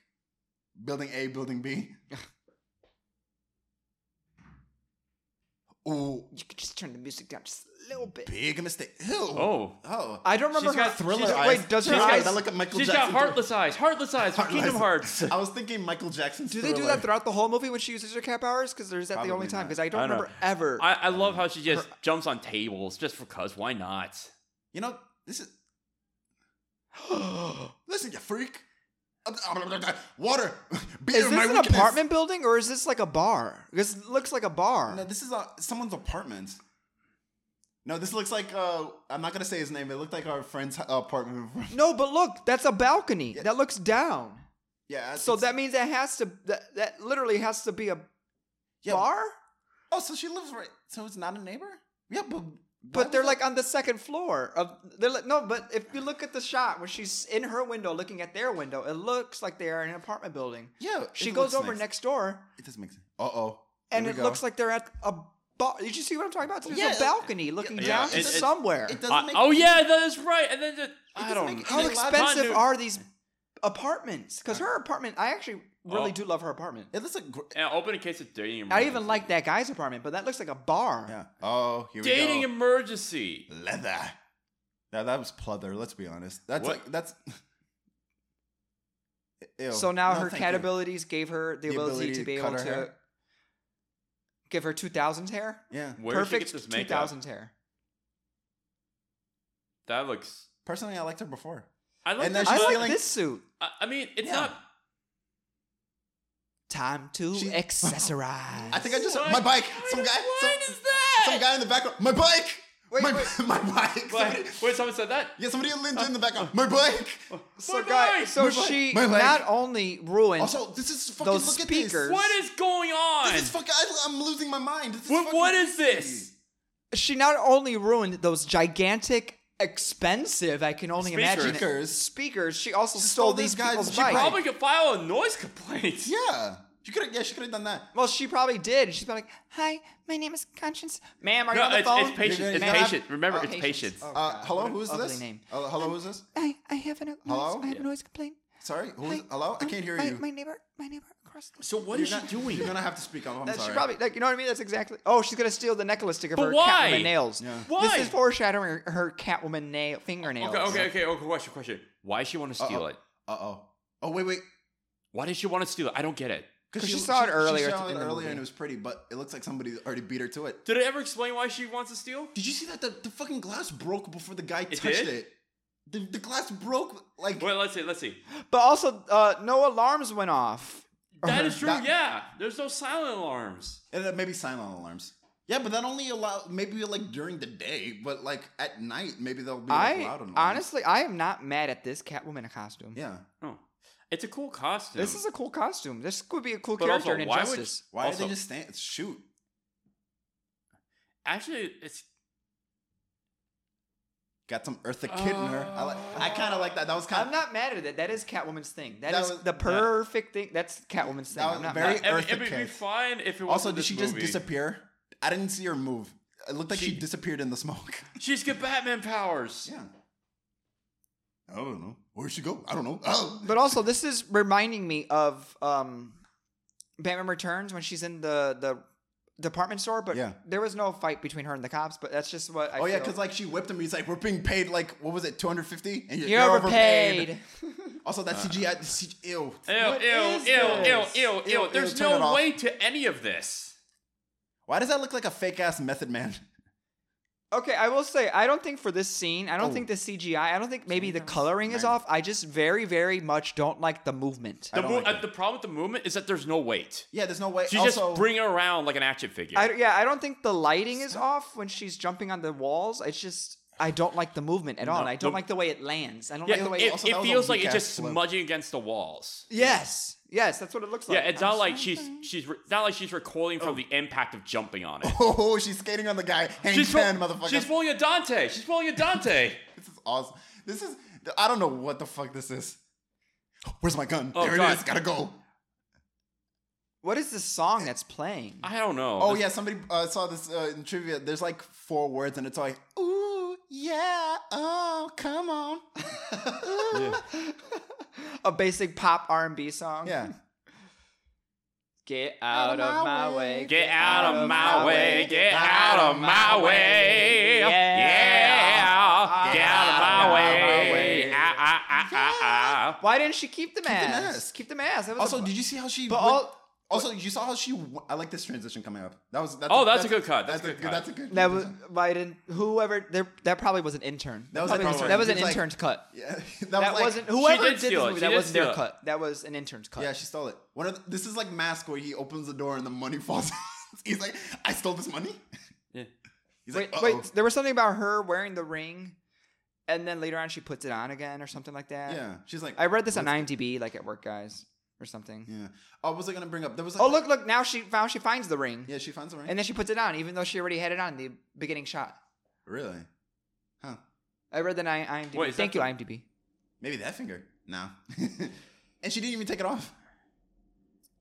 Speaker 1: building A, building B. Ooh,
Speaker 2: you could just turn the music down just a little bit?
Speaker 1: big mistake. Ew.
Speaker 6: Oh.
Speaker 1: Oh.
Speaker 2: I don't remember
Speaker 6: She's
Speaker 2: her
Speaker 6: got-
Speaker 2: thriller
Speaker 6: she's got-
Speaker 2: eyes. Wait, does her
Speaker 6: she's got-
Speaker 2: eyes?
Speaker 1: I look at Michael
Speaker 6: She's
Speaker 1: Jackson.
Speaker 6: got heartless eyes. Heartless eyes from
Speaker 1: Heartless.
Speaker 6: Kingdom Hearts.
Speaker 1: I was thinking Michael Jackson.
Speaker 2: Do they do
Speaker 1: Thriller.
Speaker 2: that throughout the whole movie when she uses her cap powers? Because there's that the
Speaker 1: Probably
Speaker 2: only time?
Speaker 1: not.
Speaker 2: Because I don't
Speaker 6: I know.
Speaker 2: remember ever.
Speaker 6: I, I love how she just jumps on tables just for cuz. Why not?
Speaker 1: You know, this is listen, you freak. Water. Beer,
Speaker 2: is this
Speaker 1: my
Speaker 2: an
Speaker 1: weakness.
Speaker 2: apartment building or is this like a bar? This looks like a bar.
Speaker 1: No, this is uh someone's apartment. No, this looks like uh, I'm not gonna say his name. It looked like our friend's uh, apartment.
Speaker 2: no, but look, that's a balcony that looks down.
Speaker 1: yeah.
Speaker 2: So
Speaker 1: it's-
Speaker 2: that means it has to. That, that literally has to be a
Speaker 1: yeah.
Speaker 2: bar.
Speaker 1: Oh, so she lives right. So it's not a neighbor. Yeah, but
Speaker 2: But they're like uh, on the second floor of. They're like, no, but if you look at the shot where she's in her window looking at their window, it looks like they are in an apartment building.
Speaker 1: yeah.
Speaker 2: She
Speaker 1: it
Speaker 2: goes
Speaker 1: looks
Speaker 2: over
Speaker 1: nice.
Speaker 2: next door
Speaker 1: It doesn't make sense. Uh oh.
Speaker 2: and it looks like they're at a bar. Did you see what I'm talking about? There's
Speaker 1: Yeah,
Speaker 2: a
Speaker 1: it-
Speaker 2: balcony looking
Speaker 1: yeah,
Speaker 2: down
Speaker 6: it-
Speaker 2: to
Speaker 6: it-
Speaker 2: somewhere.
Speaker 1: it
Speaker 6: I-
Speaker 1: doesn't make.
Speaker 6: oh yeah, that is right. And then the, I
Speaker 1: doesn't
Speaker 6: don't.
Speaker 1: make
Speaker 2: How
Speaker 1: any
Speaker 2: expensive
Speaker 6: Continu-
Speaker 2: are these apartments? Because her apartment, I actually really
Speaker 6: Oh.
Speaker 2: do love her apartment.
Speaker 1: It looks like. Gr-
Speaker 6: Yeah, open a case of dating.
Speaker 2: I
Speaker 6: Emergency.
Speaker 2: even like that guy's apartment, but that looks like a bar.
Speaker 1: Mm. yeah. Oh, here
Speaker 6: dating
Speaker 1: we go.
Speaker 6: emergency.
Speaker 1: leather. Now that was pleather. Let's be honest. That's
Speaker 6: What?
Speaker 1: like that's. Ew.
Speaker 2: So now
Speaker 1: No,
Speaker 2: her
Speaker 1: thank
Speaker 2: cat
Speaker 1: you.
Speaker 2: abilities gave her
Speaker 1: The
Speaker 2: the, ability,
Speaker 1: ability
Speaker 2: to
Speaker 1: to
Speaker 2: be
Speaker 1: cut
Speaker 2: able to
Speaker 1: her hair?
Speaker 2: give her 2000s hair.
Speaker 1: Yeah.
Speaker 6: Where did she
Speaker 2: Perfect
Speaker 6: get this makeup?
Speaker 2: 2000s hair.
Speaker 6: That looks.
Speaker 1: Personally, I liked her before.
Speaker 6: I like.
Speaker 1: And
Speaker 6: that
Speaker 1: then
Speaker 2: I
Speaker 6: she
Speaker 1: she's
Speaker 2: like
Speaker 6: look-
Speaker 1: feeling-
Speaker 2: this suit.
Speaker 6: I, I mean, it's
Speaker 1: Yeah.
Speaker 6: not.
Speaker 2: Time to
Speaker 1: She-
Speaker 2: accessorize.
Speaker 1: I think I just
Speaker 6: Why-
Speaker 1: my bike.
Speaker 6: why
Speaker 1: Some
Speaker 6: does-
Speaker 1: guy. some,
Speaker 6: why does that?
Speaker 1: Some guy in the background. My bike.
Speaker 2: Wait,
Speaker 1: my,
Speaker 2: wait.
Speaker 1: my bike.
Speaker 6: Like,
Speaker 1: Somebody,
Speaker 6: wait, someone said that.
Speaker 1: yeah, somebody lived in the background. My bike.
Speaker 2: so,
Speaker 6: My
Speaker 2: guy,
Speaker 6: bike!
Speaker 2: so
Speaker 1: My bike!
Speaker 2: she
Speaker 1: My leg!
Speaker 2: not only ruined
Speaker 1: Also, this is fucking.
Speaker 2: Those
Speaker 1: look
Speaker 2: speakers.
Speaker 1: At
Speaker 6: What is going on?
Speaker 1: this. this is fucking. I, I'm losing my mind. This is
Speaker 6: what,
Speaker 1: fucking
Speaker 6: what is
Speaker 1: crazy.
Speaker 6: this?
Speaker 2: she not only ruined those gigantic, expensive, I can only
Speaker 6: Speakers.
Speaker 2: imagine
Speaker 1: Speakers.
Speaker 2: speakers, she also
Speaker 1: She
Speaker 2: stole
Speaker 1: stole
Speaker 2: these
Speaker 1: this guy's-
Speaker 2: people's
Speaker 1: she
Speaker 2: bikes.
Speaker 6: Probably could Oh file a noise complaint.
Speaker 1: Yeah, she could. have Yeah, she could have done that.
Speaker 2: well, she probably did. She's been like, "Hi, my name is Conscience, ma'am. Are you
Speaker 6: No,
Speaker 2: on the
Speaker 6: it's,
Speaker 2: phone?
Speaker 6: it's patience.
Speaker 1: You're
Speaker 6: It's
Speaker 1: gonna- you're
Speaker 6: patience.
Speaker 1: not-
Speaker 6: Remember,
Speaker 2: Oh,
Speaker 6: it's patience.
Speaker 2: patience. Oh.
Speaker 1: Uh,
Speaker 2: God,
Speaker 1: hello,
Speaker 2: what an
Speaker 1: who is
Speaker 2: ugly
Speaker 1: this?
Speaker 2: name.
Speaker 1: Uh, hello, who is this?
Speaker 2: I, I have an
Speaker 1: Hello?
Speaker 2: I have a noise complaint.
Speaker 1: Sorry, who is,
Speaker 2: Hi,
Speaker 1: hello. I
Speaker 2: um,
Speaker 1: can't hear
Speaker 2: my,
Speaker 1: you.
Speaker 2: My neighbor, my neighbor across the.
Speaker 6: So what is
Speaker 1: Oh. You're
Speaker 6: she
Speaker 1: not-
Speaker 6: doing?
Speaker 1: You're gonna have to speak up. I'm
Speaker 2: That-
Speaker 1: sorry.
Speaker 2: she probably like you know what I mean. That's exactly. Oh, she's gonna steal the necklace to give
Speaker 6: But
Speaker 2: her
Speaker 6: why?
Speaker 2: Catwoman nails.
Speaker 1: Yeah.
Speaker 6: Why?
Speaker 2: This is foreshadowing her, her Catwoman nail fingernails.
Speaker 6: Okay, okay, okay, okay. Question, question. Why does she want to steal
Speaker 1: Uh-oh.
Speaker 6: it?
Speaker 1: Uh oh. Oh wait, wait.
Speaker 6: Why did she want to steal it? I don't get it.
Speaker 2: 'Cause she saw it earlier
Speaker 1: She saw
Speaker 2: in
Speaker 1: it
Speaker 2: the movie.
Speaker 1: earlier, and it was pretty, but it looks like somebody already beat her to it.
Speaker 6: Did it ever explain why she wants to steal?
Speaker 1: Did you see that the, the fucking glass broke before the guy
Speaker 6: It
Speaker 1: touched
Speaker 6: did?
Speaker 1: it? The, the glass broke like
Speaker 6: Wait, let's see, let's see.
Speaker 1: Uh-huh,
Speaker 2: But also, uh, no alarms went off.
Speaker 6: That is true.
Speaker 1: that-
Speaker 6: yeah, there's no silent alarms.
Speaker 1: and uh, maybe silent alarms. Yeah, but that only allow maybe like during the day, but like at night maybe they'll be like,
Speaker 2: I
Speaker 1: loud and all.
Speaker 2: honestly, I am not mad at this Catwoman costume.
Speaker 1: Yeah.
Speaker 6: Oh, it's a cool costume.
Speaker 2: This is a cool costume. This could be a cool
Speaker 6: But
Speaker 2: character
Speaker 6: also,
Speaker 2: in
Speaker 6: why would-
Speaker 2: Injustice.
Speaker 1: Why
Speaker 6: Also-
Speaker 1: did they just stand shoot?
Speaker 6: actually it's
Speaker 1: Got some Eartha Kittner. I like. I kind of like that. That was kind
Speaker 2: I'm
Speaker 1: of
Speaker 2: not mad at it. That is Catwoman's thing.
Speaker 1: That
Speaker 2: that is
Speaker 1: was-
Speaker 2: the perfect thing. That's Catwoman's thing.
Speaker 1: That
Speaker 2: I'm
Speaker 1: was
Speaker 2: not
Speaker 1: very-
Speaker 2: mad.
Speaker 6: it, would-
Speaker 1: Eartha
Speaker 6: it would be
Speaker 1: Kitt.
Speaker 6: fine if it was
Speaker 1: Also, did she just disappear? I didn't see her move. It looked like she,
Speaker 6: She-
Speaker 1: disappeared in the smoke.
Speaker 6: She's got Batman powers.
Speaker 1: yeah. I don't know. Where'd she go? I don't know. Oh.
Speaker 2: But also, this is reminding me of um, Batman Returns when she's in the the department store. But
Speaker 1: Yeah.
Speaker 2: there was no fight between her and the cops. But that's just what. I
Speaker 1: oh yeah,
Speaker 2: feel.
Speaker 1: because like she whipped him. He's like, we're being paid like what was it, two hundred fifty? And
Speaker 2: you're, overpaid.
Speaker 1: Also, that CGI, the C G Uh-huh. ew.
Speaker 6: Ew,
Speaker 2: What
Speaker 6: ew,
Speaker 2: is
Speaker 6: ew, ew,
Speaker 2: this?
Speaker 6: ew, ew,
Speaker 1: Ew,
Speaker 6: There's
Speaker 1: ew, turn it
Speaker 6: no
Speaker 1: off.
Speaker 6: way to any of this.
Speaker 1: Why does that look like a fake ass Method Man?
Speaker 2: Okay, I will say I don't think for this scene, I don't
Speaker 1: Oh.
Speaker 2: think the CGI, I don't think maybe the
Speaker 1: that's
Speaker 2: coloring
Speaker 1: nice.
Speaker 2: is off. I just very, very much don't like the movement.
Speaker 1: I
Speaker 6: The,
Speaker 1: don't
Speaker 6: mo-
Speaker 1: like
Speaker 6: uh,
Speaker 1: that.
Speaker 6: the problem with the movement is that there's no weight.
Speaker 1: Yeah, there's no way.
Speaker 6: She's
Speaker 1: also,
Speaker 6: just bringing it around like an action figure.
Speaker 2: I, yeah, I don't think the lighting is off when she's jumping on the walls. It's just I don't like the movement at all. and I don't
Speaker 6: the-
Speaker 2: like the way it lands. I don't
Speaker 6: yeah,
Speaker 2: like the way.
Speaker 6: it,
Speaker 1: also,
Speaker 6: it
Speaker 1: that was a
Speaker 6: feels like it's
Speaker 1: weak-ass
Speaker 6: just
Speaker 1: flip.
Speaker 6: smudging against the walls.
Speaker 2: yes, yes, that's what it looks like.
Speaker 6: Yeah, it's not like she's she's re- it's not like she's recoiling from the impact of jumping on it.
Speaker 1: oh, she's skating on the guy. Hang
Speaker 6: she's
Speaker 1: ten,
Speaker 6: roll-
Speaker 1: motherfucker.
Speaker 6: She's rolling a Dante. She's rolling a Dante.
Speaker 1: This is awesome. This is. I don't know what the fuck this is. Where's my gun?
Speaker 6: Oh,
Speaker 1: there
Speaker 6: God.
Speaker 1: it is. Gotta go.
Speaker 2: What is the song that's playing?
Speaker 6: I don't know.
Speaker 1: Oh
Speaker 6: This-
Speaker 1: yeah, somebody uh, saw this uh, in trivia. There's like four words, and it's like, ooh, yeah, oh, come on.
Speaker 2: A basic pop R and B song.
Speaker 1: yeah.
Speaker 2: Get out, of my way.
Speaker 6: Get out of my way. Get out of my way. Yeah. Get out of my way. Ah, ah, ah, ah, ah.
Speaker 2: Why didn't she keep the mask?
Speaker 1: mask.
Speaker 2: Keep the mask. That was
Speaker 1: Also,
Speaker 2: a-
Speaker 1: did you see how she?
Speaker 2: But
Speaker 1: went-
Speaker 2: all-
Speaker 1: also, you saw how she. w- I like this transition coming up. That was. That's
Speaker 6: Oh, that's a good cut. That's a good cut.
Speaker 1: That's a good.
Speaker 2: that was
Speaker 1: transition.
Speaker 2: why didn't whoever there that probably was an intern.
Speaker 1: That was
Speaker 2: probably
Speaker 1: an
Speaker 2: was,
Speaker 1: intern.
Speaker 2: that was an
Speaker 1: It's like-
Speaker 2: intern's cut.
Speaker 1: Yeah, that,
Speaker 2: That
Speaker 1: was like,
Speaker 2: wasn't whoever
Speaker 6: did
Speaker 2: did, this
Speaker 6: steal it.
Speaker 2: movie.
Speaker 6: She
Speaker 2: That
Speaker 6: did
Speaker 2: wasn't
Speaker 6: steal
Speaker 2: their
Speaker 6: it.
Speaker 2: cut. That was an intern's cut.
Speaker 1: Yeah, she stole it. One of the, this is like mask where he opens the door and the money falls. out. He's like, I stole this money.
Speaker 6: Yeah.
Speaker 1: He's
Speaker 2: wait,
Speaker 1: like,
Speaker 2: wait.
Speaker 1: "Uh-oh."
Speaker 2: There was something about her wearing the ring, and then later on she puts it on again or something like that.
Speaker 1: Yeah, she's like,
Speaker 2: I read this on IMDb, like at work, guys, or something.
Speaker 1: Yeah. Oh, what was I gonna bring up? There was. Like,
Speaker 2: Oh look, look! Now she found she finds the ring,
Speaker 1: Yeah, she finds the ring.
Speaker 2: and then she puts it on, even though she already had it on in the beginning shot.
Speaker 1: really? Huh?
Speaker 2: I read that on IMDb.
Speaker 6: Wait, is that
Speaker 2: Thank you,
Speaker 6: the-
Speaker 2: IMDb.
Speaker 1: Maybe that finger? No. and she didn't even take it off.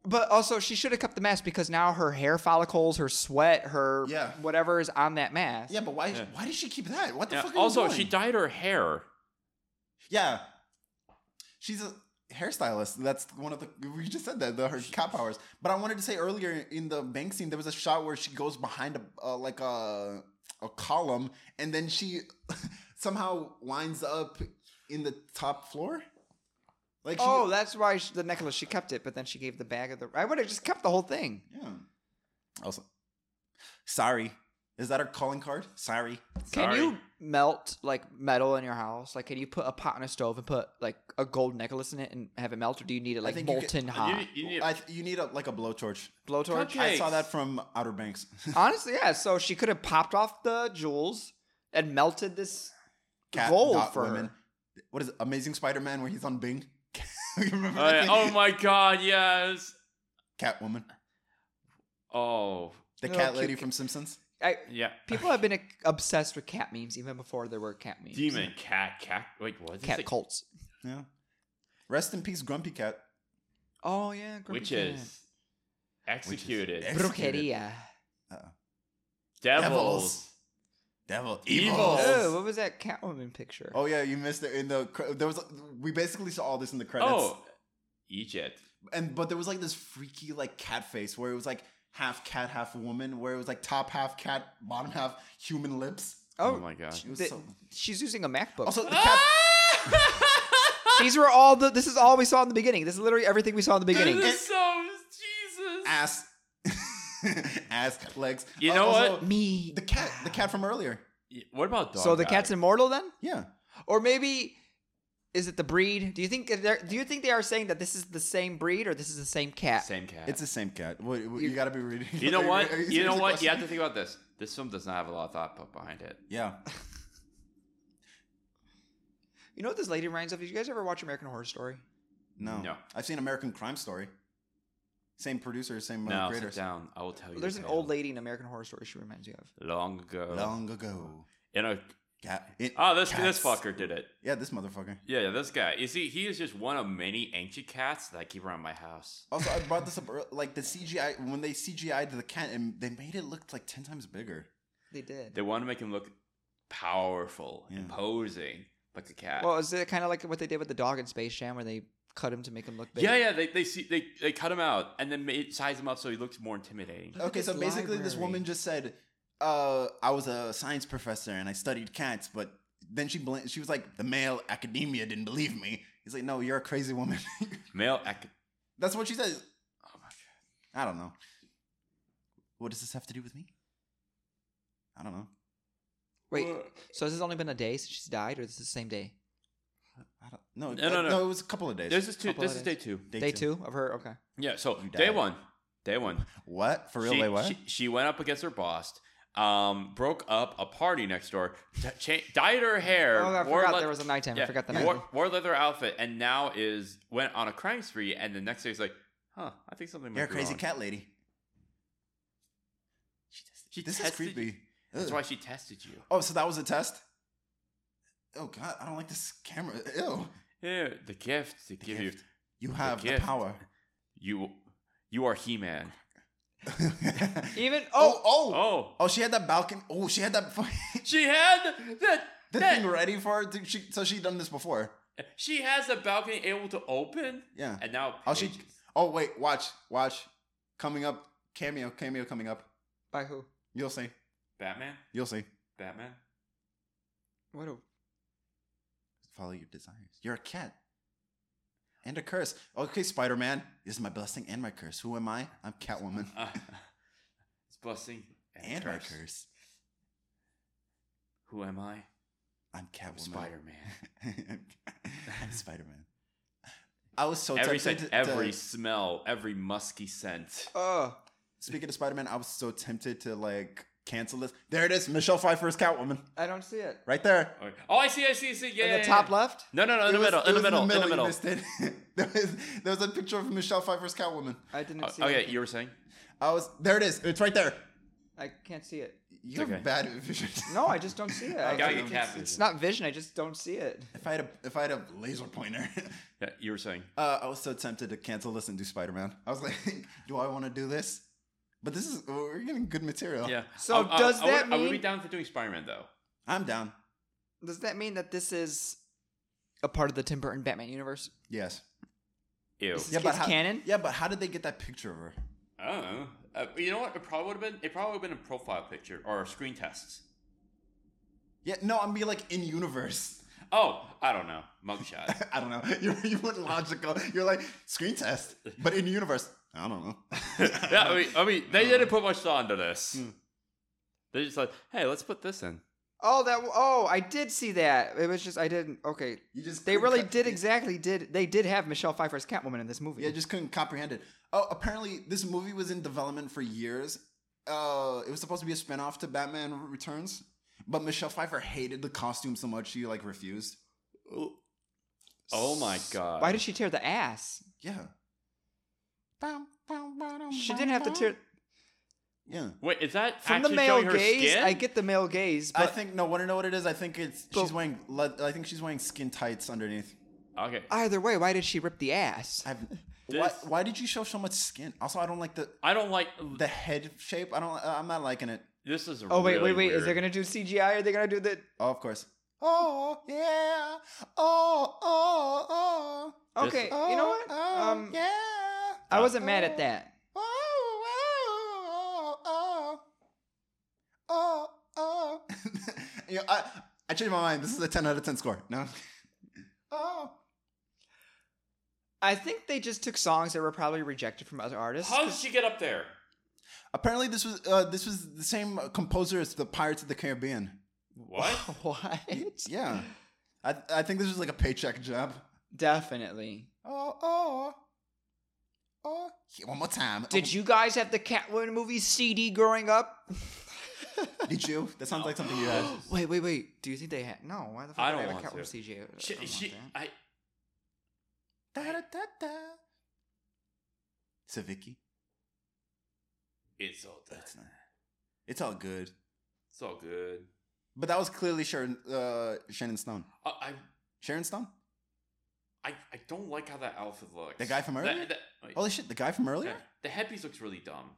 Speaker 2: But also, she should have kept the mask because now her hair follicles, her sweat, her
Speaker 1: Yeah.
Speaker 2: whatever is on that mask.
Speaker 1: Yeah, but why? Why did she keep that? What the
Speaker 6: Yeah,
Speaker 1: fuck? Are
Speaker 6: Also,
Speaker 1: you doing?
Speaker 6: she dyed her hair.
Speaker 1: Yeah. She's a hairstylist. That's one of the we just said that the her cop hours. But I wanted to say earlier in the bank scene there was a shot where she goes behind a uh, like a a column and then she somehow winds up in the top floor. Like she,
Speaker 2: Oh, that's why she, the necklace. She kept it, but then she gave the bag of the. I would have just kept the whole thing.
Speaker 1: yeah. Also, sorry. Is that her calling card? Sorry.
Speaker 6: Sorry.
Speaker 2: Can you melt like metal in your house? Like, can you put a pot on a stove and put like a gold necklace in it and have it melt, or do you need it like
Speaker 1: think you
Speaker 2: molten
Speaker 1: could-
Speaker 2: hot?
Speaker 6: You- you need-
Speaker 1: I, th- you need a like a blowtorch.
Speaker 2: Blowtorch.
Speaker 1: I
Speaker 6: Cupcakes.
Speaker 1: saw that from Outer Banks.
Speaker 2: Honestly, yeah. So she could have popped off the jewels and melted this
Speaker 1: Cat
Speaker 2: gold
Speaker 1: dot
Speaker 2: for
Speaker 1: women.
Speaker 2: her.
Speaker 1: What is it? Amazing Spider-Man where he's on Bing? Remember
Speaker 6: Oh,
Speaker 1: that
Speaker 6: yeah.
Speaker 1: thing?
Speaker 6: Oh my god, yes.
Speaker 1: Catwoman,
Speaker 6: Oh,
Speaker 1: the
Speaker 2: No,
Speaker 1: cat
Speaker 2: cute
Speaker 1: lady
Speaker 2: cat.
Speaker 1: from Simpsons.
Speaker 2: I,
Speaker 6: yeah.
Speaker 2: people have been obsessed with cat memes even before there were cat memes.
Speaker 6: Demon cat, cat. Wait, what? Is
Speaker 2: cat
Speaker 6: it?
Speaker 2: cults.
Speaker 1: Yeah. Rest in peace, Grumpy Cat.
Speaker 2: Oh yeah, grumpy
Speaker 6: Which
Speaker 2: cat.
Speaker 6: is executed.
Speaker 1: ex-
Speaker 2: brujeria.
Speaker 6: Devils.
Speaker 1: Devil,
Speaker 6: Evil.
Speaker 2: Oh, what was that Catwoman picture?
Speaker 1: Oh yeah, you missed it in the. cre- There was we basically saw all this in the credits.
Speaker 6: Oh, Egypt.
Speaker 1: and but there was like this freaky like cat face where it was like half cat, half woman, where it was like top half cat, bottom half human lips.
Speaker 6: Oh, my god.
Speaker 1: It was
Speaker 2: the-
Speaker 1: so.
Speaker 2: she's using a MacBook.
Speaker 1: Also, the cat.
Speaker 6: Ah!
Speaker 2: These were all the. This is all we saw in the beginning. This is literally everything we saw in the beginning.
Speaker 6: This is so Jesus.
Speaker 1: ass, ass legs.
Speaker 6: You
Speaker 1: Uh,
Speaker 6: know
Speaker 1: also,
Speaker 6: what?
Speaker 2: Me.
Speaker 1: The cat, the cat from earlier.
Speaker 6: Yeah, What about dog?
Speaker 2: so the
Speaker 6: guy?
Speaker 2: cat's immortal then,
Speaker 1: Yeah.
Speaker 2: or maybe is it the breed? Do you think they're, do you think they are saying that this is the same breed or this is the same cat?
Speaker 6: same cat.
Speaker 1: It's the same cat. What, what- you,
Speaker 2: You-
Speaker 1: gotta be reading.
Speaker 6: you know what?
Speaker 1: Are
Speaker 6: You know
Speaker 1: serious
Speaker 6: what? You have
Speaker 1: question?
Speaker 6: to think about this. This film does not have a lot of thought put behind it.
Speaker 1: Yeah.
Speaker 2: You know what this lady reminds of? Did you guys ever watch American Horror Story?
Speaker 1: No.
Speaker 6: No.
Speaker 1: I've seen American Crime Story. Same producer, same uh,
Speaker 6: No,
Speaker 1: creator.
Speaker 6: sit down. I will tell you.
Speaker 2: There's
Speaker 6: a
Speaker 2: an
Speaker 6: tale.
Speaker 2: old lady in American Horror Story. She reminds you of.
Speaker 6: Long ago.
Speaker 1: Long ago.
Speaker 6: In a.
Speaker 1: Cat. It,
Speaker 6: Oh, this
Speaker 1: cats.
Speaker 6: this fucker did it.
Speaker 1: Yeah, this motherfucker.
Speaker 6: Yeah, yeah, this guy. You see, he is just one of many ancient cats that I keep around my house.
Speaker 1: Also, I brought this up. ear- Like the CGI, when they CGI'd the cat, and they made it look like ten times bigger.
Speaker 2: They did.
Speaker 6: They want to make him look powerful,
Speaker 1: Yeah.
Speaker 6: imposing, like a cat.
Speaker 2: Well, is it kind of like what they did with the dog in Space Jam, where they cut him to make him look big?
Speaker 6: yeah, yeah. They, they see they, they cut him out and then made, size him up so he looks more intimidating.
Speaker 2: Look at
Speaker 1: Okay,
Speaker 2: this
Speaker 1: so basically, this
Speaker 2: library.
Speaker 1: woman just said, uh, "I was a science professor and I studied cats," but then she blamed. She was like, "The male academia didn't believe me." He's like, "No, you're a crazy woman."
Speaker 6: Male ac-
Speaker 1: That's what she said.
Speaker 6: Oh my god.
Speaker 1: I don't know. What does this have to do with me? I don't know.
Speaker 2: Wait, so has this only been a day since she's died, or is this the same day?
Speaker 1: I don't. No,
Speaker 6: No,
Speaker 1: no,
Speaker 6: no,
Speaker 1: no,
Speaker 6: no.
Speaker 1: It was a couple of days.
Speaker 6: This is two.
Speaker 2: Couple of
Speaker 6: This is day two.
Speaker 2: Day two of her? Okay.
Speaker 6: Yeah. So
Speaker 1: You
Speaker 6: day
Speaker 1: died.
Speaker 6: one. Day one.
Speaker 1: What for real?
Speaker 6: She,
Speaker 1: Wait, what?
Speaker 6: She, she went up against her boss. Um, broke up a party next door. T- cha- dyed her hair.
Speaker 2: Oh, I
Speaker 6: wore
Speaker 2: forgot
Speaker 6: le-
Speaker 2: there was a nighttime. I forgot the night.
Speaker 6: Wore, wore leather outfit and now is went on a crime spree. And the next day is like, huh? I think something. might
Speaker 1: you're a
Speaker 6: be
Speaker 1: crazy
Speaker 6: wrong.
Speaker 1: cat lady.
Speaker 6: She
Speaker 1: This is
Speaker 6: tested-
Speaker 1: creepy.
Speaker 6: That's
Speaker 1: Ugh.
Speaker 6: why she tested you.
Speaker 1: Oh, so that was a test. Oh God, I don't like this camera. Ew.
Speaker 6: Yeah, the gift to give
Speaker 1: gift.
Speaker 6: you.
Speaker 1: You have the
Speaker 6: gift.
Speaker 1: power.
Speaker 6: You, you are He Man.
Speaker 2: Even
Speaker 1: oh,
Speaker 2: oh,
Speaker 1: oh, oh,
Speaker 6: Oh,
Speaker 1: she had that balcony. Oh, she had that, fu-
Speaker 6: she had that.
Speaker 1: that
Speaker 6: that-
Speaker 1: thing ready for her. to- she, so she done this before.
Speaker 6: She has a balcony able to open.
Speaker 1: Yeah.
Speaker 6: And now.
Speaker 1: Oh, she.
Speaker 6: Paige-
Speaker 1: Oh wait, watch, watch. Coming up, cameo, cameo coming up.
Speaker 2: by who?
Speaker 1: You'll see.
Speaker 6: Batman.
Speaker 1: You'll see.
Speaker 6: Batman.
Speaker 2: What? A,
Speaker 1: Follow your desires. You're a cat. And a curse. Okay, Spider Man. This is my blessing and my curse. Who am I? I'm Catwoman.
Speaker 6: Uh, it's blessing and,
Speaker 1: and
Speaker 6: curse.
Speaker 1: my curse.
Speaker 6: Who am I?
Speaker 1: I'm Catwoman.
Speaker 6: Spider Man.
Speaker 1: I'm Spider Man. I was so
Speaker 6: Every
Speaker 1: tempted
Speaker 6: scent,
Speaker 1: to,
Speaker 6: every
Speaker 1: to-
Speaker 6: smell, every musky scent.
Speaker 2: oh,
Speaker 1: speaking of Spider Man, I was so tempted to like cancel this. There it is, Michelle Pfeiffer's Catwoman.
Speaker 2: I don't see it.
Speaker 1: Right there.
Speaker 6: Okay. Oh, I see, I see, I see. Yeah.
Speaker 2: In
Speaker 6: yeah,
Speaker 2: the
Speaker 6: yeah.
Speaker 2: top left.
Speaker 6: No, no, no, in
Speaker 1: It
Speaker 6: the,
Speaker 1: was-
Speaker 6: middle,
Speaker 1: it
Speaker 6: in the
Speaker 1: was
Speaker 6: middle, in the middle.
Speaker 1: you missed it. there, was, there was a picture of Michelle Pfeiffer's Catwoman.
Speaker 2: I didn't see.
Speaker 6: Oh, okay,
Speaker 2: it.
Speaker 6: you were saying?
Speaker 1: I was there. It is. It's right there.
Speaker 2: I can't see it.
Speaker 1: You have
Speaker 6: okay.
Speaker 1: bad vision.
Speaker 2: No, I just don't see it. I
Speaker 6: I got
Speaker 2: don't-
Speaker 6: you, Captain.
Speaker 2: It's not vision. I just don't see it.
Speaker 1: If I had a if I had a laser pointer,
Speaker 6: Yeah, you were saying.
Speaker 1: uh, I was so tempted to cancel this and do Spider Man. I was like, do I want to do this? But this is we're getting good material.
Speaker 6: Yeah. Oh,
Speaker 2: So does
Speaker 6: I would,
Speaker 2: that
Speaker 6: I would be
Speaker 2: mean-
Speaker 6: down for doing Spider Man though.
Speaker 1: I'm down.
Speaker 2: Does that mean that this is a part of the Tim Burton Batman universe?
Speaker 1: Yes.
Speaker 6: Ew.
Speaker 2: This is- kid's
Speaker 1: how,
Speaker 2: canon?
Speaker 1: Yeah, but how did they get that picture of her?
Speaker 6: I don't know. Uh, you know what? It probably would have been. It probably would have been a profile picture or a screen tests.
Speaker 1: Yeah, no, I'm be like in universe.
Speaker 6: Oh, I don't know. Mugshot.
Speaker 1: I don't know. You you went logical. You're like screen test, but in universe. I don't know.
Speaker 6: yeah, I mean, I mean, they didn't put much thought into this. They just like, hey, let's put this in.
Speaker 2: Oh, that. Oh, I did see that. It was just I didn't. Okay,
Speaker 1: You just
Speaker 2: they really
Speaker 1: cut-
Speaker 2: did exactly did they did have Michelle Pfeiffer's Catwoman in this movie.
Speaker 1: Yeah, I just couldn't comprehend it. Oh, apparently this movie was in development for years. Uh, it was supposed to be a spinoff to Batman Returns, but Michelle Pfeiffer hated the costume so much she like refused.
Speaker 6: Oh my god.
Speaker 2: Why did she tear the ass?
Speaker 1: Yeah.
Speaker 2: She didn't have to tear
Speaker 1: Yeah.
Speaker 6: Wait, is that
Speaker 2: from the
Speaker 6: actually
Speaker 2: male
Speaker 6: showing her
Speaker 2: gaze.
Speaker 6: skin?
Speaker 2: I get the male gaze, but
Speaker 1: I think no. Want to know what it is? I think it's
Speaker 2: But-
Speaker 1: she's wearing. Le- I think she's wearing skin tights underneath.
Speaker 6: Okay.
Speaker 2: either way, why did she rip the ass?
Speaker 1: I've, why,
Speaker 6: This-
Speaker 1: why did you show so much skin? Also, I don't like the
Speaker 6: I don't like
Speaker 1: the head shape. I don't. I'm not liking it.
Speaker 6: this. Is
Speaker 2: Oh wait,
Speaker 6: really
Speaker 2: wait, wait! Is
Speaker 6: weird.
Speaker 2: they gonna do CGI? Are they gonna do the?
Speaker 1: Oh, of course. Oh yeah. Oh oh oh.
Speaker 2: Okay, you know what? um,
Speaker 1: yeah.
Speaker 2: I wasn't mad at that.
Speaker 1: Oh, oh, oh, oh, oh. you know, I, I changed my mind. This is a 10 out of 10 score. No. oh.
Speaker 2: I think they just took songs that were probably rejected from other artists.
Speaker 6: How did she get up there?
Speaker 1: Apparently, this was uh, this was the same composer as the Pirates of the Caribbean.
Speaker 6: What?
Speaker 2: What?
Speaker 1: Yeah. I, I think this was like a paycheck job.
Speaker 2: Definitely.
Speaker 1: Oh, oh. Oh. Yeah, One more time. Oh,
Speaker 2: Did you guys have the Catwoman movie CD growing up?
Speaker 1: Did you? That sounds like something you had.
Speaker 2: Wait, wait, wait. Do you think they had? No. Why the fuck
Speaker 6: I
Speaker 2: would
Speaker 6: don't
Speaker 2: they have a Catwoman
Speaker 6: want to.
Speaker 2: CG? I Oh
Speaker 6: She,
Speaker 2: don't want
Speaker 6: she,
Speaker 2: that.
Speaker 6: I,
Speaker 1: da, da, da, da. So, Vicky,
Speaker 6: it's all done.
Speaker 1: that's not. It's all good.
Speaker 6: It's all good.
Speaker 1: But that was clearly Sharon uh, Shannon Stone.
Speaker 6: I, I,
Speaker 1: Sharon Stone?
Speaker 6: I, I don't like how that outfit looks.
Speaker 1: The guy from
Speaker 6: That-
Speaker 1: earlier?
Speaker 6: that- wait,
Speaker 1: Holy shit, the guy from earlier?
Speaker 6: yeah, the headpiece looks really dumb.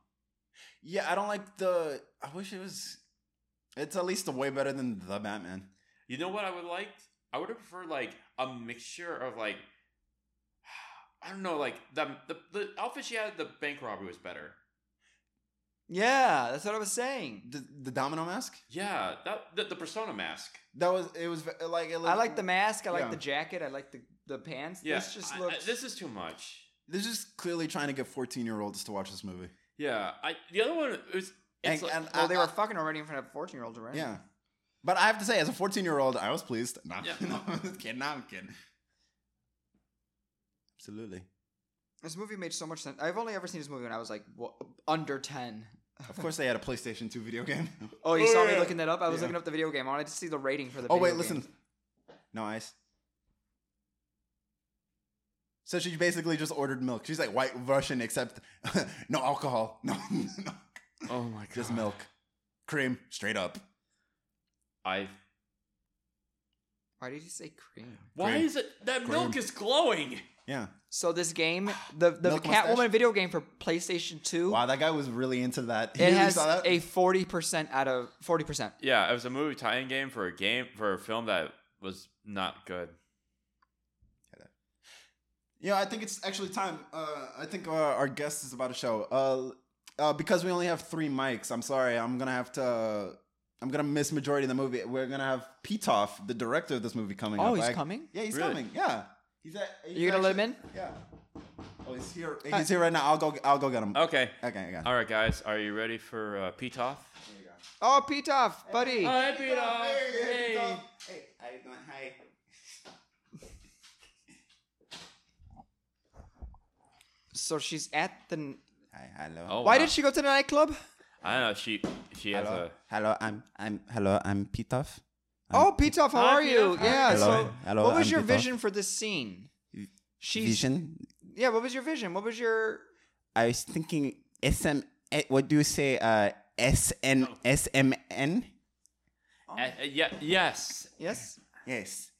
Speaker 1: Yeah, I don't like the. I wish it was. It's at least a way better than the Batman.
Speaker 6: You know what I would like? I would have preferred like a mixture of like I don't know, like the the, the outfit she had at the bank robbery was better.
Speaker 2: Yeah, that's what I was saying.
Speaker 1: The, the domino mask?
Speaker 6: Yeah, that the, the persona mask.
Speaker 1: That was it was ve- like it
Speaker 2: I like the mask. I like
Speaker 1: Yeah.
Speaker 2: the jacket. I like the the pants.
Speaker 6: Yeah,
Speaker 2: This just
Speaker 6: I- I-
Speaker 2: looks.
Speaker 6: this is too much.
Speaker 1: They're just clearly trying to get fourteen year olds to watch this movie.
Speaker 6: Yeah, I the other one is
Speaker 1: And,
Speaker 6: it's like, oh,
Speaker 1: and
Speaker 2: well,
Speaker 1: I-
Speaker 2: they
Speaker 1: I-
Speaker 2: were fucking already in front of fourteen year olds, right?
Speaker 1: yeah. But I have to say, as a fourteen year old, I was pleased. Nah,
Speaker 6: Yeah.
Speaker 1: no, I'm kidding. No, I'm kidding. Absolutely,
Speaker 2: This movie made so much sense. I've only ever seen this movie when I was like wha- under ten.
Speaker 1: of course they had a PlayStation Two video game.
Speaker 2: Oh, you
Speaker 6: Oh,
Speaker 2: saw
Speaker 6: yeah.
Speaker 2: me looking that up. I was
Speaker 1: Yeah.
Speaker 2: looking up the video game. I wanted to see the rating for the.
Speaker 1: oh
Speaker 2: video
Speaker 1: wait,
Speaker 2: game.
Speaker 1: listen. No ice. So she basically just ordered milk. She's like white Russian, except no alcohol, no, no,
Speaker 6: oh my god,
Speaker 1: just milk, cream, straight up.
Speaker 6: I
Speaker 2: Why did you say cream?
Speaker 6: why
Speaker 1: Cream.
Speaker 6: is it that milk is glowing?
Speaker 1: Yeah.
Speaker 2: So this game, the the
Speaker 1: Milk
Speaker 2: Catwoman
Speaker 1: mustache?
Speaker 2: video game for PlayStation Two,
Speaker 1: Wow, that guy was really into that.
Speaker 2: it
Speaker 1: You
Speaker 2: has
Speaker 1: saw that?
Speaker 2: a forty percent out of forty percent.
Speaker 6: Yeah, it was a movie tie-in game for a game for a film that was not good.
Speaker 1: Yeah, I think it's actually time. Uh, I think uh, our guest is about to show. Uh, uh, because we only have three mics, I'm sorry. I'm gonna have to. uh, I'm gonna miss majority of the movie. We're gonna have Pitoff, the director of this movie, coming.
Speaker 2: Oh,
Speaker 1: up.
Speaker 2: he's
Speaker 1: I-
Speaker 2: coming?
Speaker 1: Yeah, he's
Speaker 6: Really?
Speaker 1: coming. Yeah, he's at. He's
Speaker 2: You gonna let him
Speaker 1: actually- Yeah. Oh, he's here. He's here right now. I'll go. I'll go get him.
Speaker 6: Okay,
Speaker 1: Okay, I got him.
Speaker 6: all right, guys, are you ready for uh, P-Toff?
Speaker 2: Oh, Pitoff, buddy.
Speaker 6: Hi,
Speaker 1: Pitoff,
Speaker 6: P-Toff.
Speaker 1: hey,
Speaker 6: Hey.
Speaker 1: Pitoff. Hey, how you doing? Hi.
Speaker 2: So she's at the.
Speaker 1: Hi, hello.
Speaker 6: Oh,
Speaker 2: Why
Speaker 6: wow.
Speaker 2: did she go to the nightclub?
Speaker 6: I don't know. She she has
Speaker 1: hello.
Speaker 6: a
Speaker 1: hello. I'm. I'm. Hello. I'm Pitoff.
Speaker 2: Oh, Pitoff, how
Speaker 6: Hi,
Speaker 2: are you?
Speaker 6: Pitoff.
Speaker 2: Yeah.
Speaker 1: Hello.
Speaker 2: So,
Speaker 1: Hello,
Speaker 2: what was
Speaker 1: I'm
Speaker 2: your
Speaker 1: Pitoff.
Speaker 2: vision for this scene? She's
Speaker 1: Vision.
Speaker 2: yeah. What was your vision? What was your
Speaker 1: I was thinking SM. eh, What do you say? Uh, SN SMN.
Speaker 6: uh, yeah yes.
Speaker 2: yes?
Speaker 1: Yes.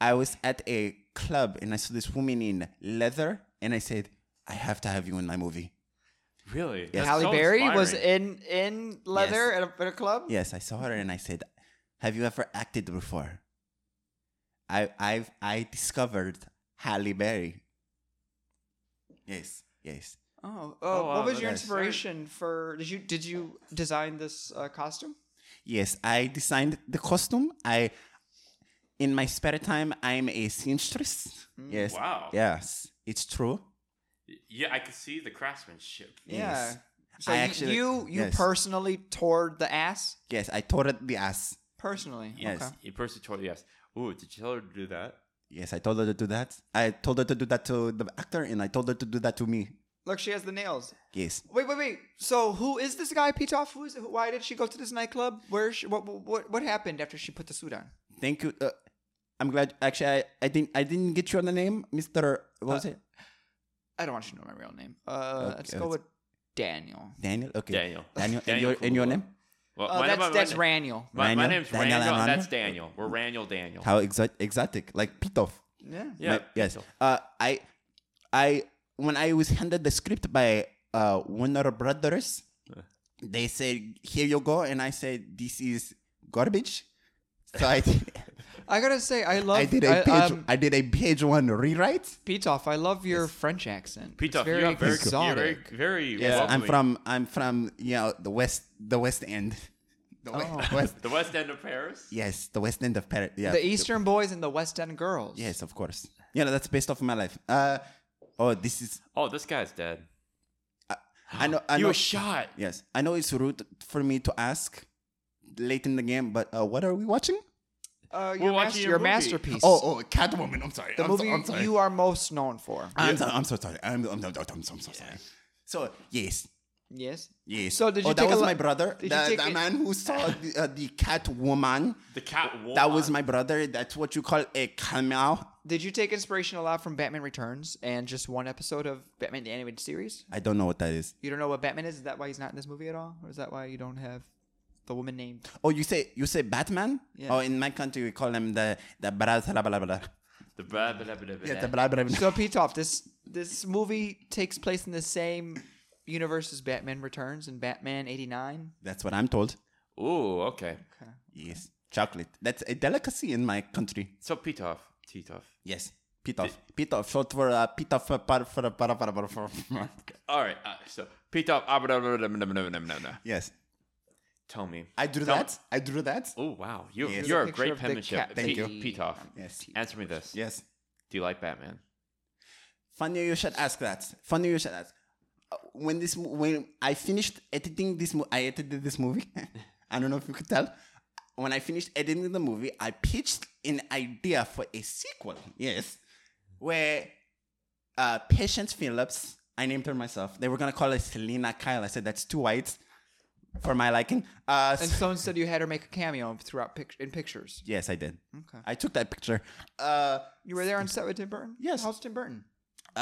Speaker 1: I was at a club and I saw this woman in leather, and I said, "I have to have you in my movie."
Speaker 6: Really?
Speaker 1: Yes.
Speaker 6: That's
Speaker 2: Halle
Speaker 6: so
Speaker 2: Berry was
Speaker 6: inspiring.
Speaker 2: in in leather at, a, at a club.
Speaker 1: Yes, I saw her and I said, "Have you ever acted before?" I I've I discovered Halle Berry. Yes. Yes.
Speaker 2: Oh, uh,
Speaker 6: wow,
Speaker 2: what was your
Speaker 6: that's-
Speaker 2: inspiration for? Did you did you design this uh, costume?
Speaker 1: Yes, I designed the costume. I, in my spare time, I'm a seamstress. Yes.
Speaker 6: Wow.
Speaker 1: Yes, it's true.
Speaker 6: Yeah, I could see the craftsmanship.
Speaker 1: Yes.
Speaker 2: Yeah. So
Speaker 1: I
Speaker 2: you,
Speaker 1: actually-
Speaker 2: you you
Speaker 1: yes.
Speaker 2: personally tore the ass
Speaker 1: Yes, I tore the ass.
Speaker 2: personally.
Speaker 1: Yes.
Speaker 2: Okay.
Speaker 6: You Percy told yes. Ooh, did you tell her to do that?
Speaker 1: Yes, I told her to do that. I told her to do that to the actor, and I told her to do that to me.
Speaker 2: Look, she has the nails.
Speaker 1: Yes.
Speaker 2: Wait, wait, wait. So who is this guy, Pitoff? Who is? Who, why did she go to this nightclub? Where? She, what? What? What happened after she put the suit on?
Speaker 1: Thank you. Uh, I'm glad. Actually, I, I didn't. I didn't get your name, Mister. What
Speaker 6: Uh,
Speaker 1: was it?
Speaker 2: I don't want you to know my real name. Uh,
Speaker 1: Okay,
Speaker 2: let's go
Speaker 1: that's-
Speaker 2: with Daniel.
Speaker 1: Daniel. Okay.
Speaker 6: Daniel.
Speaker 1: Daniel. and,
Speaker 6: Daniel
Speaker 1: your, and your
Speaker 6: Kaluuya.
Speaker 1: name?
Speaker 6: Well,
Speaker 2: Oh, that's that's Raniel.
Speaker 6: My, my
Speaker 1: Raniel?
Speaker 6: name's
Speaker 1: Daniel
Speaker 6: Daniel,
Speaker 1: and
Speaker 6: and
Speaker 1: Raniel?
Speaker 6: that's Daniel. We're Raniel Daniel.
Speaker 1: How exo- exotic? Like Pitoff.
Speaker 2: Yeah.
Speaker 6: yeah.
Speaker 1: My- yes.
Speaker 6: so-
Speaker 1: Uh, I, I when I was handed the script by uh Warner Brothers, they said, "Here you go," and I said, "This is garbage." So I did,
Speaker 2: I gotta say, I love.
Speaker 1: I did a page
Speaker 2: um,
Speaker 1: I did a page one rewrite.
Speaker 2: Pitoff, I love your French accent.
Speaker 6: Pete,
Speaker 2: it's
Speaker 6: you're
Speaker 2: very
Speaker 6: very, very,
Speaker 2: exotic.
Speaker 6: very, very
Speaker 1: Yes, I'm
Speaker 6: welcoming.
Speaker 1: from I'm from you know the west the West End. The we-
Speaker 2: Oh.
Speaker 1: west.
Speaker 6: the West End of Paris.
Speaker 1: Yes, the West End of Paris. Yeah.
Speaker 2: the Eastern boys and the West End girls.
Speaker 1: Yes, of course. You know that's based off of my life. Uh, oh, this is
Speaker 6: Oh, this guy's dead.
Speaker 1: I know I
Speaker 6: he
Speaker 1: know.
Speaker 6: was shot.
Speaker 1: Yes, I know it's rude for me to ask late in the game, but uh, what are we watching?
Speaker 2: Uh,
Speaker 6: We're
Speaker 2: your
Speaker 6: watching
Speaker 2: mas-
Speaker 6: your
Speaker 2: your
Speaker 6: movie.
Speaker 2: masterpiece.
Speaker 1: Oh, oh, Catwoman. I'm sorry.
Speaker 2: the
Speaker 1: I'm,
Speaker 2: movie
Speaker 1: so, I'm sorry.
Speaker 2: you are most known for.
Speaker 1: I'm, so, I'm so sorry. I'm, I'm, I'm, I'm so sorry. So yes,
Speaker 2: Yes.
Speaker 1: yes.
Speaker 2: So did
Speaker 1: oh,
Speaker 2: you
Speaker 1: that
Speaker 2: take a
Speaker 1: was
Speaker 2: lo-
Speaker 1: my brother, the,
Speaker 2: did you take
Speaker 1: the
Speaker 2: it-
Speaker 1: man who saw the, uh, the Catwoman.
Speaker 6: The cat. Woman.
Speaker 1: That was my brother. That's what you call a cameo.
Speaker 2: Did you take inspiration a lot from Batman Returns and just one episode of Batman the animated series?
Speaker 1: I don't know what that is.
Speaker 2: You don't know what Batman is. Is that why he's not in this movie at all, or is that why you don't have the woman named?
Speaker 1: Oh, you say you say Batman?
Speaker 2: Yeah.
Speaker 1: Oh, in my country we call him the the blah blah blah blah. blah.
Speaker 6: The blah, blah, blah, blah, blah.
Speaker 1: Yeah, the blah blah. blah.
Speaker 2: So Pitoff, this this movie takes place in the same universe as Batman Returns and Batman '89.
Speaker 1: That's what I'm told.
Speaker 6: Ooh, okay.
Speaker 1: Yes. Chocolate. That's a delicacy in my country.
Speaker 6: So Pitoff, Titoff.
Speaker 1: Yes. Pitoff. Pitoff. Short for uh, Pitoff. uh, par- for- para- para- para- for-
Speaker 6: All right. Uh, so Pitoff. ah, blah, blah, blah, blah, blah, blah, blah, blah, blah.
Speaker 1: Yes.
Speaker 6: Tell me.
Speaker 1: I drew
Speaker 6: Tell-
Speaker 1: that. I drew that.
Speaker 6: Oh wow, you
Speaker 1: Yes.
Speaker 6: you're a
Speaker 2: Picture
Speaker 6: great
Speaker 2: of the
Speaker 6: penmanship.
Speaker 2: cat
Speaker 1: Thank
Speaker 6: Pe-
Speaker 1: you.
Speaker 6: Pitoff.
Speaker 1: Yes.
Speaker 6: Answer me this.
Speaker 1: Yes.
Speaker 6: Do you like Batman?
Speaker 1: Funny you should ask that. Funny you should ask. Uh, When this mo- when I finished editing this mo- I edited this movie. I don't know if you could tell. When I finished editing the movie, I pitched an idea for a sequel. Yes. Where uh Patience Phillips, I named her myself. They were gonna call her Selena Kyle. I said that's too white for my liking. Uh
Speaker 2: And
Speaker 1: so-
Speaker 2: someone said you had her make a cameo throughout pic- in pictures.
Speaker 1: yes, I did.
Speaker 2: Okay.
Speaker 1: I took that picture. Uh
Speaker 2: You were there on set with Tim Burton.
Speaker 1: Yes.
Speaker 2: how's Tim Burton?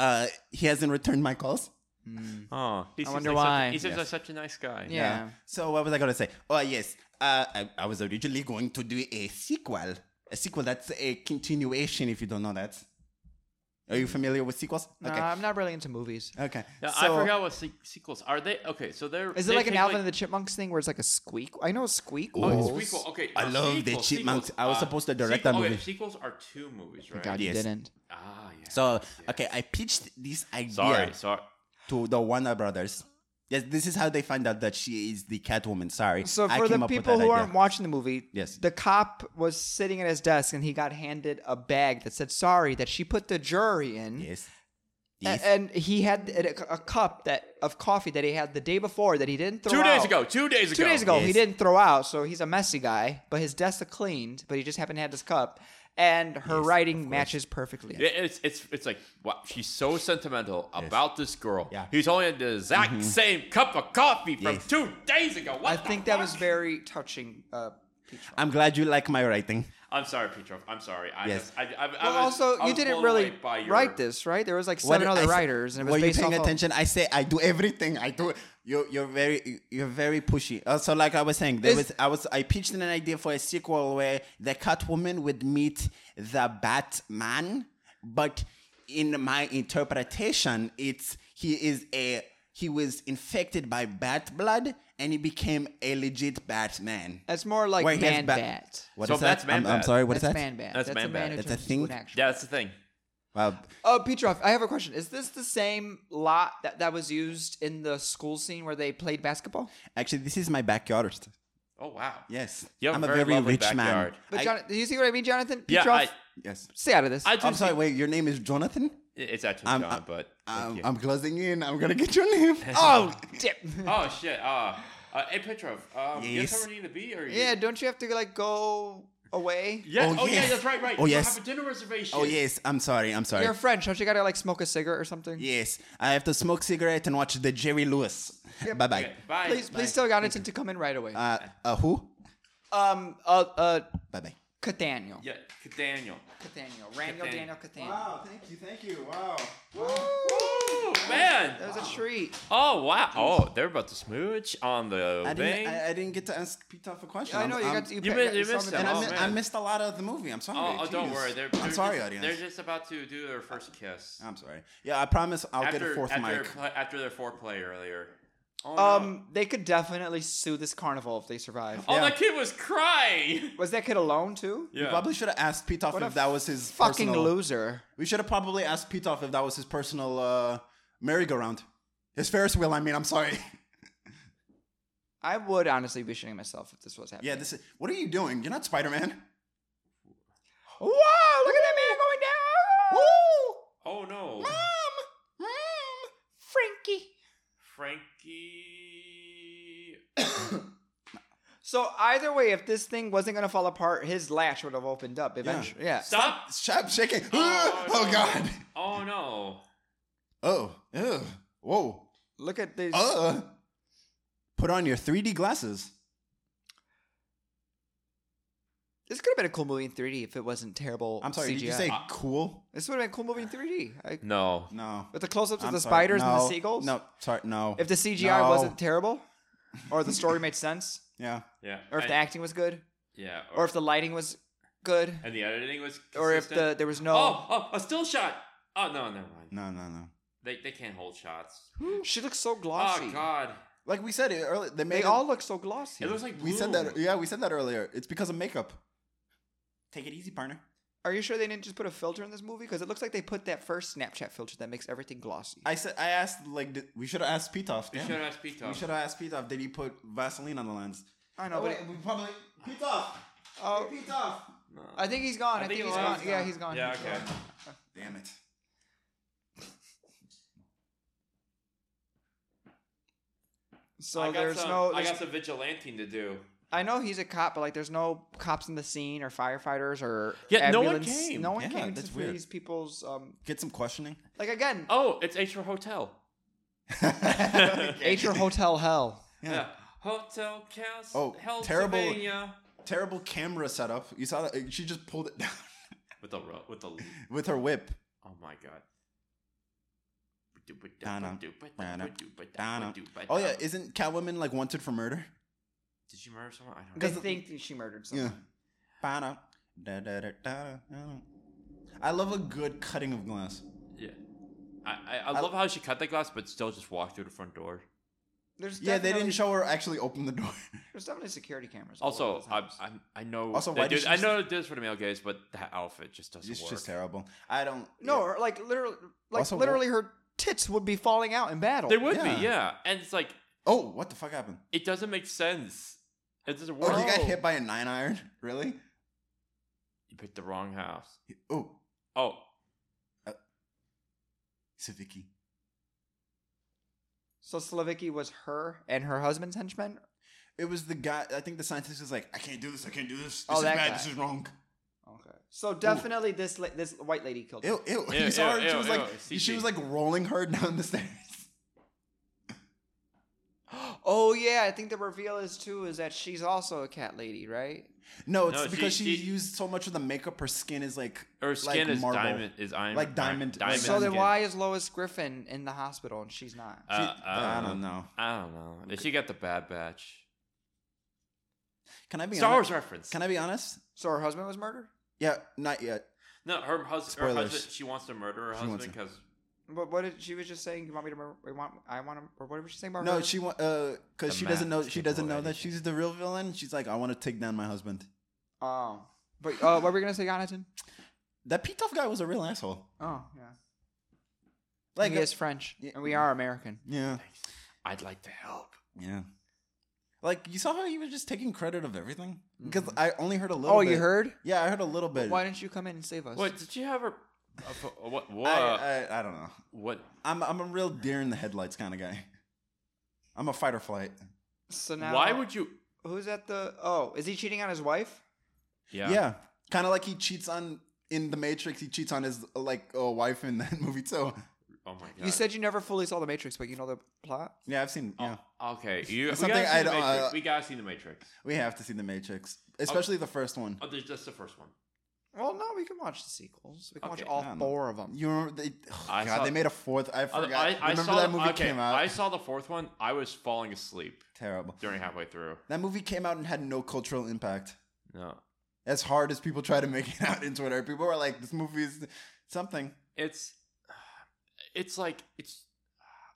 Speaker 1: uh he hasn't returned my calls.
Speaker 6: Oh, he seems
Speaker 2: Hmm. wonder
Speaker 6: like
Speaker 2: why.
Speaker 6: Such a, he seems
Speaker 1: Yes.
Speaker 6: like such a nice guy.
Speaker 2: Yeah.
Speaker 1: Uh, So what was I gonna say? Oh yes, uh, I, I was originally going to do a sequel. A sequel that's a continuation. If you don't know that, are you familiar with sequels?
Speaker 2: No, I'm not really into movies.
Speaker 1: Okay.
Speaker 6: Now,
Speaker 1: So-
Speaker 6: I forgot what se- sequels are they. Okay, so they're
Speaker 2: Is
Speaker 6: they
Speaker 2: it like an
Speaker 6: take,
Speaker 2: Alvin and the Chipmunks thing where it's like a squeak? I know a squeak.
Speaker 1: Oh,
Speaker 6: Oh,
Speaker 2: was-
Speaker 6: it's prequel. Okay,
Speaker 1: I
Speaker 6: no,
Speaker 1: love the
Speaker 6: sequels,
Speaker 1: Chipmunks.
Speaker 6: sequels.
Speaker 1: I was
Speaker 6: Uh,
Speaker 1: supposed to direct that
Speaker 6: okay,
Speaker 1: movie.
Speaker 6: sequels are two movies, right?
Speaker 2: Oh God,
Speaker 1: Yes.
Speaker 2: you didn't.
Speaker 6: Ah, yeah.
Speaker 1: So okay, I pitched this idea
Speaker 6: sorry, sorry.
Speaker 1: to the Warner Brothers. Yes, this is how they find out that she is the Catwoman. Sorry.
Speaker 2: So
Speaker 1: I
Speaker 2: for the
Speaker 1: came up with
Speaker 2: people
Speaker 1: that
Speaker 2: who
Speaker 1: idea.
Speaker 2: aren't watching the movie,
Speaker 1: Yes.
Speaker 2: the cop was sitting at his desk and he got handed a bag that said sorry that she put the jury in.
Speaker 1: yes,
Speaker 2: A-
Speaker 1: yes.
Speaker 2: And he had a, a cup that of coffee that he had the day before that he didn't throw
Speaker 6: Two
Speaker 2: out.
Speaker 6: days ago. Two days ago.
Speaker 2: Two days ago, he
Speaker 1: Yes.
Speaker 2: didn't throw out, so he's a messy guy. But his desk is cleaned, but he just happened to have this cup, and her writing matches perfectly.
Speaker 6: Yeah, It's it's it's like wow, she's so sentimental about this girl.
Speaker 1: Yeah.
Speaker 6: He's only had the exact same cup of coffee from
Speaker 1: Yes.
Speaker 6: two days ago. What
Speaker 2: Mm-hmm. I
Speaker 6: the
Speaker 2: think that was
Speaker 6: fuck?
Speaker 2: very touching. Uh, Petra.
Speaker 1: I'm glad you like my writing.
Speaker 6: I'm sorry, Petrov. I'm sorry. I
Speaker 1: Yes.
Speaker 6: just, I, I, I
Speaker 2: Well,
Speaker 6: was,
Speaker 2: also,
Speaker 6: I
Speaker 2: you
Speaker 6: was
Speaker 2: didn't
Speaker 6: blown
Speaker 2: really
Speaker 6: away by your,
Speaker 2: write this, right? There was like
Speaker 1: What
Speaker 2: seven
Speaker 1: did
Speaker 2: other
Speaker 1: I say?
Speaker 2: writers, and it was
Speaker 1: Were you
Speaker 2: based
Speaker 1: paying
Speaker 2: off of-
Speaker 1: attention? I say I do everything. I do. You're you're very you're very pushy. Also, like I was saying, there
Speaker 2: Is-
Speaker 1: was I was I pitched an idea for a sequel where the Catwoman would meet the Batman, but in my interpretation, it's he is a he was infected by bat blood and he became a legit Batman.
Speaker 2: It's more like
Speaker 1: Where he has
Speaker 2: man
Speaker 1: ba-
Speaker 2: bat.
Speaker 1: What
Speaker 6: So
Speaker 1: is that?
Speaker 6: that's Man
Speaker 1: I'm, I'm
Speaker 6: Bat.
Speaker 1: sorry. What is
Speaker 2: That's
Speaker 1: that?
Speaker 2: man bat.
Speaker 6: That's
Speaker 2: That's
Speaker 6: man
Speaker 2: a man
Speaker 6: bat.
Speaker 2: who
Speaker 1: That's a
Speaker 2: turns into
Speaker 1: thing?
Speaker 2: an action.
Speaker 6: Yeah, that's the thing.
Speaker 1: Wow.
Speaker 2: Uh, Petrov, I have a question. Is this the same lot that, that was used in the school scene where they played basketball?
Speaker 1: Actually, this is my backyard.
Speaker 6: Oh wow.
Speaker 1: Yes,
Speaker 6: You have
Speaker 1: I'm a
Speaker 6: a very
Speaker 1: very
Speaker 6: lovely
Speaker 1: rich man.
Speaker 6: backyard.
Speaker 2: But
Speaker 1: I-
Speaker 2: Jonathan, do you see what I mean, Jonathan?
Speaker 6: Yeah,
Speaker 2: Petrov,
Speaker 6: I,
Speaker 1: yes.
Speaker 2: stay out of this.
Speaker 6: I just
Speaker 1: I'm sorry.
Speaker 6: think-
Speaker 1: Wait, your name is Jonathan?
Speaker 6: It's actually
Speaker 1: I'm-
Speaker 6: John,
Speaker 1: I'm-
Speaker 6: but thank
Speaker 1: I'm, oh,
Speaker 6: you.
Speaker 1: I'm closing in. I'm gonna get your name. Oh,
Speaker 2: Dip.
Speaker 6: oh shit. Uh, uh, hey Petrov. Um, You
Speaker 1: Yes.
Speaker 6: guys ever need to be or you?
Speaker 2: yeah, don't you have to like go away?
Speaker 6: Yeah.
Speaker 1: Oh,
Speaker 6: Oh, yeah.
Speaker 1: yes.
Speaker 6: That's right. Right.
Speaker 1: Oh,
Speaker 6: you
Speaker 1: yes.
Speaker 6: Have a dinner reservation.
Speaker 1: oh yes. I'm sorry. I'm sorry.
Speaker 2: You're French, don't you gotta like smoke a cigarette or something?
Speaker 1: yes, I have to smoke cigarette and watch the Jerry Lewis. Bye bye.
Speaker 6: Okay, bye.
Speaker 2: Please, please tell Jonathan to come in right away.
Speaker 1: Uh, uh, who?
Speaker 2: um, uh, uh,
Speaker 1: Bye bye.
Speaker 2: Catania.
Speaker 6: Yeah, Daniel.
Speaker 2: Catania. Rangel
Speaker 6: Catania.
Speaker 2: Daniel Catania.
Speaker 1: thank you, thank you. Wow.
Speaker 6: Ooh, man.
Speaker 2: That was a treat.
Speaker 6: Oh wow! Oh, they're about to smooch on the
Speaker 1: I
Speaker 6: thing.
Speaker 1: didn't, I, I didn't get to ask Peter for questions.
Speaker 2: I know you got to. You,
Speaker 6: Um, You
Speaker 2: pa-
Speaker 6: missed- you
Speaker 2: saw
Speaker 6: missed
Speaker 2: the-
Speaker 6: him.
Speaker 1: And I,
Speaker 6: Oh,
Speaker 1: mi- I
Speaker 6: man.
Speaker 1: missed a lot of the movie. I'm sorry.
Speaker 6: oh, oh, don't
Speaker 1: Jeez.
Speaker 6: worry. They're,
Speaker 1: I'm
Speaker 6: they're
Speaker 1: sorry,
Speaker 6: just,
Speaker 1: audience.
Speaker 6: They're just about to do their first kiss.
Speaker 1: I'm sorry. Yeah, I promise I'll
Speaker 6: after,
Speaker 1: get a fourth
Speaker 6: after,
Speaker 1: mic.
Speaker 6: pla- after their foreplay earlier. Oh, no.
Speaker 2: Um, they could definitely sue this carnival if they survive.
Speaker 6: oh
Speaker 1: yeah.
Speaker 6: that kid was crying.
Speaker 2: Was that kid alone too?
Speaker 1: We probably should have asked Peter
Speaker 2: What a
Speaker 1: if that was his
Speaker 2: Fucking
Speaker 1: personal-
Speaker 2: loser.
Speaker 1: We should have probably asked Pitoff if that was his personal uh, merry-go-round. His Ferris wheel, I mean, I'm sorry.
Speaker 2: I would honestly be shitting myself if this was happening.
Speaker 1: yeah, this is. What are you doing? You're not Spider Man.
Speaker 2: Whoa! Look at that man going down. Woo!
Speaker 6: oh no,
Speaker 1: Um,
Speaker 2: Mom,
Speaker 1: hmm,
Speaker 2: Frankie.
Speaker 6: Frankie.
Speaker 2: So either way, if this thing wasn't gonna fall apart, his latch would have opened up eventually. Yeah.
Speaker 6: Stop!
Speaker 1: Stop shaking.
Speaker 6: Oh,
Speaker 1: Oh,
Speaker 6: no.
Speaker 1: God.
Speaker 6: Oh no.
Speaker 1: Oh. Ew. Whoa.
Speaker 2: Look at this.
Speaker 1: Uh. Put on your 3D glasses.
Speaker 2: This could have been a cool movie in 3D if it wasn't terrible.
Speaker 1: I'm sorry.
Speaker 2: CGI.
Speaker 1: Did you say cool?
Speaker 2: this would have been a cool movie in 3D? I,
Speaker 6: No.
Speaker 1: No.
Speaker 2: With the close-ups of
Speaker 1: I'm
Speaker 2: the
Speaker 1: sorry.
Speaker 2: spiders and the
Speaker 1: No.
Speaker 2: seagulls.
Speaker 1: No. Sorry. No.
Speaker 2: If the CGI
Speaker 1: No.
Speaker 2: wasn't terrible, or the story made sense,
Speaker 1: Yeah.
Speaker 6: Yeah.
Speaker 2: or if the
Speaker 6: and,
Speaker 2: acting was good,
Speaker 6: yeah.
Speaker 2: or if the lighting was good,
Speaker 6: and the editing was.
Speaker 2: or if the
Speaker 6: consistent.
Speaker 2: there was no.
Speaker 6: Oh, oh, a still shot. Oh no, never mind.
Speaker 1: No. No. No.
Speaker 6: They they can't hold shots.
Speaker 2: She looks so glossy.
Speaker 6: Oh god.
Speaker 1: Like we said it earlier, they made it-
Speaker 2: They all look so glossy.
Speaker 6: It looks like
Speaker 1: We said
Speaker 6: glue.
Speaker 1: that. Yeah, we said that earlier. It's because of makeup. Take it easy, partner.
Speaker 2: Are you sure they didn't just put a filter in this movie? Because it looks like they put that first Snapchat filter that makes everything glossy.
Speaker 1: I said I asked like did, we should have asked Pitoff.
Speaker 6: You
Speaker 1: damn
Speaker 6: should have
Speaker 1: it.
Speaker 6: asked Pete
Speaker 1: We should have asked Pitoff. Did he put Vaseline on the lens?
Speaker 2: I know,
Speaker 1: Oh,
Speaker 2: but
Speaker 1: wait,
Speaker 2: it-
Speaker 1: we probably Pitoff.
Speaker 2: oh,
Speaker 1: Hey, Pitoff.
Speaker 2: I think he's gone. I, think, he's gone. Yeah, he's gone.
Speaker 6: Yeah,
Speaker 2: He's
Speaker 6: okay.
Speaker 2: gone.
Speaker 1: Damn it.
Speaker 2: So
Speaker 6: I got
Speaker 2: there's
Speaker 6: some,
Speaker 2: no.
Speaker 6: I
Speaker 2: there's-
Speaker 6: got some vigilante to do.
Speaker 2: I know he's a cop, but like, there's no cops in the scene or firefighters or
Speaker 6: Yeah, no one
Speaker 2: ambulance.
Speaker 6: came.
Speaker 2: No one
Speaker 1: Yeah,
Speaker 2: came
Speaker 1: that's
Speaker 2: to
Speaker 1: weird.
Speaker 2: these people's. Um,
Speaker 1: Get some questioning.
Speaker 2: like again,
Speaker 6: Oh, it's H for hotel.
Speaker 2: H or Hotel Hell.
Speaker 6: Yeah. Hotel Cows.
Speaker 1: Oh,
Speaker 6: Hell,
Speaker 1: terrible.
Speaker 6: Sylvania.
Speaker 1: Terrible camera setup. You saw that? uh, She just pulled it down
Speaker 6: With the ro- with the oh
Speaker 1: with her whip.
Speaker 6: my god.
Speaker 1: Donna. Donna. Donna. Oh yeah, isn't Catwoman like wanted for murder?
Speaker 6: Did she murder someone? I
Speaker 2: They
Speaker 6: don't know.
Speaker 2: think that she murdered someone.
Speaker 1: Yeah. Ba-da, da-da-da-da-da. I love a good cutting of glass.
Speaker 6: Yeah. I, I, I love how she cut the glass, but still just walked through the front door.
Speaker 2: There's
Speaker 1: Yeah, they
Speaker 2: definitely-
Speaker 1: didn't show her actually open the door.
Speaker 2: There's definitely security cameras. all over
Speaker 6: Also,
Speaker 2: this
Speaker 6: I,
Speaker 2: house.
Speaker 6: I I
Speaker 1: Also,
Speaker 6: know also,
Speaker 1: why did
Speaker 6: they do,
Speaker 1: she
Speaker 6: I
Speaker 1: just-
Speaker 6: know this for the male gaze, but that outfit just doesn't
Speaker 1: It's
Speaker 6: work.
Speaker 1: just terrible. I don't.
Speaker 2: no, or like literally, like
Speaker 1: Also, what-
Speaker 2: literally, her tits would be falling out in battle.
Speaker 6: They would
Speaker 1: Yeah.
Speaker 6: be, yeah. And it's like
Speaker 1: Oh, what the fuck happened?
Speaker 6: it doesn't make sense. It doesn't
Speaker 1: Oh,
Speaker 6: work.
Speaker 1: he got hit by a nine iron. Really?
Speaker 6: You picked the wrong house.
Speaker 1: Oh,
Speaker 6: Oh,
Speaker 1: it's a Vicky.
Speaker 2: So Slavicki was her and her husband's henchman.
Speaker 1: It was the guy. I think the scientist was like, "I can't do this. I can't do this. This
Speaker 2: Oh,
Speaker 1: is
Speaker 2: that
Speaker 1: bad.
Speaker 2: guy.
Speaker 1: This is wrong."
Speaker 2: Okay. So definitely, this la- this white lady killed. her.
Speaker 1: Ew, ew.
Speaker 6: Ew,
Speaker 1: you saw
Speaker 6: ew,
Speaker 1: her. she
Speaker 6: ew,
Speaker 1: was
Speaker 6: ew,
Speaker 1: like, she
Speaker 6: CG.
Speaker 1: was like rolling her down the stairs.
Speaker 2: Oh yeah, I think the reveal is too is that she's also a cat lady, right?
Speaker 1: No, it's
Speaker 6: No, she-
Speaker 1: because she,
Speaker 6: she-
Speaker 1: used so much of the makeup. Her skin is like
Speaker 6: her skin
Speaker 1: like
Speaker 6: is
Speaker 1: marble.
Speaker 6: diamond. Is iron,
Speaker 1: Like diamond- like
Speaker 6: diamond
Speaker 2: so then
Speaker 6: skin.
Speaker 2: why is Lois Griffin in the hospital and she's not?
Speaker 6: Uh,
Speaker 1: She-
Speaker 6: I,
Speaker 1: I
Speaker 6: don't
Speaker 1: don't
Speaker 6: know.
Speaker 1: know.
Speaker 6: I don't know. Did she get the bad batch?
Speaker 1: Can I be
Speaker 6: Star Wars
Speaker 1: honest?
Speaker 6: reference.
Speaker 1: Can I be honest?
Speaker 2: so her husband was murdered.
Speaker 1: Yeah, not yet.
Speaker 6: No, her, hus- her
Speaker 1: Spoilers.
Speaker 6: husband. She wants to murder her
Speaker 1: She wants
Speaker 6: husband because
Speaker 2: But what did she was just saying? You want me to? mur- I want. I want to. Or what was she saying about
Speaker 1: No,
Speaker 2: her?
Speaker 1: she wa- uh,
Speaker 6: The
Speaker 1: cause she doesn't
Speaker 6: map
Speaker 1: know
Speaker 6: is
Speaker 1: she
Speaker 6: capable
Speaker 1: doesn't
Speaker 6: of
Speaker 1: know that
Speaker 6: anything.
Speaker 1: she's the real villain. She's like, I want to take down my husband.
Speaker 2: Oh, but uh, what were we gonna say, Jonathan?
Speaker 1: That Pitoff guy was a real asshole.
Speaker 2: Oh yeah.
Speaker 1: Like,
Speaker 2: he
Speaker 1: uh,
Speaker 2: is French,
Speaker 1: yeah.
Speaker 2: and we are American.
Speaker 1: yeah,
Speaker 6: I'd like to help.
Speaker 1: yeah. Like you saw how he was just taking credit of everything because I only heard a little.
Speaker 2: Oh,
Speaker 1: bit.
Speaker 2: you heard?
Speaker 1: Yeah, I heard a little bit.
Speaker 2: Why didn't you come in and save us?
Speaker 6: What did she have her? a fo- a what? What?
Speaker 1: I, I, I don't know.
Speaker 6: what?
Speaker 1: I'm I'm a real deer in the headlights kind of guy. I'm a fight or flight.
Speaker 2: So now,
Speaker 6: why would you?
Speaker 2: Who's at the? Oh, is he cheating on his wife?
Speaker 6: Yeah.
Speaker 1: Yeah, kind of like he cheats on in the Matrix. He cheats on his like uh, wife in that movie too.
Speaker 6: Oh my god. Oh,
Speaker 2: You said you never fully saw the Matrix, but you know the plot.
Speaker 1: Yeah, I've seen. Yeah,
Speaker 6: okay. You, we,
Speaker 1: It's
Speaker 6: gotta
Speaker 1: something
Speaker 6: see
Speaker 1: I
Speaker 6: the
Speaker 1: don't-
Speaker 6: Matrix.
Speaker 1: uh,
Speaker 6: we gotta see the Matrix.
Speaker 1: we have to see the Matrix, especially the first one.
Speaker 6: Oh, there's just the first one.
Speaker 2: Well, no, we can watch the sequels. We can watch
Speaker 6: Okay.
Speaker 2: all
Speaker 1: I don't know.
Speaker 2: four of them.
Speaker 1: You remember they? Oh,
Speaker 6: I
Speaker 1: God,
Speaker 6: saw-
Speaker 1: they made a fourth. I
Speaker 6: I,
Speaker 1: forgot.
Speaker 6: I- I
Speaker 1: remember
Speaker 6: saw
Speaker 1: that movie
Speaker 6: okay,
Speaker 1: came out.
Speaker 6: I saw the fourth one. I was falling asleep
Speaker 1: Terrible.
Speaker 6: during halfway through.
Speaker 1: That movie came out and had no cultural impact.
Speaker 6: No,
Speaker 1: As hard as people try to make it out in Twitter, people were like, "This movie is something."
Speaker 6: it's it's like it's.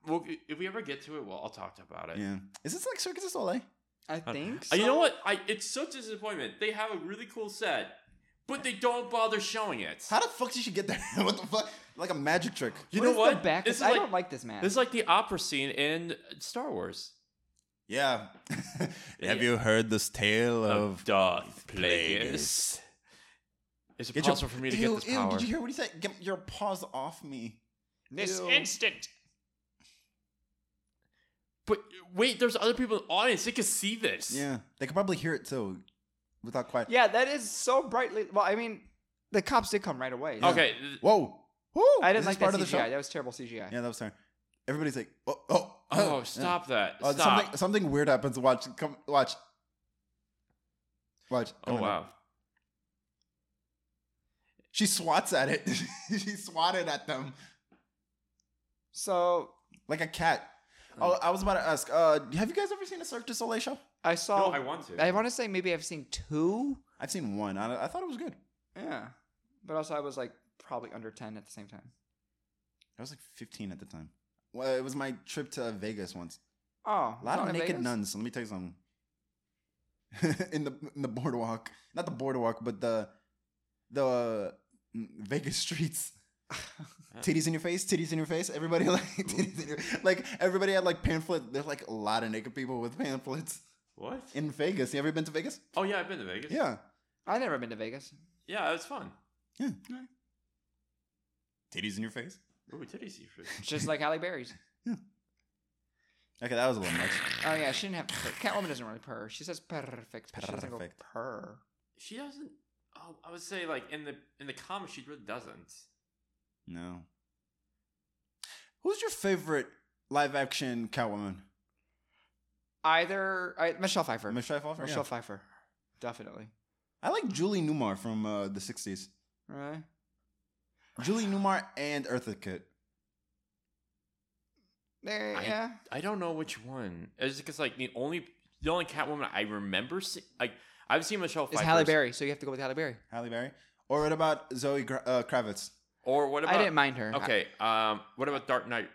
Speaker 6: Well, if we ever get to it, well, I'll talk about it.
Speaker 1: Yeah. Is this like Circus du Soleil?
Speaker 2: I think.
Speaker 6: Uh,
Speaker 2: So.
Speaker 6: You know what? I it's such a disappointment. They have a really cool set, but they don't bother showing it.
Speaker 1: How the fuck did she get there? what the fuck? Like a magic trick.
Speaker 6: you
Speaker 2: What
Speaker 6: know
Speaker 2: is the
Speaker 6: what?
Speaker 2: back-
Speaker 6: This is
Speaker 2: I
Speaker 6: like-
Speaker 2: don't like this man.
Speaker 6: This is like the opera scene in Star Wars.
Speaker 1: Yeah. Have you heard this tale of?
Speaker 6: Darth
Speaker 1: Plagueis.
Speaker 6: Is it
Speaker 1: Get your-
Speaker 6: possible for me to
Speaker 1: Ew,
Speaker 6: get this
Speaker 1: ew,
Speaker 6: power?
Speaker 1: Did you hear what he said? Get your paws off me.
Speaker 2: this
Speaker 1: Ew.
Speaker 2: instant.
Speaker 6: But wait, there's other people in the audience. They can see this.
Speaker 1: Yeah, they could probably hear it too, without quiet.
Speaker 2: Yeah, that is so brightly. Well, I mean, the cops did come right away.
Speaker 6: Okay. th-
Speaker 1: Whoa. Woo!
Speaker 2: I didn't
Speaker 1: Is this
Speaker 2: like that
Speaker 1: part
Speaker 2: CGI.
Speaker 1: of the show.
Speaker 2: That was terrible CGI.
Speaker 1: Yeah, that was her. Everybody's like, oh, oh,
Speaker 6: Oh,
Speaker 1: yeah.
Speaker 6: stop that.
Speaker 1: Oh,
Speaker 6: stop.
Speaker 1: Something, something weird happens. Watch, come, watch, watch.
Speaker 6: oh
Speaker 1: Come on.
Speaker 6: wow.
Speaker 1: She swats at it. she swatted at them
Speaker 2: So
Speaker 1: like a cat.
Speaker 6: Hmm.
Speaker 1: Oh, I was about to ask. Uh, have you guys ever seen a Cirque du Soleil show?
Speaker 2: I saw.
Speaker 1: Oh.
Speaker 6: no, I want to.
Speaker 2: I want to say maybe I've seen two.
Speaker 1: I've seen one. I, I thought it was good.
Speaker 2: Yeah, but also I was like probably under ten at the same time.
Speaker 1: I was like 15 at the time. Well, it was my trip to Vegas once.
Speaker 2: Oh,
Speaker 1: A lot
Speaker 2: it's
Speaker 1: of
Speaker 2: not in
Speaker 1: naked
Speaker 2: Vegas?
Speaker 1: nuns. So let me tell you something. in the in the boardwalk, not the boardwalk, but the the uh, Vegas streets. titties in your face, titties in your face. Everybody like titties in your, like everybody had like pamphlets. There's like a lot of naked people with pamphlets
Speaker 6: What?
Speaker 1: in Vegas. You ever been to Vegas?
Speaker 6: Oh yeah, I've been to Vegas.
Speaker 1: Yeah,
Speaker 2: I've never been to Vegas.
Speaker 6: Yeah, it was fun.
Speaker 1: yeah. Titties in your face.
Speaker 6: Ooh, titties. you freak.
Speaker 2: It's just like Halle Berry's.
Speaker 1: Okay, that was a little much.
Speaker 2: Oh yeah, she didn't have to purr. Catwoman doesn't really purr. She says perfect. But she doesn't go
Speaker 1: Perfect.
Speaker 2: purr.
Speaker 6: She doesn't. Oh, I would say like in the in the comics, she really doesn't.
Speaker 1: No. Who's your favorite live action Catwoman?
Speaker 2: Either I, Michelle Pfeiffer.
Speaker 1: Michelle Pfeiffer.
Speaker 2: Michelle
Speaker 1: Yeah.
Speaker 2: Pfeiffer, definitely.
Speaker 1: I like Julie Newmar from uh, the '60s.
Speaker 2: Right?
Speaker 1: Julie Newmar and Eartha Kitt.
Speaker 2: There,
Speaker 6: I-
Speaker 2: yeah.
Speaker 6: I don't know which one. It's because like the only the only Catwoman I remember see, like I've seen Michelle
Speaker 2: It's
Speaker 6: Pfeiffer.
Speaker 2: Halle Berry, so you have to go with Halle Berry.
Speaker 1: Halle Berry. Or what about Zoe Gra- uh, Kravitz?
Speaker 6: Or what about?
Speaker 2: I didn't mind her.
Speaker 6: Okay. Um. What about Dark Knight?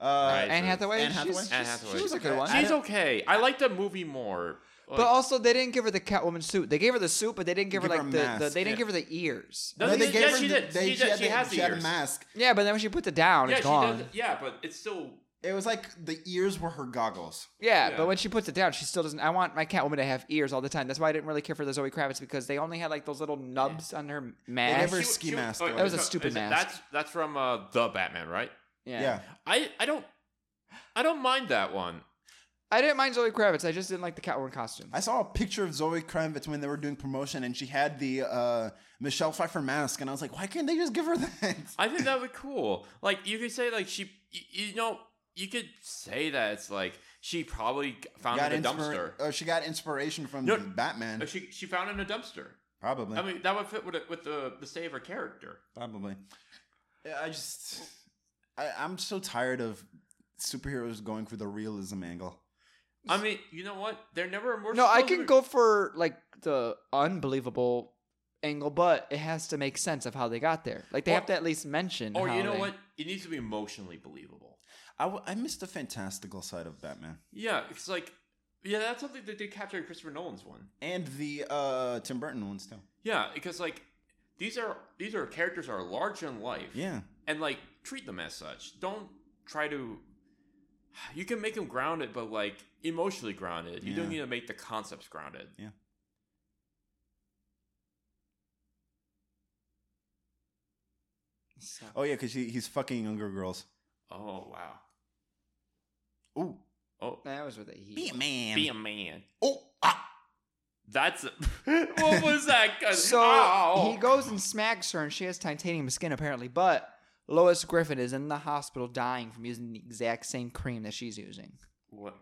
Speaker 1: Uh,
Speaker 6: Right.
Speaker 2: Anne
Speaker 6: so-
Speaker 2: Hathaway.
Speaker 1: Anne Hathaway?
Speaker 2: She's-
Speaker 6: Anne
Speaker 2: she's-
Speaker 6: Hathaway.
Speaker 2: She was a good one.
Speaker 1: I
Speaker 6: She's
Speaker 1: don't-
Speaker 6: okay. I like the movie more.
Speaker 2: but also, they didn't give her the Catwoman suit. They gave her the suit, but they didn't give her
Speaker 1: Give her
Speaker 2: like
Speaker 1: a
Speaker 2: the, the.
Speaker 1: mask,
Speaker 2: They didn't
Speaker 6: yeah.
Speaker 2: give her the ears.
Speaker 6: No,
Speaker 1: they
Speaker 6: she-
Speaker 1: gave
Speaker 6: yeah,
Speaker 1: her
Speaker 6: she
Speaker 1: the-
Speaker 6: did.
Speaker 1: They,
Speaker 6: She did.
Speaker 1: had
Speaker 6: She
Speaker 1: the-
Speaker 6: has the
Speaker 1: she had a
Speaker 6: ears.
Speaker 1: mask.
Speaker 2: Yeah, but then when she put it down,
Speaker 6: yeah,
Speaker 2: it's
Speaker 6: she
Speaker 2: gone.
Speaker 6: does. Yeah, but it's still.
Speaker 1: It was like the ears were her goggles.
Speaker 2: Yeah,
Speaker 6: Yeah.
Speaker 2: but when she puts it down, she still doesn't. I want my Catwoman to have ears all the time. That's why I didn't really care for the Zoe Kravitz because they only had like those little nubs on her
Speaker 1: They
Speaker 2: mask.
Speaker 1: never-
Speaker 6: She-
Speaker 1: ski
Speaker 6: she-
Speaker 1: mask,
Speaker 6: oh,
Speaker 1: though.
Speaker 2: That was a
Speaker 6: is
Speaker 2: stupid
Speaker 6: is it-
Speaker 2: mask.
Speaker 6: That's that's from uh, the Batman, right?
Speaker 1: Yeah.
Speaker 6: I I don't I don't mind that one.
Speaker 2: I didn't mind Zoe Kravitz. I just didn't like the Catwoman costume.
Speaker 1: I saw a picture of Zoe Kravitz when they were doing promotion, and she had the uh, Michelle Pfeiffer mask, and I was like, why can't they just give her that?
Speaker 6: I think that would be cool. Like you could say like she you, you know you could say that it's like she probably found it in a dumpster.
Speaker 1: inspira- uh, she got inspiration from
Speaker 6: No.
Speaker 1: Batman.
Speaker 6: Uh, she she found it in a dumpster.
Speaker 1: probably.
Speaker 6: I mean that would fit with it, with the the state of her character.
Speaker 1: Probably. Yeah, I just I, I'm so tired of superheroes going for the realism angle.
Speaker 6: I mean you know what they're never more.
Speaker 2: no, I
Speaker 6: supposed to
Speaker 2: can
Speaker 6: be-
Speaker 2: go for like the unbelievable angle, but it has to make sense of how they got there. Like they
Speaker 6: Or-
Speaker 2: have to at least mention.
Speaker 6: Or
Speaker 2: how
Speaker 6: oh, you know
Speaker 2: they-
Speaker 6: what it needs to be emotionally believable.
Speaker 1: I, w- I missed the fantastical side of Batman
Speaker 6: Yeah, it's like yeah that's something that they captured in Christopher Nolan's one.
Speaker 1: and the uh, Tim Burton ones too.
Speaker 6: Yeah, because like these are these are characters that are large in life.
Speaker 1: Yeah,
Speaker 6: and like treat them as such. Don't try to. You can make them grounded, but like emotionally grounded. You don't
Speaker 1: Yeah.
Speaker 6: need to make the concepts grounded.
Speaker 1: Yeah.
Speaker 2: So-
Speaker 1: oh yeah, because he, he's fucking younger girls.
Speaker 6: Oh wow.
Speaker 1: Ooh,
Speaker 6: Oh,
Speaker 2: That was with a he.
Speaker 1: be a man.
Speaker 6: be a man.
Speaker 1: oh, ah.
Speaker 6: That's a, what was that? Oh.
Speaker 2: So
Speaker 6: Ow.
Speaker 2: he goes and smacks her, and she has titanium skin apparently. But Lois Griffin is in the hospital dying from using the exact same cream that she's using.
Speaker 6: What?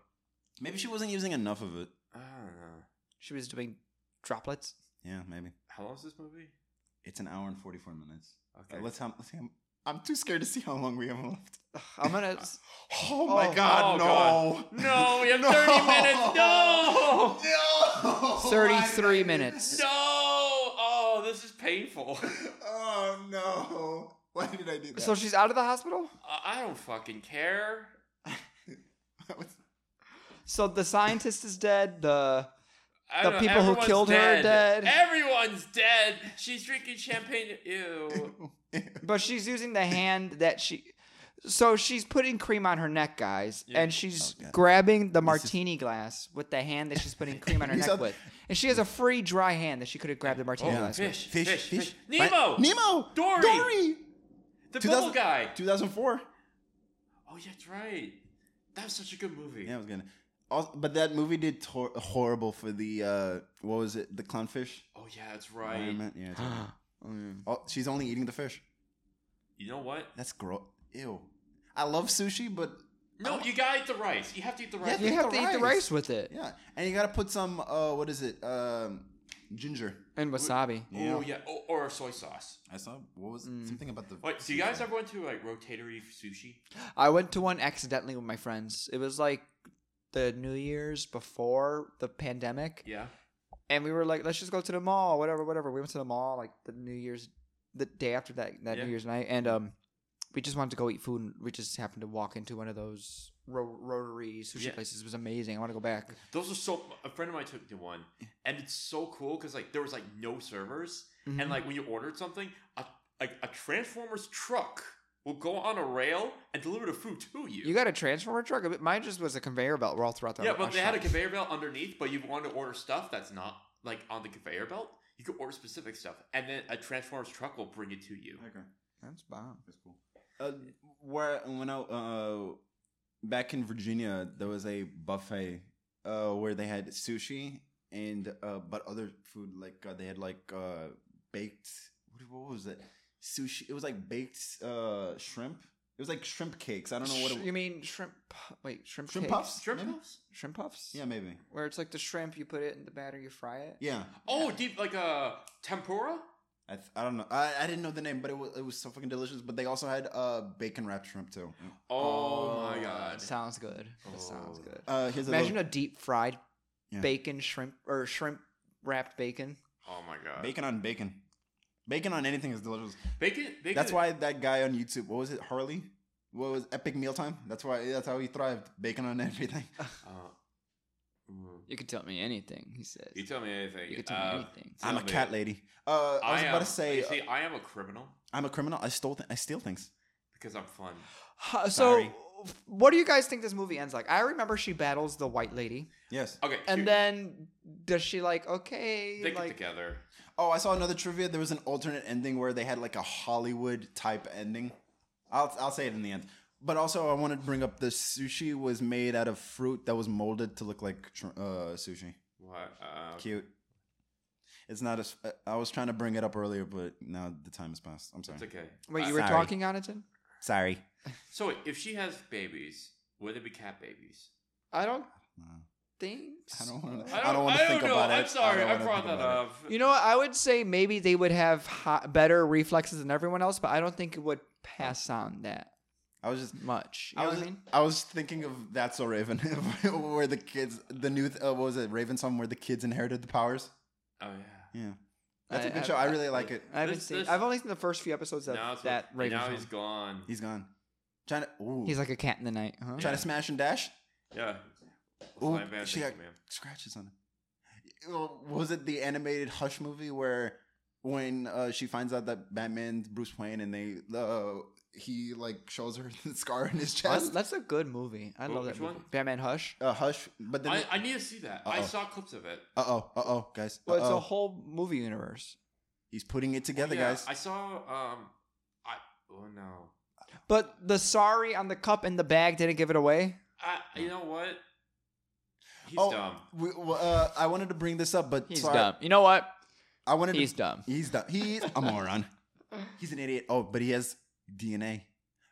Speaker 1: maybe she wasn't using enough of it.
Speaker 6: I don't know.
Speaker 2: She was doing droplets.
Speaker 1: Yeah, maybe
Speaker 6: How long is this movie?
Speaker 1: it's an hour and forty four minutes.
Speaker 6: Okay.
Speaker 1: Uh, let's have, let's have, I'm too scared to see how long we have left.
Speaker 2: Ugh, I'm gonna.
Speaker 1: Oh, my
Speaker 2: Oh,
Speaker 1: God,
Speaker 6: oh,
Speaker 1: no,
Speaker 6: No, we have thirty minutes. No,
Speaker 1: no,
Speaker 2: Thirty-three minutes.
Speaker 6: no. Oh, this is painful.
Speaker 1: Oh no! Why did I do that?
Speaker 2: So she's out of the hospital.
Speaker 6: I I don't fucking care.
Speaker 2: So the scientist is dead. The
Speaker 6: I
Speaker 2: The
Speaker 6: don't
Speaker 2: people who
Speaker 6: everyone's
Speaker 2: killed her are dead.
Speaker 6: Everyone's dead. She's drinking champagne. Ew. Oh,
Speaker 2: but she's using the hand that she. So she's putting cream on her neck, guys,
Speaker 6: Yeah.
Speaker 2: and she's
Speaker 1: Oh, God.
Speaker 2: grabbing the martini glass with the hand that she's putting cream on her
Speaker 1: You
Speaker 2: neck
Speaker 1: saw-
Speaker 2: with, and she has a free dry hand that she could have grabbed the martini
Speaker 6: Oh,
Speaker 2: glass. with.
Speaker 6: fish, fish, fish, Nemo.
Speaker 1: Nemo.
Speaker 6: Dory.
Speaker 1: Dory.
Speaker 6: The bubble guy.
Speaker 1: 2004.
Speaker 6: Oh, yeah, that's right. That was such a good movie.
Speaker 1: Yeah, I was gonna. Also, but that movie did tor- horrible for the uh, what was it? The clownfish.
Speaker 6: Oh, yeah, that's right.
Speaker 1: environment. Yeah. it's okay. oh, she's only eating the fish.
Speaker 6: You know what?
Speaker 1: That's gross. Ew. I love sushi, but
Speaker 6: No, you gotta eat the rice. You have to eat the rice.
Speaker 2: You
Speaker 1: Eat
Speaker 2: have
Speaker 1: the
Speaker 2: to eat the
Speaker 1: rice.
Speaker 2: rice with it
Speaker 1: yeah, and you gotta put some uh, what is it? Um, ginger.
Speaker 2: and wasabi.
Speaker 6: Oh, yeah. Oh, or soy sauce.
Speaker 1: I saw what was it? something about the.
Speaker 6: Wait, so you guys ever went to like rotatory sushi?
Speaker 2: I went to one accidentally with my friends. It was like the New Year's before the pandemic,
Speaker 6: Yeah.
Speaker 2: and we were like, let's just go to the mall, whatever, whatever. We went to the mall like the New Year's, the day after that, that
Speaker 6: Yeah.
Speaker 2: New Year's night, and um, we just wanted to go eat food, and we just happened to walk into one of those ro- rotary sushi
Speaker 6: Yeah.
Speaker 2: places. It was amazing. I want to go back.
Speaker 6: Those are so. A friend of mine took to one, and it's so cool because like there was like no servers,
Speaker 2: Mm-hmm.
Speaker 1: Mm-hmm.
Speaker 6: and like when you ordered something, a, a a Transformers truck will go on a rail and deliver the food to you.
Speaker 2: You got a transformer truck? But Mine just was a conveyor belt all throughout the
Speaker 6: yeah, but they had a
Speaker 2: restaurant.
Speaker 6: conveyor belt underneath. But you wanted to order stuff that's not like on the conveyor belt. You could order specific stuff, and then a Transformers truck will bring it to you.
Speaker 1: Okay.
Speaker 2: That's bomb.
Speaker 1: That's cool. Uh, where when I uh, back in Virginia, there was a buffet uh, where they had sushi and uh, but other food like uh, they had like uh, baked what, what was it sushi? It was like baked uh, shrimp. It was like shrimp cakes. I don't know what
Speaker 2: Sh-
Speaker 1: it,
Speaker 2: you mean shrimp? pu- Wait, shrimp
Speaker 1: shrimp
Speaker 2: cakes?
Speaker 1: puffs.
Speaker 6: Shrimp
Speaker 1: maybe?
Speaker 6: puffs?
Speaker 2: Shrimp puffs?
Speaker 1: Yeah, maybe.
Speaker 2: Where it's like the shrimp, you put it in the batter, you fry it.
Speaker 1: Yeah,
Speaker 6: Oh, deep like a tempura.
Speaker 1: I, th- I don't know. I, I didn't know the name, but it was it was so fucking delicious. But they also had uh bacon wrapped shrimp too.
Speaker 6: Oh, my god. Oh.
Speaker 2: Sounds good. That sounds good.
Speaker 1: Uh, here's a
Speaker 2: Imagine
Speaker 1: little-
Speaker 2: a deep fried
Speaker 1: Yeah.
Speaker 2: bacon shrimp or shrimp wrapped bacon.
Speaker 6: Oh my god.
Speaker 1: bacon on bacon. Bacon on anything is delicious.
Speaker 6: Bacon. bacon
Speaker 1: That's why that guy on YouTube, what was it, Harley? What was Epic Mealtime? That's why that's how he thrived. Bacon on everything.
Speaker 6: Uh, mm.
Speaker 2: You could tell me anything, he says.
Speaker 6: you tell me anything.
Speaker 2: You could tell me
Speaker 6: uh,
Speaker 2: anything.
Speaker 1: I'm a
Speaker 6: tell me.
Speaker 1: cat lady. Uh, I was
Speaker 6: am,
Speaker 1: about to say
Speaker 6: You see, I am a criminal
Speaker 1: I'm a criminal. I stole th- I steal things.
Speaker 6: because I'm fun.
Speaker 2: Huh,
Speaker 1: Sorry.
Speaker 2: So, what do you guys think this movie ends like? I remember she battles the white lady,
Speaker 1: Yes.
Speaker 6: Okay.
Speaker 2: and
Speaker 6: here-
Speaker 2: then does she like okay,
Speaker 6: they get
Speaker 2: like
Speaker 6: together.
Speaker 1: Oh, I saw another trivia. There was an alternate ending where they had like a Hollywood type ending. I'll I'll say it in the end. But also, I wanted to bring up the sushi was made out of fruit that was molded to look like tr- uh, sushi.
Speaker 6: What? Uh,
Speaker 1: Cute. It's not as uh, I was trying to bring it up earlier, but now the time has passed. I'm sorry.
Speaker 6: it's okay.
Speaker 2: wait, you
Speaker 6: Uh,
Speaker 2: were
Speaker 1: Sorry.
Speaker 2: talking Anaton?
Speaker 1: Sorry.
Speaker 6: so wait, if she has babies, would they be cat babies?
Speaker 2: I don't
Speaker 1: No.
Speaker 6: Uh,
Speaker 2: think.
Speaker 1: I
Speaker 2: so.
Speaker 1: don't want to.
Speaker 6: I
Speaker 1: I
Speaker 6: don't,
Speaker 1: don't, want to think
Speaker 6: know.
Speaker 1: about it.
Speaker 6: I'm sorry.
Speaker 1: don't
Speaker 6: I,
Speaker 1: wanna
Speaker 6: brought
Speaker 1: think
Speaker 6: that
Speaker 1: about it.
Speaker 6: up.
Speaker 2: You know what? I would say maybe they would have hi- better reflexes than everyone else, but I don't think it would pass on that
Speaker 1: I was just.
Speaker 2: much. You
Speaker 1: I
Speaker 2: know
Speaker 1: was.
Speaker 2: what I mean?
Speaker 1: I was thinking of that's so Raven, where the kids, the new, th- uh, what was it, Raven song where the kids inherited the powers.
Speaker 6: Oh yeah.
Speaker 1: Yeah, that's a
Speaker 2: I-
Speaker 1: good
Speaker 2: I-
Speaker 1: show. I really like it.
Speaker 2: I haven't
Speaker 6: This-
Speaker 2: seen.
Speaker 6: this-
Speaker 2: I've only seen the first few episodes of
Speaker 6: Now it's
Speaker 2: that.
Speaker 6: like,
Speaker 2: Raven
Speaker 6: now
Speaker 2: song.
Speaker 6: he's gone.
Speaker 1: He's gone. Trying to. Ooh.
Speaker 2: He's like a cat in the night. Huh?
Speaker 1: trying to smash and dash.
Speaker 6: Yeah.
Speaker 1: Ooh,
Speaker 6: my bad.
Speaker 1: she
Speaker 6: Thank
Speaker 1: got
Speaker 6: you, ma'am.
Speaker 1: scratches on it. uh, Was it the animated Hush movie where when uh, she finds out that Batman's Bruce Wayne and they uh, he like shows her the scar in his
Speaker 2: I-
Speaker 1: chest?
Speaker 2: that's a good movie. I
Speaker 6: Wh-
Speaker 2: love
Speaker 6: which
Speaker 2: that movie.
Speaker 6: one?
Speaker 2: Batman Hush.
Speaker 1: Uh, Hush, but then
Speaker 6: I, I need to see that. I
Speaker 1: Uh-oh.
Speaker 6: saw clips of it.
Speaker 1: Uh oh, uh oh, guys.
Speaker 2: Well, it's
Speaker 1: Uh-oh.
Speaker 2: a whole movie universe.
Speaker 1: He's putting it together,
Speaker 6: Oh, yeah,
Speaker 1: guys.
Speaker 6: I saw. Um. I. Oh no.
Speaker 2: But the sorry on the cup and the bag didn't give it away.
Speaker 6: I, you know what? He's
Speaker 1: oh,
Speaker 6: dumb.
Speaker 1: We, well, uh, I wanted to bring this up, but sorry.
Speaker 2: You know what?
Speaker 1: I wanted.
Speaker 2: He's
Speaker 1: to,
Speaker 2: dumb.
Speaker 1: He's dumb. He's a moron. He's an idiot. Oh, but he has DNA.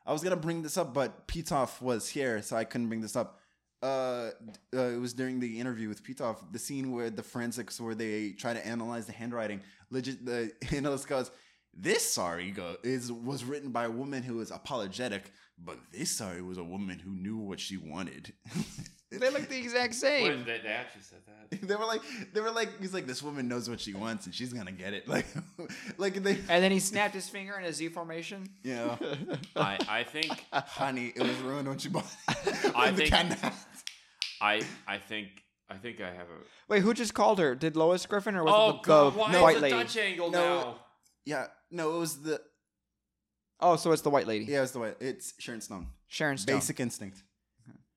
Speaker 1: I was gonna bring this up, but Pitoff was here, so I couldn't bring this up. Uh, d- uh, it was during the interview with Pitoff, the scene where the forensics, where they try to analyze the handwriting. Legit, the analyst goes, "This sorry go is was written by a woman who was apologetic, but this sorry was a woman who knew what she wanted."
Speaker 2: They look the exact
Speaker 6: What,
Speaker 2: same.
Speaker 6: they, they actually said that.
Speaker 1: they were like they were like he's like this woman knows what she wants and she's gonna get it like like they
Speaker 2: And then he snapped his finger in a Z formation.
Speaker 1: you know
Speaker 6: I, I think
Speaker 1: honey it was ruined when she bought
Speaker 6: I
Speaker 1: when
Speaker 6: think-
Speaker 1: cat-
Speaker 6: I I think I think I have a
Speaker 2: Wait, who just called her? Did Lois Griffin or was
Speaker 6: Oh
Speaker 2: it the,
Speaker 6: god,
Speaker 2: the
Speaker 6: why
Speaker 2: white
Speaker 6: is the
Speaker 2: lady?
Speaker 6: Dutch angle
Speaker 1: No.
Speaker 6: now?
Speaker 1: yeah no it was the
Speaker 2: Oh, so it's the white lady.
Speaker 1: yeah it was the way it's Sharon Stone
Speaker 2: Sharon Stone.
Speaker 1: basic instinct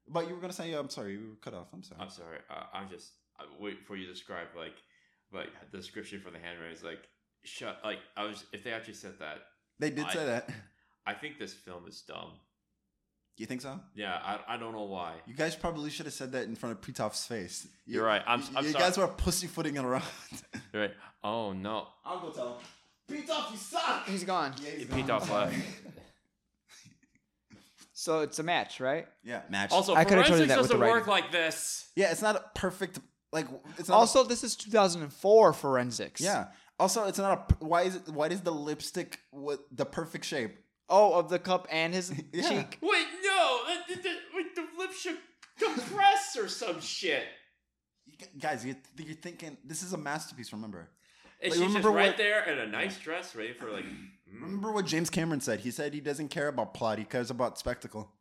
Speaker 1: but you were gonna say yeah, I'm sorry we were cut off I'm sorry
Speaker 6: I'm sorry. Uh, I'm just I wait for you to describe like like the description for the handwriting is like shut like I was if they actually said that
Speaker 1: they did
Speaker 6: I-
Speaker 1: say that
Speaker 6: I think this film is dumb.
Speaker 1: you think so
Speaker 6: Yeah, I, I don't know why.
Speaker 1: you guys probably should have said that in front of Pitoff's face You-
Speaker 6: You're right. I'm-
Speaker 1: you,
Speaker 6: I'm
Speaker 1: you
Speaker 6: sorry.
Speaker 1: guys were pussyfooting it around
Speaker 6: You're right. Oh no,
Speaker 1: I'll go tell him Pitoff you suck
Speaker 2: He's gone.
Speaker 1: yeah, he's
Speaker 6: Pete
Speaker 1: gone.
Speaker 6: off uh, left.
Speaker 2: So it's a match, right?
Speaker 1: yeah match
Speaker 6: Also,
Speaker 2: I
Speaker 6: I
Speaker 2: could've told
Speaker 6: forensics
Speaker 2: you that with the
Speaker 6: doesn't work
Speaker 2: writing.
Speaker 6: like this.
Speaker 1: Yeah, it's not a perfect like it's not
Speaker 2: Also, this is 2004 forensics.
Speaker 1: yeah. Also, it's not a why is it, why does the lipstick what the perfect shape?
Speaker 2: Oh, of the cup and his
Speaker 1: Yeah.
Speaker 2: cheek.
Speaker 6: Wait, no, that, that, that, wait, the lips should compress or some shit.
Speaker 1: You, gu- guys, you, you're thinking this is a masterpiece. Remember,
Speaker 6: And
Speaker 1: Like,
Speaker 6: she's just
Speaker 1: remember
Speaker 6: right
Speaker 1: what-
Speaker 6: there in a nice dress, ready for like. Mm.
Speaker 1: Remember what James Cameron said? He said he doesn't care about plot; he cares about spectacle.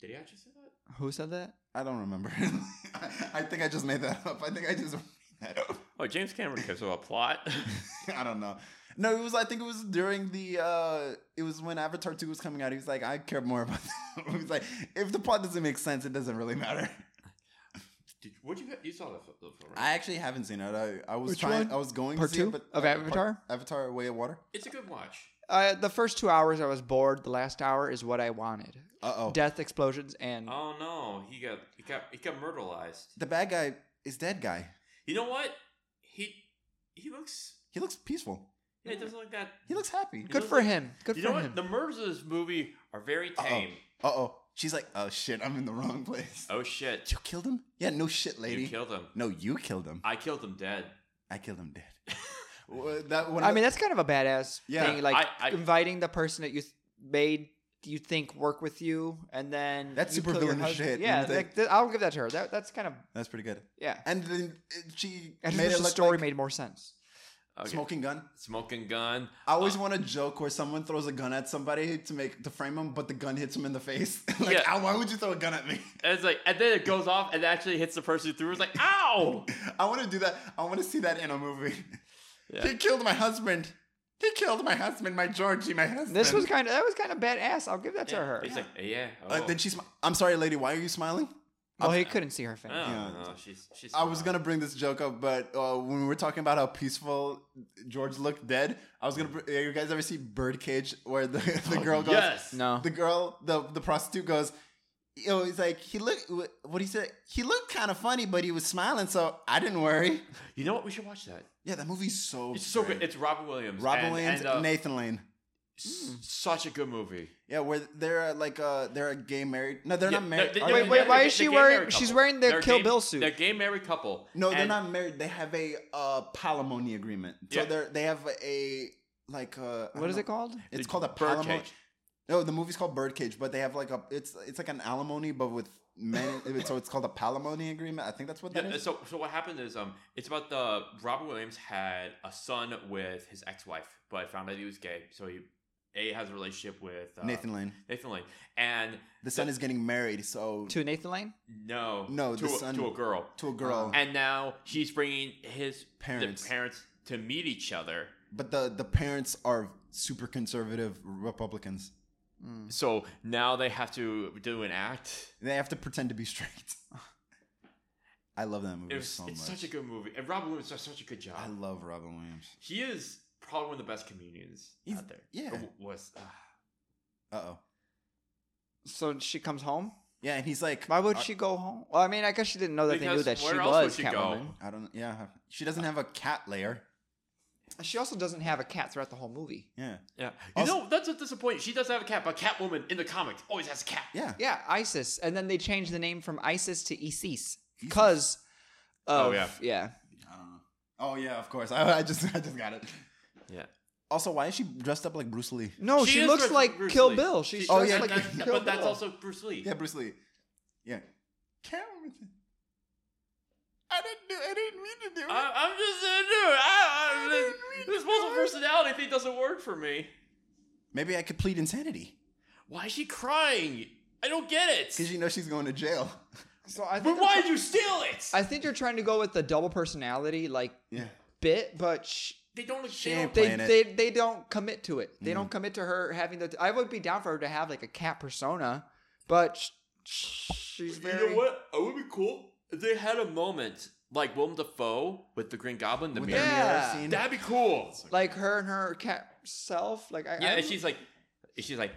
Speaker 6: Did he actually say that?
Speaker 2: Who said that?
Speaker 1: I don't remember. I- I think I just made that up. I think I just made that up.
Speaker 6: Oh, James Cameron cares about plot.
Speaker 1: I don't know. No, it was. I think it was during the. uh It was when Avatar Two was coming out. He was like, I care more about. That. he was like, if the plot doesn't make sense, it doesn't really matter.
Speaker 6: Did, what you you saw the, fi- the film? Right?
Speaker 1: I actually haven't seen it. I, I was
Speaker 2: Which
Speaker 1: trying.
Speaker 2: one?
Speaker 1: I was going
Speaker 2: Part
Speaker 1: to see
Speaker 2: two
Speaker 1: it, but
Speaker 2: of
Speaker 1: part-
Speaker 2: Avatar?
Speaker 1: Avatar: Way of Water.
Speaker 6: it's a good watch.
Speaker 2: Uh, the first two hours I was bored. The last hour is what I wanted:
Speaker 1: Uh oh.
Speaker 2: death, explosions, and
Speaker 6: Oh no, he got he got he got murderized.
Speaker 1: the bad guy is dead guy.
Speaker 6: You know what? He he looks.
Speaker 1: He looks peaceful.
Speaker 6: Yeah, it doesn't look that.
Speaker 1: He looks happy.
Speaker 2: good
Speaker 6: know
Speaker 2: for
Speaker 6: the-
Speaker 2: him. Good
Speaker 6: you
Speaker 2: for
Speaker 6: know what?
Speaker 2: him.
Speaker 6: The murders of this movie are very
Speaker 1: Uh-oh.
Speaker 6: tame.
Speaker 1: Uh oh. She's like, oh shit, I'm in the wrong place.
Speaker 6: Oh shit!
Speaker 1: You killed him? Yeah, no shit, lady.
Speaker 6: You killed him.
Speaker 1: no, you killed him.
Speaker 6: I killed him dead.
Speaker 1: I killed him dead. Well, that one.
Speaker 2: I mean, that's kind of a badass
Speaker 1: Yeah,
Speaker 2: thing. Like
Speaker 6: I- I-
Speaker 2: inviting the person that you th- made you think work with you, and then
Speaker 1: That's
Speaker 2: you
Speaker 1: super
Speaker 2: kill your
Speaker 1: villainous
Speaker 2: husband.
Speaker 1: shit,
Speaker 2: Yeah,
Speaker 1: you think?
Speaker 2: like th- I'll give that to her. That that's kind of
Speaker 1: that's pretty good.
Speaker 2: yeah.
Speaker 1: And then uh, she
Speaker 2: I just
Speaker 1: made
Speaker 2: wish
Speaker 1: it
Speaker 2: the
Speaker 1: look
Speaker 2: story
Speaker 1: like
Speaker 2: made more sense.
Speaker 6: Okay. Uh.
Speaker 1: smoking gun.
Speaker 6: Smoking gun.
Speaker 1: I always want a joke where someone throws a gun at somebody to make to frame him, but the gun hits him in the face. like,
Speaker 6: Yeah.
Speaker 1: ow, why would you throw a gun at me?
Speaker 6: And it's like, and then it goes off and actually hits the person who threw. it. It's like, ow!
Speaker 1: I want to do that. I want to see that in a movie.
Speaker 6: Yeah.
Speaker 1: He killed my husband. He killed my husband, my Georgie, my husband.
Speaker 2: This was kind of that was kind of badass. I'll give that to her.
Speaker 6: He's like, yeah. Oh.
Speaker 1: Uh, then she's. I'm sorry, lady. Why are you smiling?
Speaker 2: Well, he couldn't see her
Speaker 6: Oh,
Speaker 2: face.
Speaker 1: Yeah.
Speaker 6: no, she's, she's
Speaker 1: I was
Speaker 6: fine.
Speaker 1: gonna bring this joke up, but uh, when we were talking about how peaceful George looked dead, I was gonna. Br- you guys ever see Birdcage where the, the girl goes? Uh-huh.
Speaker 6: Yes.
Speaker 2: No.
Speaker 1: The girl, the the prostitute goes. You know, he's like he looked. What he said? He looked kind of funny, but he was smiling, so I didn't worry.
Speaker 6: You know what? We should watch that.
Speaker 1: Yeah, that movie's so.
Speaker 6: It's so
Speaker 1: great.
Speaker 6: good. It's Robin Williams.
Speaker 1: Robin
Speaker 6: and-
Speaker 1: Williams,
Speaker 6: and, uh,
Speaker 1: Nathan Lane.
Speaker 6: s- Such a good movie.
Speaker 1: Yeah, where they're uh, like uh, they're a gay married. No, they're
Speaker 6: Yeah,
Speaker 1: not married.
Speaker 6: they-
Speaker 1: are
Speaker 6: they-
Speaker 1: they
Speaker 2: Wait, wait,
Speaker 1: married?
Speaker 2: why
Speaker 6: they're-
Speaker 2: is she
Speaker 6: they're gay
Speaker 2: wearing-
Speaker 6: married
Speaker 2: she's
Speaker 6: couple.
Speaker 2: wearing the
Speaker 6: They're
Speaker 2: Kill
Speaker 6: gay-
Speaker 2: Bill suit.
Speaker 6: They're gay married couple.
Speaker 1: No, they're
Speaker 6: And-
Speaker 1: not married. They have a uh, palimony agreement. So
Speaker 6: Yeah.
Speaker 1: they're they have a like uh, I
Speaker 2: What
Speaker 1: don't
Speaker 2: is
Speaker 1: know.
Speaker 2: it called?
Speaker 1: It's called a
Speaker 6: Birdcage.
Speaker 1: palimony. No, the movie's called Birdcage, but they have like a it's it's like an alimony, but with men. so it's called a palimony agreement. I think that's what that
Speaker 6: Yeah,
Speaker 1: is.
Speaker 6: so, so what happened is, um, it's about the Robin Williams had a son with his ex-wife, but found out he was gay, so he a has a relationship with uh,
Speaker 1: Nathan Lane.
Speaker 6: Nathan Lane, and
Speaker 1: The son is getting married, so to,
Speaker 2: To Nathan Lane?
Speaker 6: no,
Speaker 1: No,
Speaker 6: to
Speaker 1: the
Speaker 6: a,
Speaker 1: son-
Speaker 6: to a girl,
Speaker 1: a girl.
Speaker 6: uh, and now he's bringing his
Speaker 1: Parents.
Speaker 6: the parents to meet each other.
Speaker 1: but the the parents are super conservative Republicans. Mm.
Speaker 6: So now they have to do an act.
Speaker 1: They have to pretend to be straight. I love that movie
Speaker 6: It was,
Speaker 1: so
Speaker 6: it's
Speaker 1: much.
Speaker 6: such a good movie, and Robin Williams does such a good job.
Speaker 1: I love Robin Williams.
Speaker 6: he is probably one of the best comedians
Speaker 1: He's-
Speaker 6: out there.
Speaker 1: yeah.
Speaker 6: Or w- was ah.
Speaker 1: Uh oh.
Speaker 2: So she comes home.
Speaker 1: Yeah, and he's like, uh,
Speaker 2: Why would she go home? Well, I mean, I guess she didn't know that they knew
Speaker 6: Uh, Because
Speaker 2: that
Speaker 6: where
Speaker 2: she
Speaker 6: else
Speaker 2: was
Speaker 6: would she go?
Speaker 2: Catwoman.
Speaker 1: I don't. Yeah, she doesn't have a cat layer.
Speaker 2: She also doesn't have a cat throughout the whole movie.
Speaker 1: Yeah,
Speaker 6: Yeah. You
Speaker 1: Also-
Speaker 6: know, that's a disappointing. She does have a cat, but Catwoman in the comics always has a cat.
Speaker 1: yeah.
Speaker 2: Yeah, Isis, and then they changed the name from Isis to Isis because. Of,
Speaker 6: Oh, yeah.
Speaker 2: yeah.
Speaker 1: I don't know. Oh yeah, of course. I, I just I just got it.
Speaker 6: Yeah.
Speaker 1: Also, why is she dressed up like Bruce Lee?
Speaker 2: No, Oh, she,
Speaker 6: is
Speaker 2: looks
Speaker 6: dressed
Speaker 2: like
Speaker 6: Bruce
Speaker 2: Kill
Speaker 6: Lee.
Speaker 2: Bill. She's
Speaker 6: She-
Speaker 1: Oh,
Speaker 2: dressed
Speaker 1: yeah,
Speaker 2: like
Speaker 1: that's-
Speaker 2: Kill Bill.
Speaker 6: but that's also Bruce Lee.
Speaker 1: Yeah, Bruce Lee. Yeah. Cameron. I didn't do. I didn't mean to do it.
Speaker 6: I, I'm just saying, dude. I, I, this multiple personality thing doesn't work for me.
Speaker 1: Maybe I could plead insanity
Speaker 6: Why is she crying? I don't get
Speaker 1: because
Speaker 6: it.
Speaker 1: you know she's going to jail.
Speaker 2: So I
Speaker 6: But
Speaker 2: think
Speaker 6: why did you steal it?
Speaker 2: I think you're trying to go with the double personality like
Speaker 1: Yeah.
Speaker 2: bit, but sh-
Speaker 6: they don't.
Speaker 1: She
Speaker 6: They
Speaker 1: ain't
Speaker 6: don't
Speaker 2: they
Speaker 1: Planet.
Speaker 2: they they don't commit to it. They don't
Speaker 6: Mm.
Speaker 2: commit to her having the. I would be down for her to have like a cat persona, but sh- she's very.
Speaker 6: you know what? It would be cool if they had a moment like Willem Dafoe with the Green Goblin, the
Speaker 1: With the
Speaker 6: mirror.
Speaker 2: Yeah.
Speaker 1: mirror scene.
Speaker 6: That'd be cool.
Speaker 2: Like her and her cat self. Like I.
Speaker 6: Yeah,
Speaker 2: I
Speaker 6: and she's like, she's like,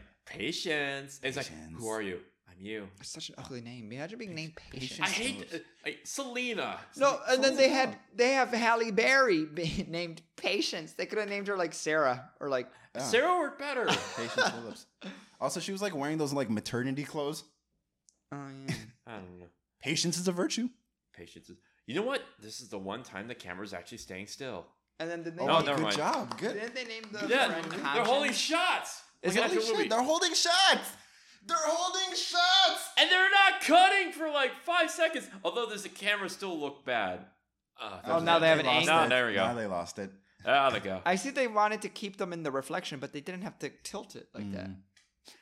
Speaker 6: patience. And it's like,
Speaker 1: Patience.
Speaker 6: who are you? I'm you.
Speaker 2: It's such an ugly name. Imagine being named Patience.
Speaker 6: I hate uh, like, Selena.
Speaker 2: no, and then
Speaker 1: Someone's
Speaker 2: they
Speaker 1: a
Speaker 2: had
Speaker 1: dog.
Speaker 2: they have Halle Berry be named Patience. They could have named her like Sarah or like
Speaker 1: Yeah.
Speaker 6: Sarah worked better.
Speaker 1: Patience Phillips. Also, she was like wearing those like maternity clothes.
Speaker 2: oh yeah.
Speaker 6: I don't know.
Speaker 1: Patience is a virtue.
Speaker 6: Patience is. You know what? This is the one time the camera's actually staying still.
Speaker 2: And then the name
Speaker 1: Oh,
Speaker 6: No,
Speaker 1: good
Speaker 6: never mind.
Speaker 1: job. Good.
Speaker 2: didn't they name the
Speaker 6: Yeah,
Speaker 2: friend
Speaker 6: they're holding
Speaker 2: Conscience?
Speaker 6: shots. Like
Speaker 2: Is it
Speaker 6: an
Speaker 2: holy
Speaker 6: actual
Speaker 1: Shit,
Speaker 6: movie.
Speaker 1: they're holding shots. They're holding shots.
Speaker 6: and they're not cutting for like five seconds. Although does the camera still look bad? Uh,
Speaker 2: Oh, now they have an
Speaker 1: lost
Speaker 2: angle.
Speaker 1: it.
Speaker 6: No, there we go.
Speaker 1: Now they lost it.
Speaker 6: Ah, there we go.
Speaker 2: I see they wanted to keep them in the reflection, but they didn't have to tilt it like that.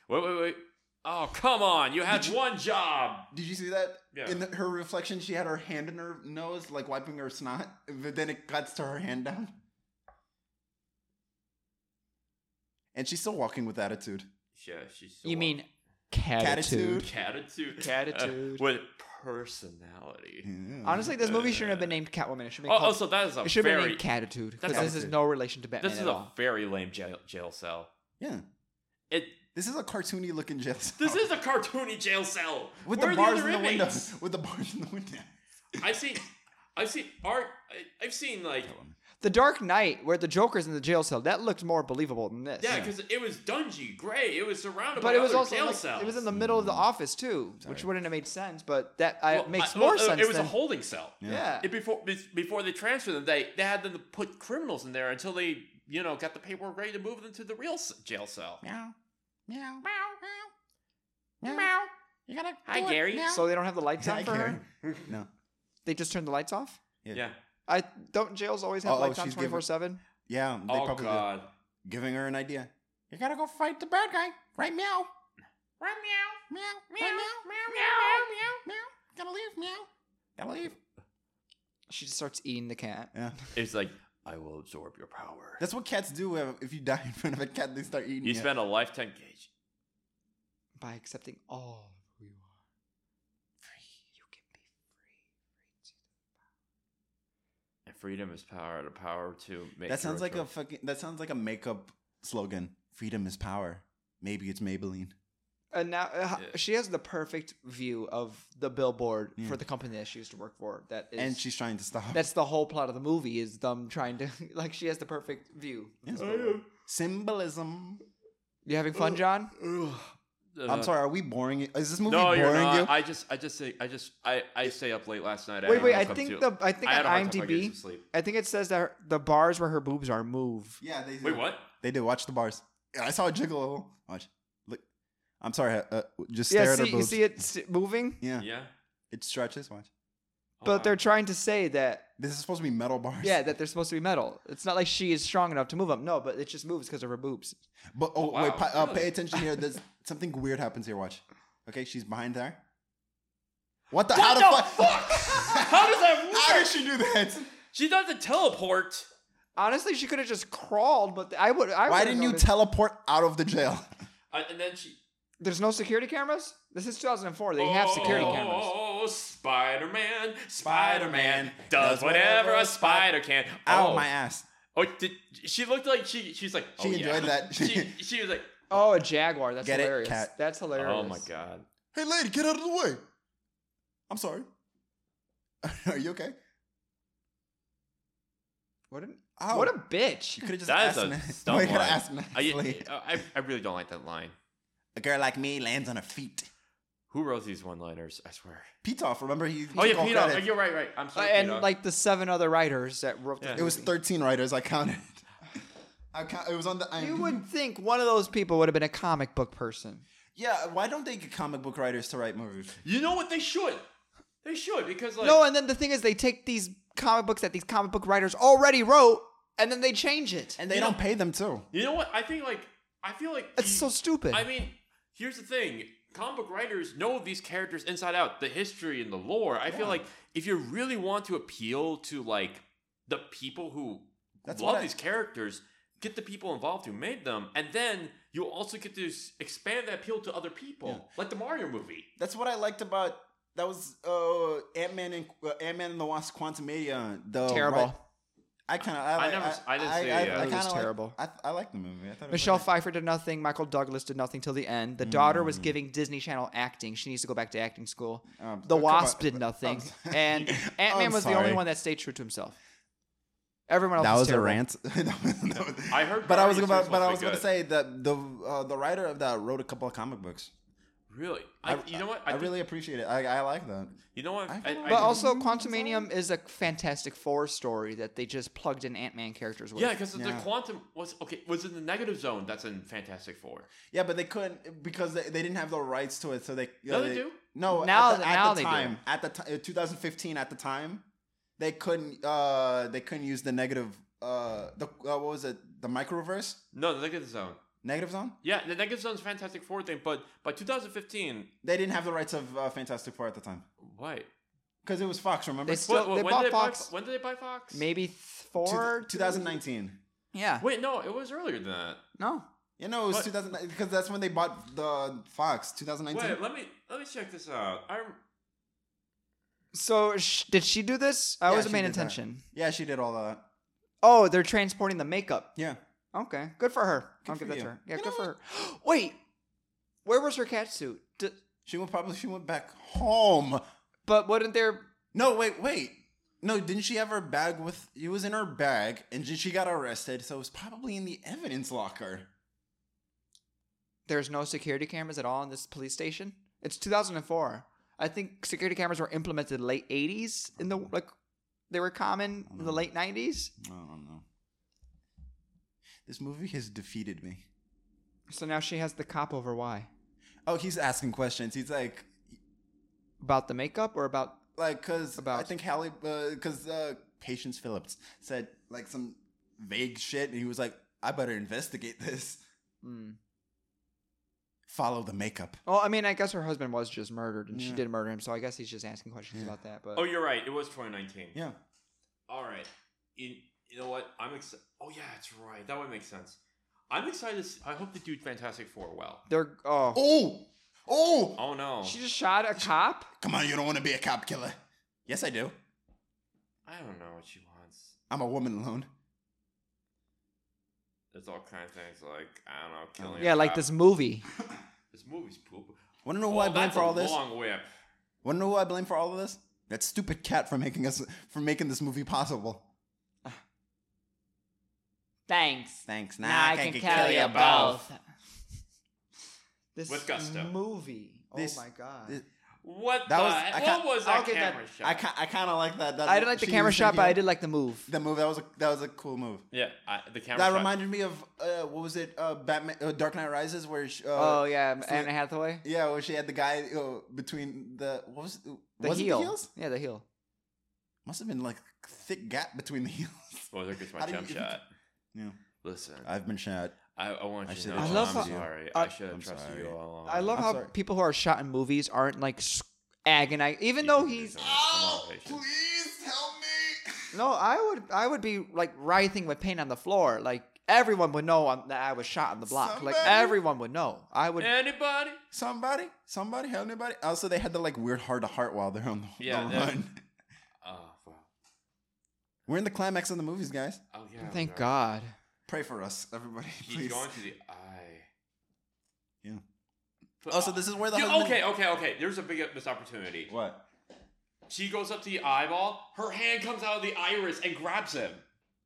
Speaker 6: Wait, wait, wait. Oh, come on. You had one job.
Speaker 1: Did you see that?
Speaker 6: Yeah.
Speaker 1: In the, her reflection, she had her hand in her nose, like wiping her snot. But then it cuts to her hand down. And she's still walking with attitude.
Speaker 6: Yeah, she's so
Speaker 2: You mean
Speaker 1: Catitude.
Speaker 2: catitude?
Speaker 6: catitude?
Speaker 2: Catitude.
Speaker 6: Uh, with personality.
Speaker 2: Honestly, this movie shouldn't have been named Catwoman. It should be
Speaker 6: Oh,
Speaker 2: called.
Speaker 6: also, that is a
Speaker 2: it should be
Speaker 6: very
Speaker 2: named Catitude because
Speaker 6: That's
Speaker 2: this
Speaker 1: a-
Speaker 2: is no relation to Batman
Speaker 6: this is
Speaker 2: at
Speaker 6: a
Speaker 2: all.
Speaker 6: very lame jail, jail cell.
Speaker 1: Yeah.
Speaker 6: It
Speaker 1: This is a cartoony looking jail cell.
Speaker 2: Oh.
Speaker 6: this is a cartoony jail cell
Speaker 1: with
Speaker 6: Where
Speaker 1: the
Speaker 6: are
Speaker 1: bars
Speaker 6: other
Speaker 1: in the window.
Speaker 6: inmates?
Speaker 1: With the bars in the window.
Speaker 6: I've seen, I've seen art. I- I've seen like
Speaker 2: The Dark Knight, where the Joker's in the jail cell, that looked more believable than this.
Speaker 6: yeah, because it was dungy, gray. It was surrounded
Speaker 2: but
Speaker 6: by
Speaker 2: it was
Speaker 6: other
Speaker 2: also
Speaker 6: jail
Speaker 2: like,
Speaker 6: cells.
Speaker 2: it was in the middle of the office too, which
Speaker 1: Mm. Sorry.
Speaker 2: wouldn't have made sense. But that I,
Speaker 6: Well,
Speaker 2: makes
Speaker 6: I-
Speaker 2: more
Speaker 6: well,
Speaker 2: sense.
Speaker 6: It was
Speaker 2: than,
Speaker 6: a holding cell.
Speaker 2: Yeah.
Speaker 6: It before be- before they transferred them, they they had them to put criminals in there until they you know got the paperwork ready to move them to the real s- jail cell.
Speaker 1: Meow. Meow.
Speaker 2: Yeah.
Speaker 1: You gotta.
Speaker 6: Hi,
Speaker 1: do it
Speaker 6: Gary.
Speaker 1: now.
Speaker 2: So they don't have the lights
Speaker 1: Hi,
Speaker 2: on for
Speaker 1: Gary.
Speaker 2: her.
Speaker 1: No.
Speaker 2: They just turned the lights off.
Speaker 1: Yeah.
Speaker 6: Yeah.
Speaker 2: I don't jails always have
Speaker 1: Oh,
Speaker 2: lights on
Speaker 1: she's
Speaker 2: twenty
Speaker 1: giving-
Speaker 2: four seven.
Speaker 1: Yeah. They
Speaker 6: oh
Speaker 1: probably
Speaker 6: God.
Speaker 1: giving her an idea. You gotta go fight the bad guy. Right, meow.
Speaker 4: Right meow. Meow. Meow. Meow. Meow.
Speaker 1: Gotta leave, meow. Gotta leave.
Speaker 2: She just starts eating the cat.
Speaker 1: Yeah.
Speaker 6: It's like I will absorb your power.
Speaker 1: That's what cats do. uh, If you die in front of a cat, they start eating
Speaker 6: you
Speaker 1: you.
Speaker 6: spend a lifetime. Gage.
Speaker 2: by accepting all of who you are. Free. You can be free.
Speaker 6: And freedom is power. The power to make.
Speaker 1: That sounds
Speaker 6: your
Speaker 1: like a
Speaker 6: choice.
Speaker 1: fucking. That sounds like a makeup slogan. Freedom is power. Maybe it's Maybelline.
Speaker 2: And now uh, ho-
Speaker 6: Yeah.
Speaker 2: she has the perfect view of the billboard
Speaker 1: Yeah.
Speaker 2: for the company that she used to work for. That is,
Speaker 1: and she's trying to stop.
Speaker 2: that's the whole plot of the movie is them trying to like she has the perfect view.
Speaker 1: Yes. symbolism.
Speaker 2: You having fun, John?
Speaker 1: I'm
Speaker 6: Uh,
Speaker 1: sorry. Are we boring? You? Is this movie
Speaker 6: No,
Speaker 1: boring
Speaker 6: you're not.
Speaker 1: you?
Speaker 6: I just, I just say, I just, I, I stay up late last night.
Speaker 2: Wait,
Speaker 6: had
Speaker 2: wait.
Speaker 6: a
Speaker 2: I
Speaker 6: hard time too.
Speaker 2: think the I think
Speaker 6: I had
Speaker 2: on
Speaker 6: a hard time getting
Speaker 2: IMDb,
Speaker 6: some sleep.
Speaker 2: I think it says that her- the bars where her boobs are move.
Speaker 1: yeah, they do.
Speaker 6: Wait, what?
Speaker 1: They do. Watch the bars. Yeah, I saw a jiggle. Watch. Look. I'm sorry. Uh, just stare
Speaker 2: Yeah,
Speaker 1: at her
Speaker 2: see, you
Speaker 1: boobs.
Speaker 2: see it s- moving,
Speaker 1: Yeah.
Speaker 6: Yeah.
Speaker 1: It stretches. Watch.
Speaker 6: Oh,
Speaker 2: but
Speaker 6: wow.
Speaker 2: they're trying to say that
Speaker 1: This is supposed to be metal bars.
Speaker 2: Yeah, that they're supposed to be metal. It's not like she is strong enough to move them. No, but it just moves because of her boobs.
Speaker 1: But oh,
Speaker 6: wow,
Speaker 1: wait, pa- uh,
Speaker 6: really?
Speaker 1: pay attention here. There's something weird happens here. Watch. Okay, she's behind there. What the? how
Speaker 6: What
Speaker 1: the,
Speaker 6: the
Speaker 1: fuck?
Speaker 6: How does that work?
Speaker 1: how did she do that?
Speaker 6: She doesn't teleport.
Speaker 2: Honestly, she could have just crawled, but I would. I
Speaker 1: Why
Speaker 2: would've
Speaker 1: didn't you
Speaker 2: noticed.
Speaker 1: teleport out of the jail?
Speaker 6: Uh, and then she.
Speaker 2: There's no security cameras. This is 2004. They have security
Speaker 6: oh,
Speaker 2: cameras.
Speaker 6: Oh, Spider Man, Spider Man does
Speaker 1: does
Speaker 6: whatever
Speaker 1: whatever
Speaker 6: a
Speaker 1: a
Speaker 6: spider can.
Speaker 1: Ow,
Speaker 6: oh
Speaker 1: my ass.
Speaker 6: Oh, did, she looked like she. She's like.
Speaker 1: She
Speaker 6: oh,
Speaker 1: enjoyed
Speaker 6: yeah.
Speaker 1: that.
Speaker 6: she, she was like.
Speaker 2: Oh, a jaguar. That's
Speaker 1: Get it,
Speaker 2: hilarious.
Speaker 1: cat.
Speaker 2: That's hilarious.
Speaker 6: Oh my god.
Speaker 1: Hey, lady, get out of the way. I'm sorry. Are you okay?
Speaker 2: What a
Speaker 1: Ow.
Speaker 2: what a bitch.
Speaker 1: You could have Oh. just
Speaker 6: That is
Speaker 1: asked
Speaker 6: a
Speaker 1: ni-
Speaker 6: dumb
Speaker 1: Why you gotta
Speaker 6: line. uh,
Speaker 1: ask
Speaker 6: I, oh,
Speaker 1: nicely?
Speaker 6: I, I really don't like that line.
Speaker 1: A girl like me lands on her feet.
Speaker 6: Who wrote these one-liners? I swear.
Speaker 1: Pitoff, remember he?
Speaker 6: Oh yeah,
Speaker 1: took all
Speaker 6: Peter.
Speaker 1: credit.
Speaker 6: You're right, right. I'm
Speaker 2: Uh,
Speaker 6: sorry.
Speaker 2: and
Speaker 6: Peter.
Speaker 2: like the seven other writers that wrote
Speaker 6: Yeah.
Speaker 2: this
Speaker 1: It was
Speaker 2: movie.
Speaker 1: 13 writers. I counted. I count, it was on the. IMDb.
Speaker 2: You would think one of those people would have been a comic book person.
Speaker 1: Yeah, why don't they get comic book writers to write movies?
Speaker 6: you know what they should. They should because like
Speaker 2: no, and then the thing is, they take these comic books that these comic book writers already wrote, and then they change it.
Speaker 1: And they
Speaker 6: You
Speaker 1: don't
Speaker 6: know-
Speaker 1: pay them too.
Speaker 6: you know what I think like I feel like
Speaker 2: It's
Speaker 6: you-
Speaker 2: so stupid.
Speaker 6: I mean, here's the thing. Comic book writers know these characters inside out, the history and the lore. I feel like if you really want to appeal to like the people who
Speaker 1: That's
Speaker 6: love
Speaker 1: what I-
Speaker 6: these characters, get the people involved who made them, and then you also get to s- expand that appeal to other people, like the Mario movie.
Speaker 1: That's what I liked about that was uh, Ant Man and uh, Ant Man and the Wasp: Quantumania. The
Speaker 2: Terrible.
Speaker 1: right- I kind of I, like-
Speaker 6: never s- I didn't see it yet. It
Speaker 2: was
Speaker 1: kinda like-
Speaker 2: terrible.
Speaker 1: I, I like the movie. I thought it was
Speaker 2: Michelle
Speaker 1: like-
Speaker 2: Pfeiffer did nothing. Michael Douglas did nothing till the end. The daughter was giving Disney Channel acting. She needs to go back to acting school.
Speaker 1: Mm. Um,
Speaker 2: the
Speaker 1: oh, come
Speaker 2: Wasp
Speaker 1: on.
Speaker 2: did nothing,
Speaker 1: sorry.
Speaker 2: and Ant Man
Speaker 1: I'm
Speaker 2: was the only
Speaker 1: sorry.
Speaker 2: one that stayed true to himself. Everyone else
Speaker 1: that was a
Speaker 2: terrible.
Speaker 1: rant. That was- that was-
Speaker 6: I heard
Speaker 1: but I
Speaker 6: Guardians
Speaker 1: was
Speaker 6: was
Speaker 1: about, but
Speaker 6: supposed
Speaker 1: I
Speaker 6: to
Speaker 1: was
Speaker 6: be
Speaker 1: going to
Speaker 6: good.
Speaker 1: say that the uh, the writer of that wrote a couple of comic books.
Speaker 6: Really, I, you know what?
Speaker 1: I,
Speaker 6: think-
Speaker 1: really appreciate it. I, I like that.
Speaker 6: you know what?
Speaker 1: I
Speaker 6: I,
Speaker 1: feel like-
Speaker 6: I-
Speaker 2: But
Speaker 1: didn't
Speaker 2: also,
Speaker 1: know that was
Speaker 2: Quantumanium is a Fantastic Four story that they just plugged in Ant Man characters with.
Speaker 6: yeah, because the
Speaker 1: Yeah.
Speaker 6: quantum was okay. Was in the negative zone. That's in Fantastic Four.
Speaker 1: Yeah, but they couldn't because they, they didn't have the rights to it. So they
Speaker 6: No, they do.
Speaker 1: No,
Speaker 2: Now
Speaker 1: at
Speaker 2: th-
Speaker 1: the, at
Speaker 2: now
Speaker 1: the uh,
Speaker 2: they do.
Speaker 1: time, at the time, 2015, at the time, they couldn't uh they couldn't use the negative uh the uh, what was it the microverse
Speaker 6: No, the negative zone.
Speaker 1: negative zone
Speaker 6: Yeah, the negative zone's Fantastic Four thing, but by 2015,
Speaker 1: they didn't have the rights of uh, Fantastic Four at the time
Speaker 6: what?
Speaker 1: because it was Fox remember
Speaker 2: They still-
Speaker 6: What-
Speaker 2: they
Speaker 6: when
Speaker 2: bought
Speaker 6: did buy
Speaker 2: Fox.
Speaker 6: Fo- when did they buy Fox?
Speaker 2: Maybe th- four
Speaker 1: Two- 2019
Speaker 2: Yeah.
Speaker 6: Wait, no, it was earlier than that.
Speaker 2: No.
Speaker 1: you know it was
Speaker 6: What?
Speaker 1: 2009 because that's when they bought the Fox 2019
Speaker 6: Wait, let me let me check this out. I rem-
Speaker 2: So sh- did she do this? I
Speaker 1: Yeah,
Speaker 2: wasn't
Speaker 1: she
Speaker 2: paying
Speaker 1: did that.
Speaker 2: attention.
Speaker 1: yeah she did all that
Speaker 2: Oh, they're transporting the makeup.
Speaker 1: yeah
Speaker 2: Okay, good for her. I'll
Speaker 1: Good
Speaker 2: give
Speaker 1: for
Speaker 2: that to
Speaker 1: you.
Speaker 2: her. Yeah,
Speaker 1: You
Speaker 2: good
Speaker 1: know
Speaker 2: for her. Wait, where was her cat suit? D-
Speaker 1: she went probably she went back home
Speaker 2: but wouldn't there?
Speaker 1: no wait wait no didn't she have her bag with it was in her bag and she got arrested so it was probably in the evidence locker
Speaker 2: There's no security cameras at all in this police station. It's 2004. I think security cameras were implemented late 80s in the like they were common in the
Speaker 1: Mm.
Speaker 2: late 90s.
Speaker 1: I don't know. This movie has defeated me.
Speaker 2: So now she has the cop over why
Speaker 1: Oh, he's asking questions. He's like,
Speaker 2: about the makeup or about
Speaker 1: like, cause
Speaker 2: About-
Speaker 1: I think Halle, uh, cause uh, Patience Phillips said like some vague shit, and he was like, "I better investigate this.
Speaker 2: Hmm.
Speaker 1: Follow the makeup."
Speaker 2: Well, I mean, I guess her husband was just murdered, and she
Speaker 1: Yeah.
Speaker 2: did murder him, so I guess he's just asking questions about that. But
Speaker 6: oh, you're right. It was 2019.
Speaker 1: Yeah,
Speaker 6: All right. You, you know what? I'm excited. Oh yeah, that's right. That would make sense. I'm excited. To see- I hope they do Fantastic Four well.
Speaker 2: they're oh,
Speaker 1: Oh, oh,
Speaker 6: Oh no.
Speaker 2: she just shot a cop.
Speaker 1: come on! You don't want to be a cop killer. Yes, I do.
Speaker 6: I don't know what she wants.
Speaker 1: I'm a woman alone.
Speaker 6: There's all kinds of things like I don't know, killing. a
Speaker 2: Yeah, like
Speaker 6: cop.
Speaker 2: this movie.
Speaker 6: This movie's poop.
Speaker 1: Want to know who
Speaker 6: Oh,
Speaker 1: I blame
Speaker 6: that's
Speaker 1: for
Speaker 6: a
Speaker 1: all this?
Speaker 6: Long whip.
Speaker 1: Want to know who I blame for all of this? That stupid cat for making us for making this movie possible.
Speaker 2: Thanks.
Speaker 1: Thanks.
Speaker 2: This
Speaker 6: With gusto.
Speaker 2: movie.
Speaker 1: This-
Speaker 2: oh my god.
Speaker 1: this-
Speaker 6: What
Speaker 1: That
Speaker 6: the?
Speaker 1: was- I
Speaker 6: heck-
Speaker 1: can't-
Speaker 6: what was
Speaker 2: I'll
Speaker 6: that
Speaker 2: give that-
Speaker 6: camera shot?
Speaker 1: I, ki- I kind of like that. that
Speaker 2: I didn't like the
Speaker 1: she
Speaker 2: camera
Speaker 1: was
Speaker 2: shot,
Speaker 1: thinking
Speaker 2: but I
Speaker 1: of-
Speaker 2: did like the move.
Speaker 1: the move. That was a that was a cool move.
Speaker 6: yeah, I, the camera.
Speaker 1: that
Speaker 6: shot.
Speaker 1: reminded me of uh, what was it? Uh, Batman, uh, Dark Knight Rises, where she, uh,
Speaker 2: oh yeah,
Speaker 1: Fle-
Speaker 2: Anna Hathaway.
Speaker 1: yeah, where she had the guy uh, between the what was
Speaker 2: The
Speaker 1: was it
Speaker 2: heel.
Speaker 1: the heels?
Speaker 2: Yeah, the heel.
Speaker 1: Must have been like thick gap between the heels.
Speaker 6: Oh, there goes my
Speaker 1: How do you-
Speaker 6: jump shot.
Speaker 1: Yeah.
Speaker 6: Listen,
Speaker 1: I've been shot.
Speaker 6: I, I want
Speaker 1: I
Speaker 6: you to
Speaker 1: should've
Speaker 6: know. I
Speaker 2: trusted
Speaker 6: am
Speaker 2: you.
Speaker 6: sorry.
Speaker 2: I-
Speaker 6: I should
Speaker 1: I'm
Speaker 6: have trusted
Speaker 1: sorry.
Speaker 6: you all along.
Speaker 2: I love
Speaker 1: Oh, I'm
Speaker 2: how
Speaker 1: sorry.
Speaker 2: people who are shot in movies aren't like agonized. Even though he's
Speaker 6: Oh,
Speaker 1: please help me!
Speaker 2: no, I would I would be like writhing with pain on the floor. Like everyone would know i that I was shot on the block. Like
Speaker 1: Somebody-
Speaker 2: everyone would know. I would.
Speaker 6: Anybody?
Speaker 1: Somebody, somebody, help anybody. Also, they had the like weird heart to heart while they're on the, the
Speaker 6: Yeah, that-
Speaker 1: run.
Speaker 6: Oh, wow.
Speaker 1: We're in the climax of the movies, guys.
Speaker 6: Oh, yeah.
Speaker 2: Thank
Speaker 6: no.
Speaker 2: God.
Speaker 1: Pray for us, everybody.
Speaker 6: He's
Speaker 1: Please.
Speaker 6: going to the eye.
Speaker 1: Yeah.
Speaker 6: But,
Speaker 1: Oh, so this is where the
Speaker 6: Dude,
Speaker 1: husband-
Speaker 6: okay, okay, okay. There's a big missed opportunity.
Speaker 1: What?
Speaker 6: She goes up to the eyeball. Her hand comes out of the iris and grabs him.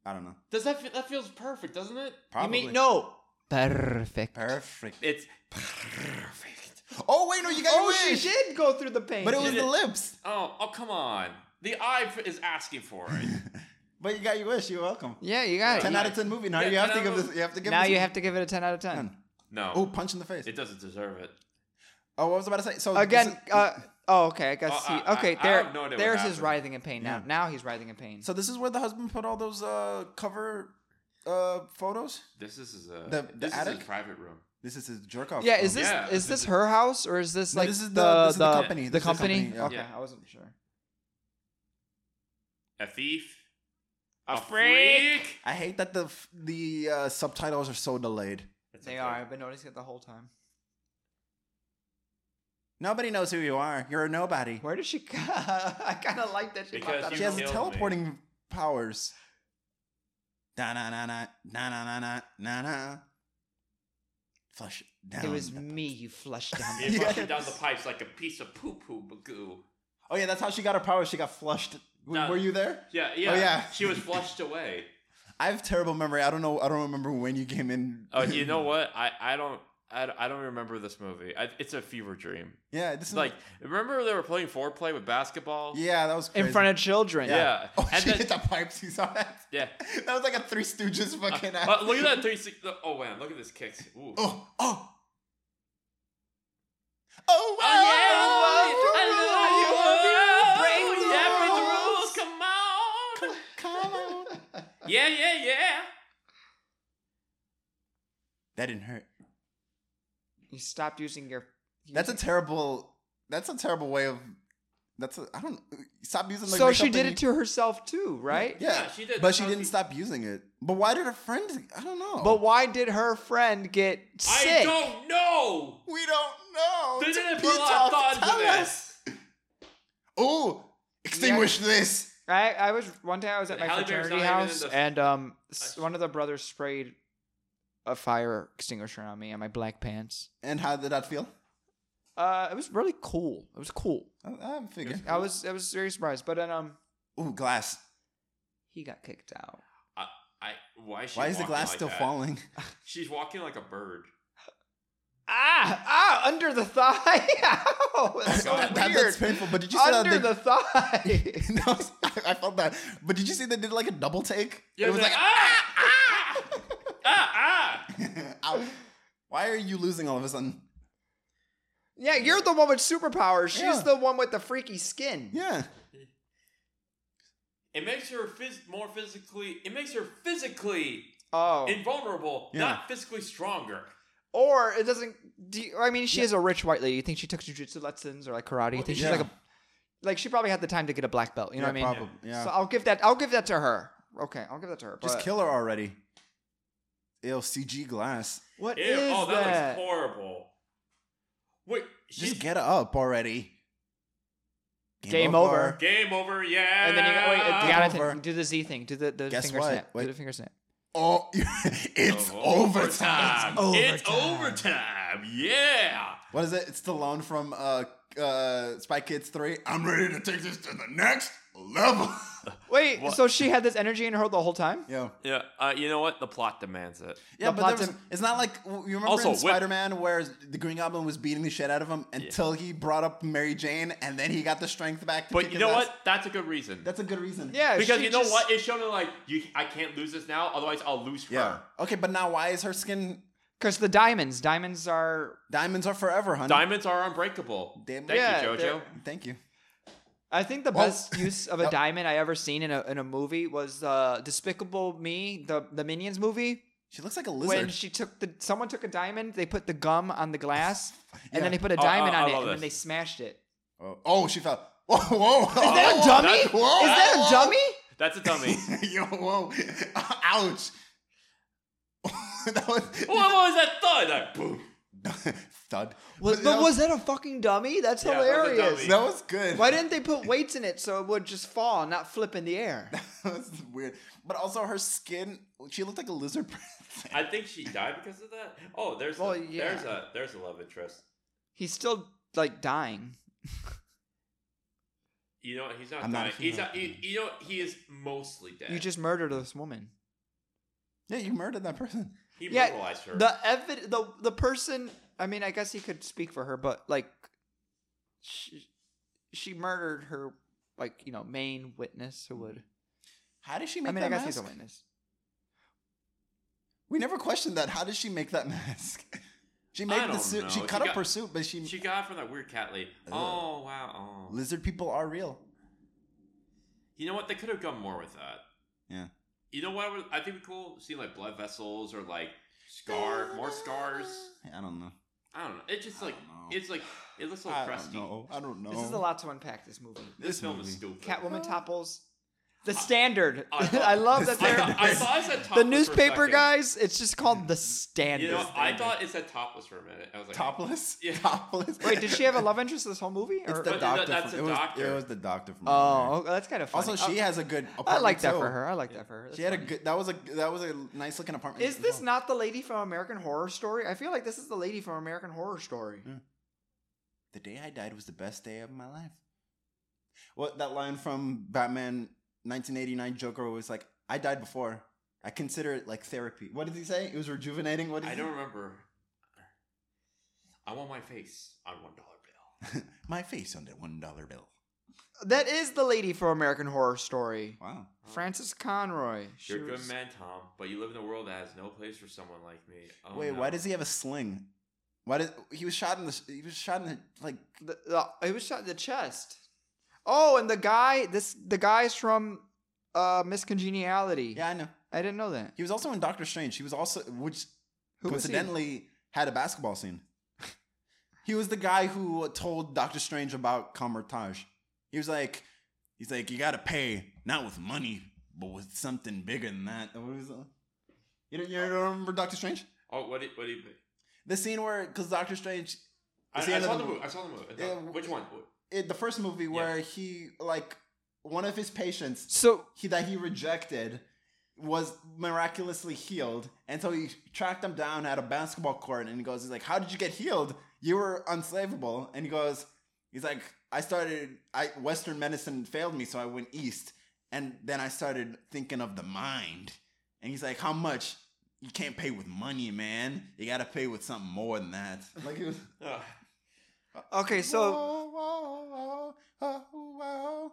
Speaker 1: I don't know.
Speaker 6: Does that feel, that feels perfect, doesn't it?
Speaker 1: Probably
Speaker 2: You mean no? Perfect.
Speaker 1: perfect.
Speaker 6: It's perfect.
Speaker 1: Oh wait, no, you got
Speaker 2: Oh,
Speaker 1: your
Speaker 2: she
Speaker 1: wish.
Speaker 2: did go through the pain.
Speaker 1: But it was
Speaker 6: did
Speaker 1: the
Speaker 6: it.
Speaker 1: lips.
Speaker 6: Oh, oh, come on. The eye f- is asking for it.
Speaker 1: But you got your wish. You're welcome.
Speaker 2: yeah, you got it.
Speaker 1: Ten
Speaker 6: Yeah.
Speaker 1: out of ten movie. Now
Speaker 6: Yeah,
Speaker 1: you have to
Speaker 6: 10 out
Speaker 1: give
Speaker 6: of-
Speaker 1: this. You have to give.
Speaker 2: Now
Speaker 1: this
Speaker 2: you
Speaker 1: a
Speaker 2: have to give it a ten out of ten.
Speaker 1: ten.
Speaker 6: No,
Speaker 1: Oh, punch in the face.
Speaker 6: it doesn't deserve it.
Speaker 1: Oh, what was I about to say? So
Speaker 2: Again,
Speaker 1: this is-
Speaker 2: uh, oh, okay, I guess
Speaker 6: Oh,
Speaker 2: he,
Speaker 6: I-
Speaker 2: okay,
Speaker 6: I- I
Speaker 2: there,
Speaker 6: have no idea what
Speaker 2: there's his
Speaker 6: happened.
Speaker 2: writhing in pain now.
Speaker 1: Yeah.
Speaker 2: Now he's writhing in pain.
Speaker 1: so this is where the husband put all those uh, cover uh, photos.
Speaker 6: This is a
Speaker 1: The- the
Speaker 6: this is
Speaker 1: attic?
Speaker 6: his private room.
Speaker 1: This is his jerk off.
Speaker 2: yeah, is
Speaker 1: photo.
Speaker 2: this
Speaker 6: Yeah,
Speaker 2: is
Speaker 6: this
Speaker 2: this
Speaker 6: is-
Speaker 2: her house or is this
Speaker 1: No,
Speaker 2: like
Speaker 1: this is the,
Speaker 2: the,
Speaker 1: this is the,
Speaker 2: the-
Speaker 1: company.
Speaker 2: the
Speaker 1: This is
Speaker 2: company?
Speaker 1: yeah.
Speaker 2: Okay,
Speaker 6: Yeah.
Speaker 2: I wasn't sure.
Speaker 6: A thief. A,
Speaker 4: freak?
Speaker 6: freak?
Speaker 1: I hate that the f- the uh, subtitles are so delayed.
Speaker 6: It's
Speaker 2: They
Speaker 6: okay.
Speaker 2: are. I've been noticing it the whole time.
Speaker 1: Nobody knows who you are. You're a nobody.
Speaker 2: Where did she? go? I kind of like that she
Speaker 6: Because
Speaker 2: popped out.
Speaker 6: you
Speaker 1: She has
Speaker 6: killed
Speaker 1: teleporting powers. Da na na na na na na na na na. Flush down.
Speaker 2: It was
Speaker 1: the-
Speaker 2: me you flushed down.
Speaker 6: It
Speaker 2: the-
Speaker 1: Yeah.
Speaker 6: rushed down the pipes like a piece of poo poo bagoo.
Speaker 1: Oh yeah, that's how she got her powers. She got flushed. W-
Speaker 6: No.
Speaker 1: Were you there?
Speaker 6: Yeah, yeah.
Speaker 1: yeah.
Speaker 6: She was flushed away.
Speaker 1: I have terrible memory. I don't know. I don't remember when you came in.
Speaker 6: Oh, you know what? I, I don't I, don't- I don't remember this movie. I, it's a fever dream.
Speaker 1: yeah, this is
Speaker 6: Like remember they were playing foreplay with basketball.
Speaker 1: Yeah, that was
Speaker 2: in
Speaker 1: crazy.
Speaker 2: front of children.
Speaker 6: Yeah.
Speaker 1: Oh,
Speaker 6: and
Speaker 1: she
Speaker 6: then,
Speaker 1: hit the pipes. You saw that?
Speaker 6: yeah.
Speaker 1: That was like a Three Stooges fucking.
Speaker 6: Uh,
Speaker 1: act.
Speaker 6: but look at that 360. look- Oh man, look at this kick. Ooh.
Speaker 1: Oh, oh. Oh, wow.
Speaker 6: Oh, yeah! I love you!
Speaker 1: Break the
Speaker 6: Yeah, break the
Speaker 1: rules.
Speaker 6: rules! Come on! Yeah, yeah, yeah.
Speaker 1: That didn't hurt.
Speaker 2: You stopped using your.
Speaker 1: That's a terrible. That's a terrible way of. That's a. I don't. Stop using. Like,
Speaker 2: so
Speaker 1: make
Speaker 2: she did
Speaker 1: something-
Speaker 2: it to herself too, right?
Speaker 1: Yeah,
Speaker 6: Yeah, she did.
Speaker 1: But
Speaker 6: That's
Speaker 1: she
Speaker 6: how
Speaker 1: didn't
Speaker 6: she-
Speaker 1: stop using it. But why did her friend? I don't know.
Speaker 2: But why did her friend get sick?
Speaker 6: Oh. I don't know.
Speaker 1: we don't know.
Speaker 6: They
Speaker 1: It's
Speaker 6: didn't
Speaker 1: a
Speaker 6: put a lot of
Speaker 1: pizza.
Speaker 6: thought into
Speaker 1: Tell
Speaker 6: this.
Speaker 1: us. Oh, extinguish this.
Speaker 2: I, I was one time I was at
Speaker 6: Yeah,
Speaker 2: my
Speaker 6: Halle Berry's
Speaker 2: fraternity
Speaker 6: not even in
Speaker 2: house
Speaker 6: the-
Speaker 2: and um s- one of the brothers sprayed a fire extinguisher on me and my black pants.
Speaker 1: And how did that feel?
Speaker 2: Uh, it was really cool. It was cool.
Speaker 1: I, I figured.
Speaker 2: I was I was very surprised, but then um
Speaker 1: Ooh, glass.
Speaker 2: he got kicked out.
Speaker 6: I why is she
Speaker 1: Why is the
Speaker 6: walking
Speaker 1: glass
Speaker 6: like
Speaker 1: still
Speaker 6: that?
Speaker 1: falling?
Speaker 6: She's walking like a bird.
Speaker 2: Ah ah under the thigh.
Speaker 6: Oh
Speaker 2: Ow, that's so
Speaker 1: That- that-
Speaker 2: weird.
Speaker 1: that's painful. But did you see
Speaker 2: under
Speaker 1: that
Speaker 2: the thigh.
Speaker 1: they, that was- I, I felt that. But did you see they did like a double take?
Speaker 6: Yeah,
Speaker 1: it was
Speaker 6: they're
Speaker 1: like,
Speaker 6: ah, ah, ah, ah.
Speaker 1: ow. Why are you losing all of a sudden?
Speaker 2: yeah, you're the one with superpowers. She's
Speaker 1: Yeah.
Speaker 2: the one with the freaky skin.
Speaker 1: Yeah.
Speaker 6: It makes her phys- more physically. It makes her physically
Speaker 2: Oh.
Speaker 6: invulnerable,
Speaker 1: Yeah.
Speaker 6: not physically stronger.
Speaker 2: Or it doesn't. Do you- I mean, she is a rich white lady. You think she took jujitsu lessons or like karate? You think
Speaker 1: yeah.
Speaker 2: she's like a like she probably had the time to get a black belt. You know
Speaker 1: yeah,
Speaker 2: what I mean?
Speaker 1: probab- yeah.
Speaker 2: So I'll give that. I'll give that to her. Okay, I'll give that to her.
Speaker 1: Just
Speaker 2: but-
Speaker 1: kill her already. Ew, CG glass.
Speaker 2: What
Speaker 6: Ew,
Speaker 2: is
Speaker 6: oh, that,
Speaker 2: that?
Speaker 6: looks horrible. Wait, she's
Speaker 1: Just get up already.
Speaker 2: Game over.
Speaker 6: game over. Yeah,
Speaker 2: and then you got, wait, you
Speaker 1: got
Speaker 2: gotta
Speaker 1: Over.
Speaker 2: think- do the Z thing. Do the, the
Speaker 1: Guess
Speaker 2: finger
Speaker 1: what?
Speaker 2: snap.
Speaker 1: Wait.
Speaker 2: Do the finger snap.
Speaker 1: Oh, it's overtime.
Speaker 6: It's overtime. Yeah.
Speaker 1: What is it? It's Stallone from uh, uh, Spy Kids 3. I'm ready to take this to the next level.
Speaker 2: Wait, so she had this energy in her the whole time?
Speaker 1: Yo.
Speaker 6: Yeah. Uh, you know what? The plot demands it.
Speaker 1: Yeah, but there
Speaker 2: The plot
Speaker 1: was,
Speaker 2: to-
Speaker 1: it's not like you remember
Speaker 6: Also,
Speaker 1: in
Speaker 6: with-
Speaker 1: Spider-Man where the Green Goblin was beating the shit out of him until he brought up Mary Jane, and then he got the strength back. To
Speaker 6: But
Speaker 1: kick
Speaker 6: you
Speaker 1: his
Speaker 6: know
Speaker 1: ass?
Speaker 6: what? That's a good reason.
Speaker 1: That's a good reason.
Speaker 2: Yeah,
Speaker 6: because
Speaker 2: she
Speaker 6: you know
Speaker 2: just-
Speaker 6: what? It's shown in like you. I can't lose this now, otherwise I'll lose her.
Speaker 1: Yeah. Okay, but now why is her skin?
Speaker 2: Because the diamonds, diamonds are.
Speaker 1: Diamonds are forever, honey.
Speaker 6: Diamonds are unbreakable.
Speaker 1: Damn-
Speaker 6: Thank
Speaker 2: Yeah,
Speaker 6: you, Jojo.
Speaker 2: they're-
Speaker 1: Thank you.
Speaker 2: I think the
Speaker 1: Well-
Speaker 2: best use of a diamond I ever seen in a in a movie was uh, Despicable Me, the the Minions movie.
Speaker 1: She looks like a
Speaker 2: When
Speaker 1: lizard.
Speaker 2: she took the someone took a diamond, they put the gum on the glass, and then they put a
Speaker 6: Oh,
Speaker 2: diamond
Speaker 6: I- I
Speaker 2: on it,
Speaker 6: love
Speaker 2: and then
Speaker 6: this.
Speaker 2: they smashed it.
Speaker 1: oh, oh, she fell. Whoa, whoa. Is
Speaker 2: Is that a dummy?
Speaker 6: Oh, that's- Oh.
Speaker 2: Is that a dummy?
Speaker 6: That's a dummy.
Speaker 1: Yo, whoa. Ouch. that was
Speaker 6: Whoa, what was that thud? Like, boom.
Speaker 1: thud.
Speaker 2: Was, but
Speaker 1: that
Speaker 2: was that a fucking dummy? That's
Speaker 6: Yeah, that was a
Speaker 2: hilarious.
Speaker 6: dummy.
Speaker 1: that was good.
Speaker 2: Why didn't they put weights in it so it would just fall and not flip in the air?
Speaker 1: That's weird. But also her skin, she looked like a lizard.
Speaker 6: I think she died because of that. Oh, there's
Speaker 2: Well,
Speaker 6: a,
Speaker 2: yeah.
Speaker 6: there's a there's a love interest.
Speaker 2: He's still like dying.
Speaker 6: You know what? he's not
Speaker 1: I'm not
Speaker 6: dying.
Speaker 1: a
Speaker 6: he's
Speaker 1: hero.
Speaker 6: not. You, you know what? he is mostly dead.
Speaker 2: You just murdered this woman.
Speaker 1: yeah, you murdered that person.
Speaker 6: he
Speaker 2: Yeah,
Speaker 6: brutalized her.
Speaker 2: The evid- the the person. I mean, I guess he could speak for her, but like, she, she murdered her, like you know, main witness who would.
Speaker 1: How did she make
Speaker 2: I mean, I
Speaker 1: that
Speaker 2: guess he's
Speaker 1: mask?
Speaker 2: a witness.
Speaker 1: We never questioned that. How did she make that mask? She
Speaker 6: I
Speaker 1: made the
Speaker 6: don't
Speaker 1: suit. She
Speaker 6: know.
Speaker 1: cut
Speaker 6: She
Speaker 1: up
Speaker 6: got-
Speaker 1: her suit, but she,
Speaker 6: she got it from that weird cat lady. Oh wow. Oh.
Speaker 1: lizard people are real.
Speaker 6: You know what? They could have done more with that.
Speaker 1: Yeah.
Speaker 6: You know what? I, would, I think would be cool see like blood vessels or like scar, more scars.
Speaker 1: I don't know.
Speaker 6: I don't know. It just like
Speaker 1: don't know.
Speaker 6: it's like it looks like
Speaker 1: I
Speaker 6: crusty.
Speaker 1: don't know. I don't know.
Speaker 2: This is a lot to unpack. This movie,
Speaker 6: This,
Speaker 1: This
Speaker 6: film
Speaker 1: movie.
Speaker 6: is stupid.
Speaker 2: Catwoman topples the standard.
Speaker 6: Uh, I
Speaker 2: I,
Speaker 6: thought-
Speaker 2: love that
Speaker 1: The
Speaker 6: I
Speaker 2: they're
Speaker 6: thought, I thought it said
Speaker 2: the
Speaker 6: topless for a
Speaker 2: newspaper
Speaker 6: second.
Speaker 2: guys. It's just called the standard.
Speaker 6: You know, I thought it said topless for a minute. I was like,
Speaker 1: Topless.
Speaker 6: Yeah.
Speaker 1: Topless.
Speaker 2: Wait, did she have a love interest this whole movie?
Speaker 1: It's
Speaker 2: Or-
Speaker 1: the
Speaker 6: But
Speaker 1: doctor.
Speaker 6: that's
Speaker 1: from,
Speaker 6: a
Speaker 1: it was,
Speaker 6: doctor.
Speaker 1: It was the doctor from.
Speaker 2: oh,
Speaker 1: Nightmare.
Speaker 2: okay, that's kind of funny.
Speaker 1: Also, she
Speaker 2: Oh,
Speaker 1: has a good. Apartment
Speaker 2: I like that
Speaker 1: too.
Speaker 2: for her. I like that for her. That's
Speaker 1: She had a
Speaker 2: funny.
Speaker 1: good. That was a that was a nice looking apartment.
Speaker 2: Is
Speaker 1: as
Speaker 2: this
Speaker 1: well.
Speaker 2: not the lady from American Horror Story? I feel like this is the lady from American Horror Story.
Speaker 1: The day I died was the best day of my life. What that line from Batman 1989 Joker was like, I died before. I consider it like therapy. What did he say? It was rejuvenating. What did
Speaker 6: I
Speaker 1: he
Speaker 6: don't remember. I want my face on one dollar bill.
Speaker 1: say? My face on that one dollar bill.
Speaker 2: That is the lady from American Horror Story.
Speaker 1: Wow.
Speaker 2: Frances Conroy. She
Speaker 6: You're a
Speaker 2: was-
Speaker 6: good man, Tom, but you live in a world that has no place for someone like me. Oh,
Speaker 1: Wait,
Speaker 6: no.
Speaker 1: why does he have a sling? Why did he was shot in the he was shot in the like
Speaker 2: The, the, it was shot in the chest. Oh, and the guy, this the guy's from uh, Miss Congeniality.
Speaker 1: yeah I know
Speaker 2: I didn't know that.
Speaker 1: He was also in Doctor Strange. He was also, which
Speaker 2: Who was he?
Speaker 1: coincidentally had a basketball scene. he was the guy who told Doctor Strange about Kamertage. He was like, he's like, you gotta pay not with money, but with something bigger than that. What was that? You don't, you don't remember Doctor Strange?
Speaker 6: Oh, what did what did?
Speaker 1: The scene where, because Doctor Strange,
Speaker 6: I,
Speaker 1: It's the
Speaker 6: I
Speaker 1: end of
Speaker 6: saw
Speaker 1: the
Speaker 6: the
Speaker 1: movie.
Speaker 6: movie. I saw the movie. I
Speaker 1: Yeah,
Speaker 6: thought- Which one?
Speaker 1: it, the first movie where he like one of his patients
Speaker 2: So
Speaker 1: he that he rejected was miraculously healed and so he tracked him down at a basketball court and he goes he's like how did you get healed you were unslavable and he goes he's like i started i western medicine failed me so i went east and then i started thinking of the mind and he's like how much you can't pay with money man you gotta pay with something more than that like he was
Speaker 6: Ugh.
Speaker 2: okay, so
Speaker 1: Whoa, whoa, whoa, whoa.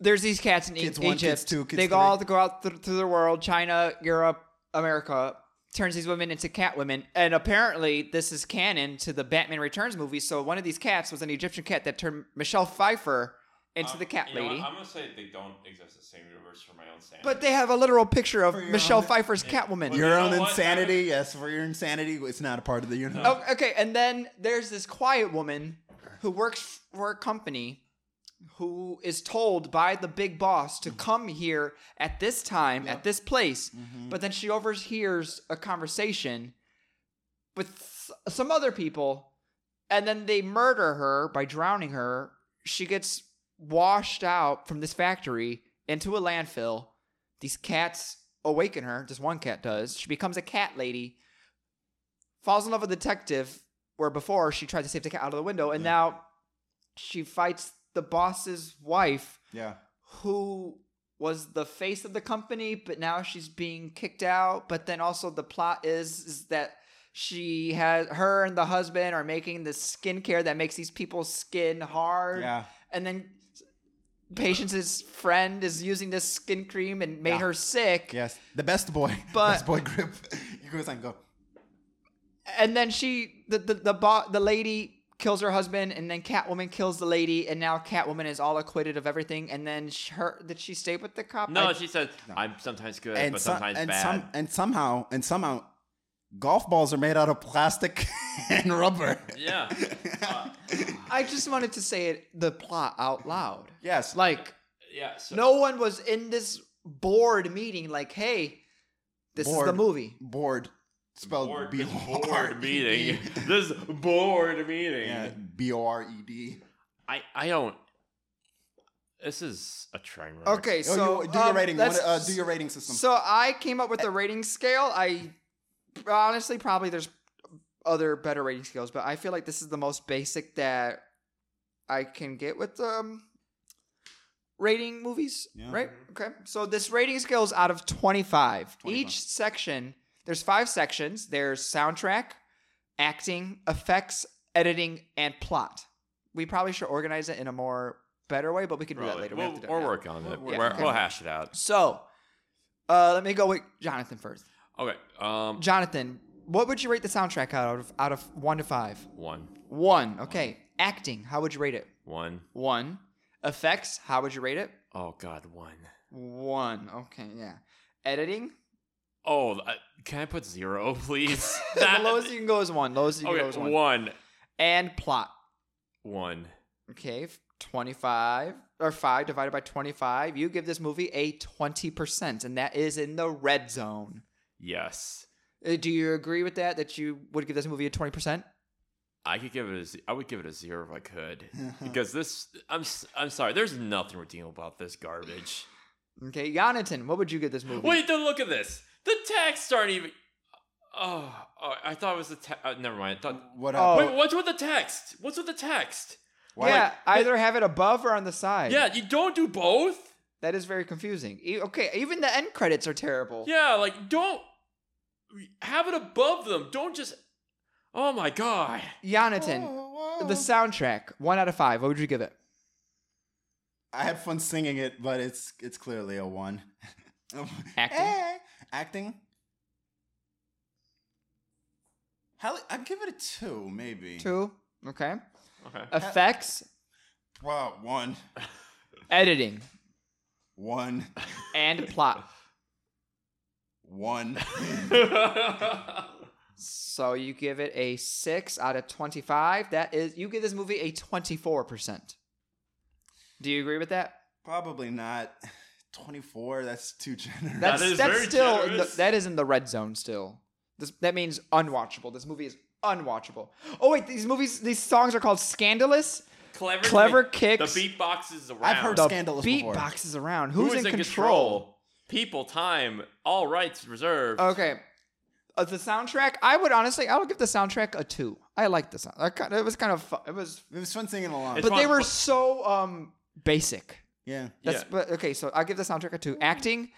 Speaker 2: there's these cats in E-
Speaker 1: Kids
Speaker 2: Egypt.
Speaker 1: one, kids two, kids
Speaker 2: they go
Speaker 1: three.
Speaker 2: all go out th- through the world: China, Europe, America. Turns these women into cat women, and apparently this is canon to the Batman Returns movie. So one of these cats was an Egyptian cat that turned Michelle Pfeiffer into
Speaker 1: Uh,
Speaker 6: Um,
Speaker 2: the cat
Speaker 6: you know what?
Speaker 2: lady.
Speaker 6: I'm gonna say they don't exist in the same universe for my own sanity.
Speaker 2: But they have a literal picture of
Speaker 1: For your
Speaker 2: Michelle
Speaker 1: own-
Speaker 2: Pfeiffer's
Speaker 6: Yeah.
Speaker 2: Catwoman.
Speaker 6: Well,
Speaker 1: Your
Speaker 6: you
Speaker 1: own
Speaker 6: know what?
Speaker 1: insanity, yes, for your insanity, it's not a part of the universe.
Speaker 2: Oh, okay, and then there's this quiet woman who works for a company who is told by the big boss to come here at this time, at this place, but then she overhears a conversation with s- some other people, and then they murder her by drowning her. She gets washed out from this factory into a landfill. These cats awaken her, just one cat does. She becomes a cat lady falls in love with a detective where before she tried to save the cat out of the window and now she fights the boss's wife
Speaker 1: Yeah.
Speaker 2: who was the face of the company but now she's being kicked out but then also the plot is, is that she has her and the husband are making the skincare that makes these people's skin hard
Speaker 1: Yeah.
Speaker 2: and then patience's friend is using this skin cream and made
Speaker 1: Yeah.
Speaker 2: her sick
Speaker 1: Yes. The best boy.
Speaker 2: But-
Speaker 1: best boy grip. you go and go.
Speaker 2: and then she the the the, bo- the lady kills her husband and then catwoman kills the lady and now catwoman is all acquitted of everything and then sh her did she stay with the cop
Speaker 6: no,
Speaker 2: I-
Speaker 6: she says I'm sometimes good,
Speaker 1: And,
Speaker 6: but
Speaker 1: some-
Speaker 6: sometimes
Speaker 1: and
Speaker 6: bad.
Speaker 1: some and somehow and somehow golf balls are made out of plastic and rubber.
Speaker 6: yeah. Uh,
Speaker 2: i just wanted to say it the plot out loud
Speaker 1: Yes. Like
Speaker 2: like
Speaker 6: yeah. So,
Speaker 2: no one was in this board meeting like hey this is the
Speaker 1: Bored.
Speaker 2: movie
Speaker 1: board spelled
Speaker 6: board,
Speaker 1: B
Speaker 6: this
Speaker 1: O R E
Speaker 6: board meeting. this board meeting.
Speaker 1: Yeah, B O R E D.
Speaker 6: I I don't. This is a train wreck.
Speaker 2: okay
Speaker 1: Oh,
Speaker 2: so
Speaker 1: you, do your
Speaker 2: um,
Speaker 1: rating.
Speaker 2: let's-
Speaker 1: What, uh, do your rating system.
Speaker 2: so i came up with the rating scale i honestly probably there's other better rating scales but i feel like this is the most basic that i can get with um rating movies
Speaker 1: Yeah.
Speaker 2: right okay so this rating scale is out of 25.
Speaker 1: 25.
Speaker 2: each section there's five sections there's soundtrack acting effects editing and plot we probably should organize it in a more better way but we can do that
Speaker 6: Probably.
Speaker 2: later we
Speaker 6: We'll,
Speaker 2: have to do it
Speaker 6: we're
Speaker 2: now.
Speaker 6: working on
Speaker 2: We'll
Speaker 6: it.
Speaker 2: work
Speaker 6: We're-
Speaker 2: on it.
Speaker 6: We'll hash it out.
Speaker 2: so uh let me go with jonathan first
Speaker 6: Okay. Um.
Speaker 2: Jonathan, what would you rate the soundtrack out of out of one to five?
Speaker 6: One.
Speaker 2: One. Okay. Acting, how would you rate it?
Speaker 6: One.
Speaker 2: One. Effects, how would you rate it?
Speaker 6: Oh God. One.
Speaker 2: One. Okay, yeah. Editing,
Speaker 6: Oh, uh, can I put zero, please?
Speaker 2: the lowest you can go is one. Lowest you can go is
Speaker 6: okay,
Speaker 2: one.
Speaker 6: one.
Speaker 2: And plot.
Speaker 6: One.
Speaker 2: Okay, f- twenty-five or five divided by twenty-five. You give this movie a twenty percent, and that is in the red zone.
Speaker 6: Yes.
Speaker 2: Uh, Do you agree with that? That you would give this movie a twenty percent?
Speaker 6: I could give it a z- I would give it a zero if I could
Speaker 2: Uh-huh.
Speaker 6: because this I'm s- I'm sorry there's nothing redeemable about this garbage.
Speaker 2: Okay, Jonathan, what would you give this movie?
Speaker 6: Wait, don't look at this. The text aren't even. Oh, oh I thought it was the text. Uh, never mind. I thought.
Speaker 1: what
Speaker 2: Oh.
Speaker 1: up?
Speaker 6: Wait, what's with the text? What's with the text?
Speaker 1: Why-
Speaker 2: yeah, either have it above or on the side.
Speaker 6: Yeah, you don't do both.
Speaker 2: That is very confusing. E- okay, even the end credits are terrible.
Speaker 6: Yeah, like don't have it above them. Don't just. Oh my god.
Speaker 2: Yonatan, the soundtrack, one out of five. What would you give it?
Speaker 1: I had fun singing it, but it's it's clearly a one.
Speaker 2: Acting?
Speaker 1: Eh. Acting. Halle, I'd give it a two, maybe.
Speaker 2: Two. Okay.
Speaker 6: Okay.
Speaker 2: Uh, Effects,
Speaker 1: Wow, one.
Speaker 2: editing,
Speaker 1: One.
Speaker 2: and plot.
Speaker 1: One.
Speaker 2: So you give it a six out of twenty-five. That is, you give this movie a twenty-four percent. Do you agree with that?
Speaker 1: Probably not. 24, that's too generous.
Speaker 2: That's
Speaker 6: is
Speaker 2: that's
Speaker 6: very
Speaker 2: still in the-
Speaker 6: generous.
Speaker 2: that is in the red zone still. This, that means unwatchable. This movie is unwatchable. Oh wait, these movies, these songs are called scandalous.
Speaker 6: clever,
Speaker 2: Clever
Speaker 6: the-
Speaker 2: kicks.
Speaker 6: The beatbox is around.
Speaker 1: I've heard
Speaker 2: The
Speaker 1: Scandalous before.
Speaker 2: beatbox is around.
Speaker 6: Who
Speaker 2: Who's
Speaker 6: is
Speaker 2: in, control?
Speaker 6: People, time, all rights reserved.
Speaker 2: Okay, uh, the soundtrack. I would honestly, I would give the soundtrack a two. I like the sound. I kind- It was kind of fun. It was,
Speaker 1: it was fun singing along.
Speaker 6: It's
Speaker 2: but they
Speaker 6: fun.
Speaker 2: were so um basic.
Speaker 1: yeah.
Speaker 2: That's
Speaker 6: Yeah.
Speaker 2: but okay. So I'll give the soundtrack a two. Acting.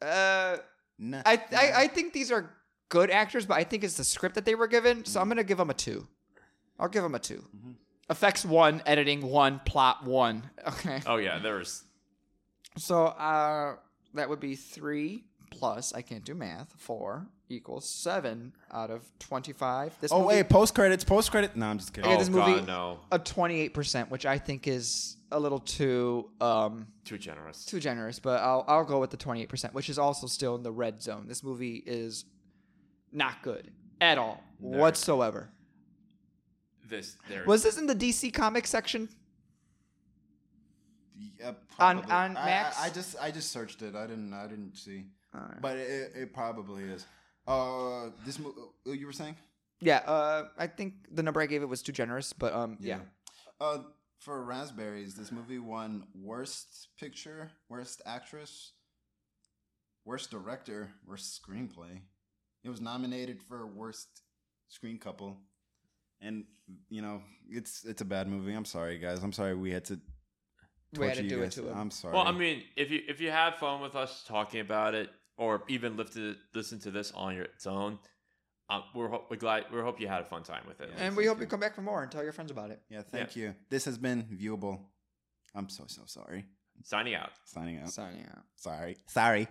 Speaker 2: Uh,
Speaker 1: Nah,
Speaker 2: I, I I think these are good actors, but I think it's the script that they were given. So I'm gonna give them a two. I'll give them a 2
Speaker 6: Mm-hmm.
Speaker 2: Effects one, editing one, plot one. Okay.
Speaker 6: Oh yeah, there was.
Speaker 2: So uh, that would be three plus. I can't do math. Four equals seven out of twenty-five. This
Speaker 1: oh,
Speaker 2: movie,
Speaker 1: wait, post credits, post credit. No, I'm just kidding.
Speaker 2: I
Speaker 6: Oh
Speaker 2: get this movie-
Speaker 6: god, no,
Speaker 2: a twenty-eight percent, which I think is a little too um
Speaker 6: too generous.
Speaker 2: too generous, but I'll I'll go with the twenty eight percent, which is also still in the red zone. This movie is not good at all
Speaker 6: No.
Speaker 2: whatsoever.
Speaker 6: This there
Speaker 2: Was this in the DC comic section?
Speaker 1: Yeah, probably.
Speaker 2: on
Speaker 1: I- I-
Speaker 2: Max?
Speaker 1: I, just I just searched it. I didn't I didn't see,
Speaker 2: Alright.
Speaker 1: but it, it probably is. Uh, this mo- uh, you were saying?
Speaker 2: Yeah, uh, I think the number I gave it was too generous, but um, yeah,
Speaker 1: Uh, for Raspberries, this movie won worst picture, worst actress, worst director, worst screenplay. It was nominated for worst screen couple, and you know it's it's a bad movie. I'm sorry, guys. I'm sorry we had to.
Speaker 2: we had
Speaker 1: torture
Speaker 2: to
Speaker 1: you
Speaker 2: do it
Speaker 1: guys.
Speaker 2: to him.
Speaker 1: I'm sorry.
Speaker 6: well, I mean, if you if you have fun with us talking about it, or even lifted, listen to this on your its own, um, we're ho- we're glad we hope you had a fun time with it.
Speaker 1: Yeah.
Speaker 2: and we hope you come back for more and tell your friends about it.
Speaker 1: yeah. Thank you. This has been viewable. I'm so so sorry.
Speaker 6: Signing out.
Speaker 1: Signing out.
Speaker 2: Signing out.
Speaker 1: Sorry. Sorry.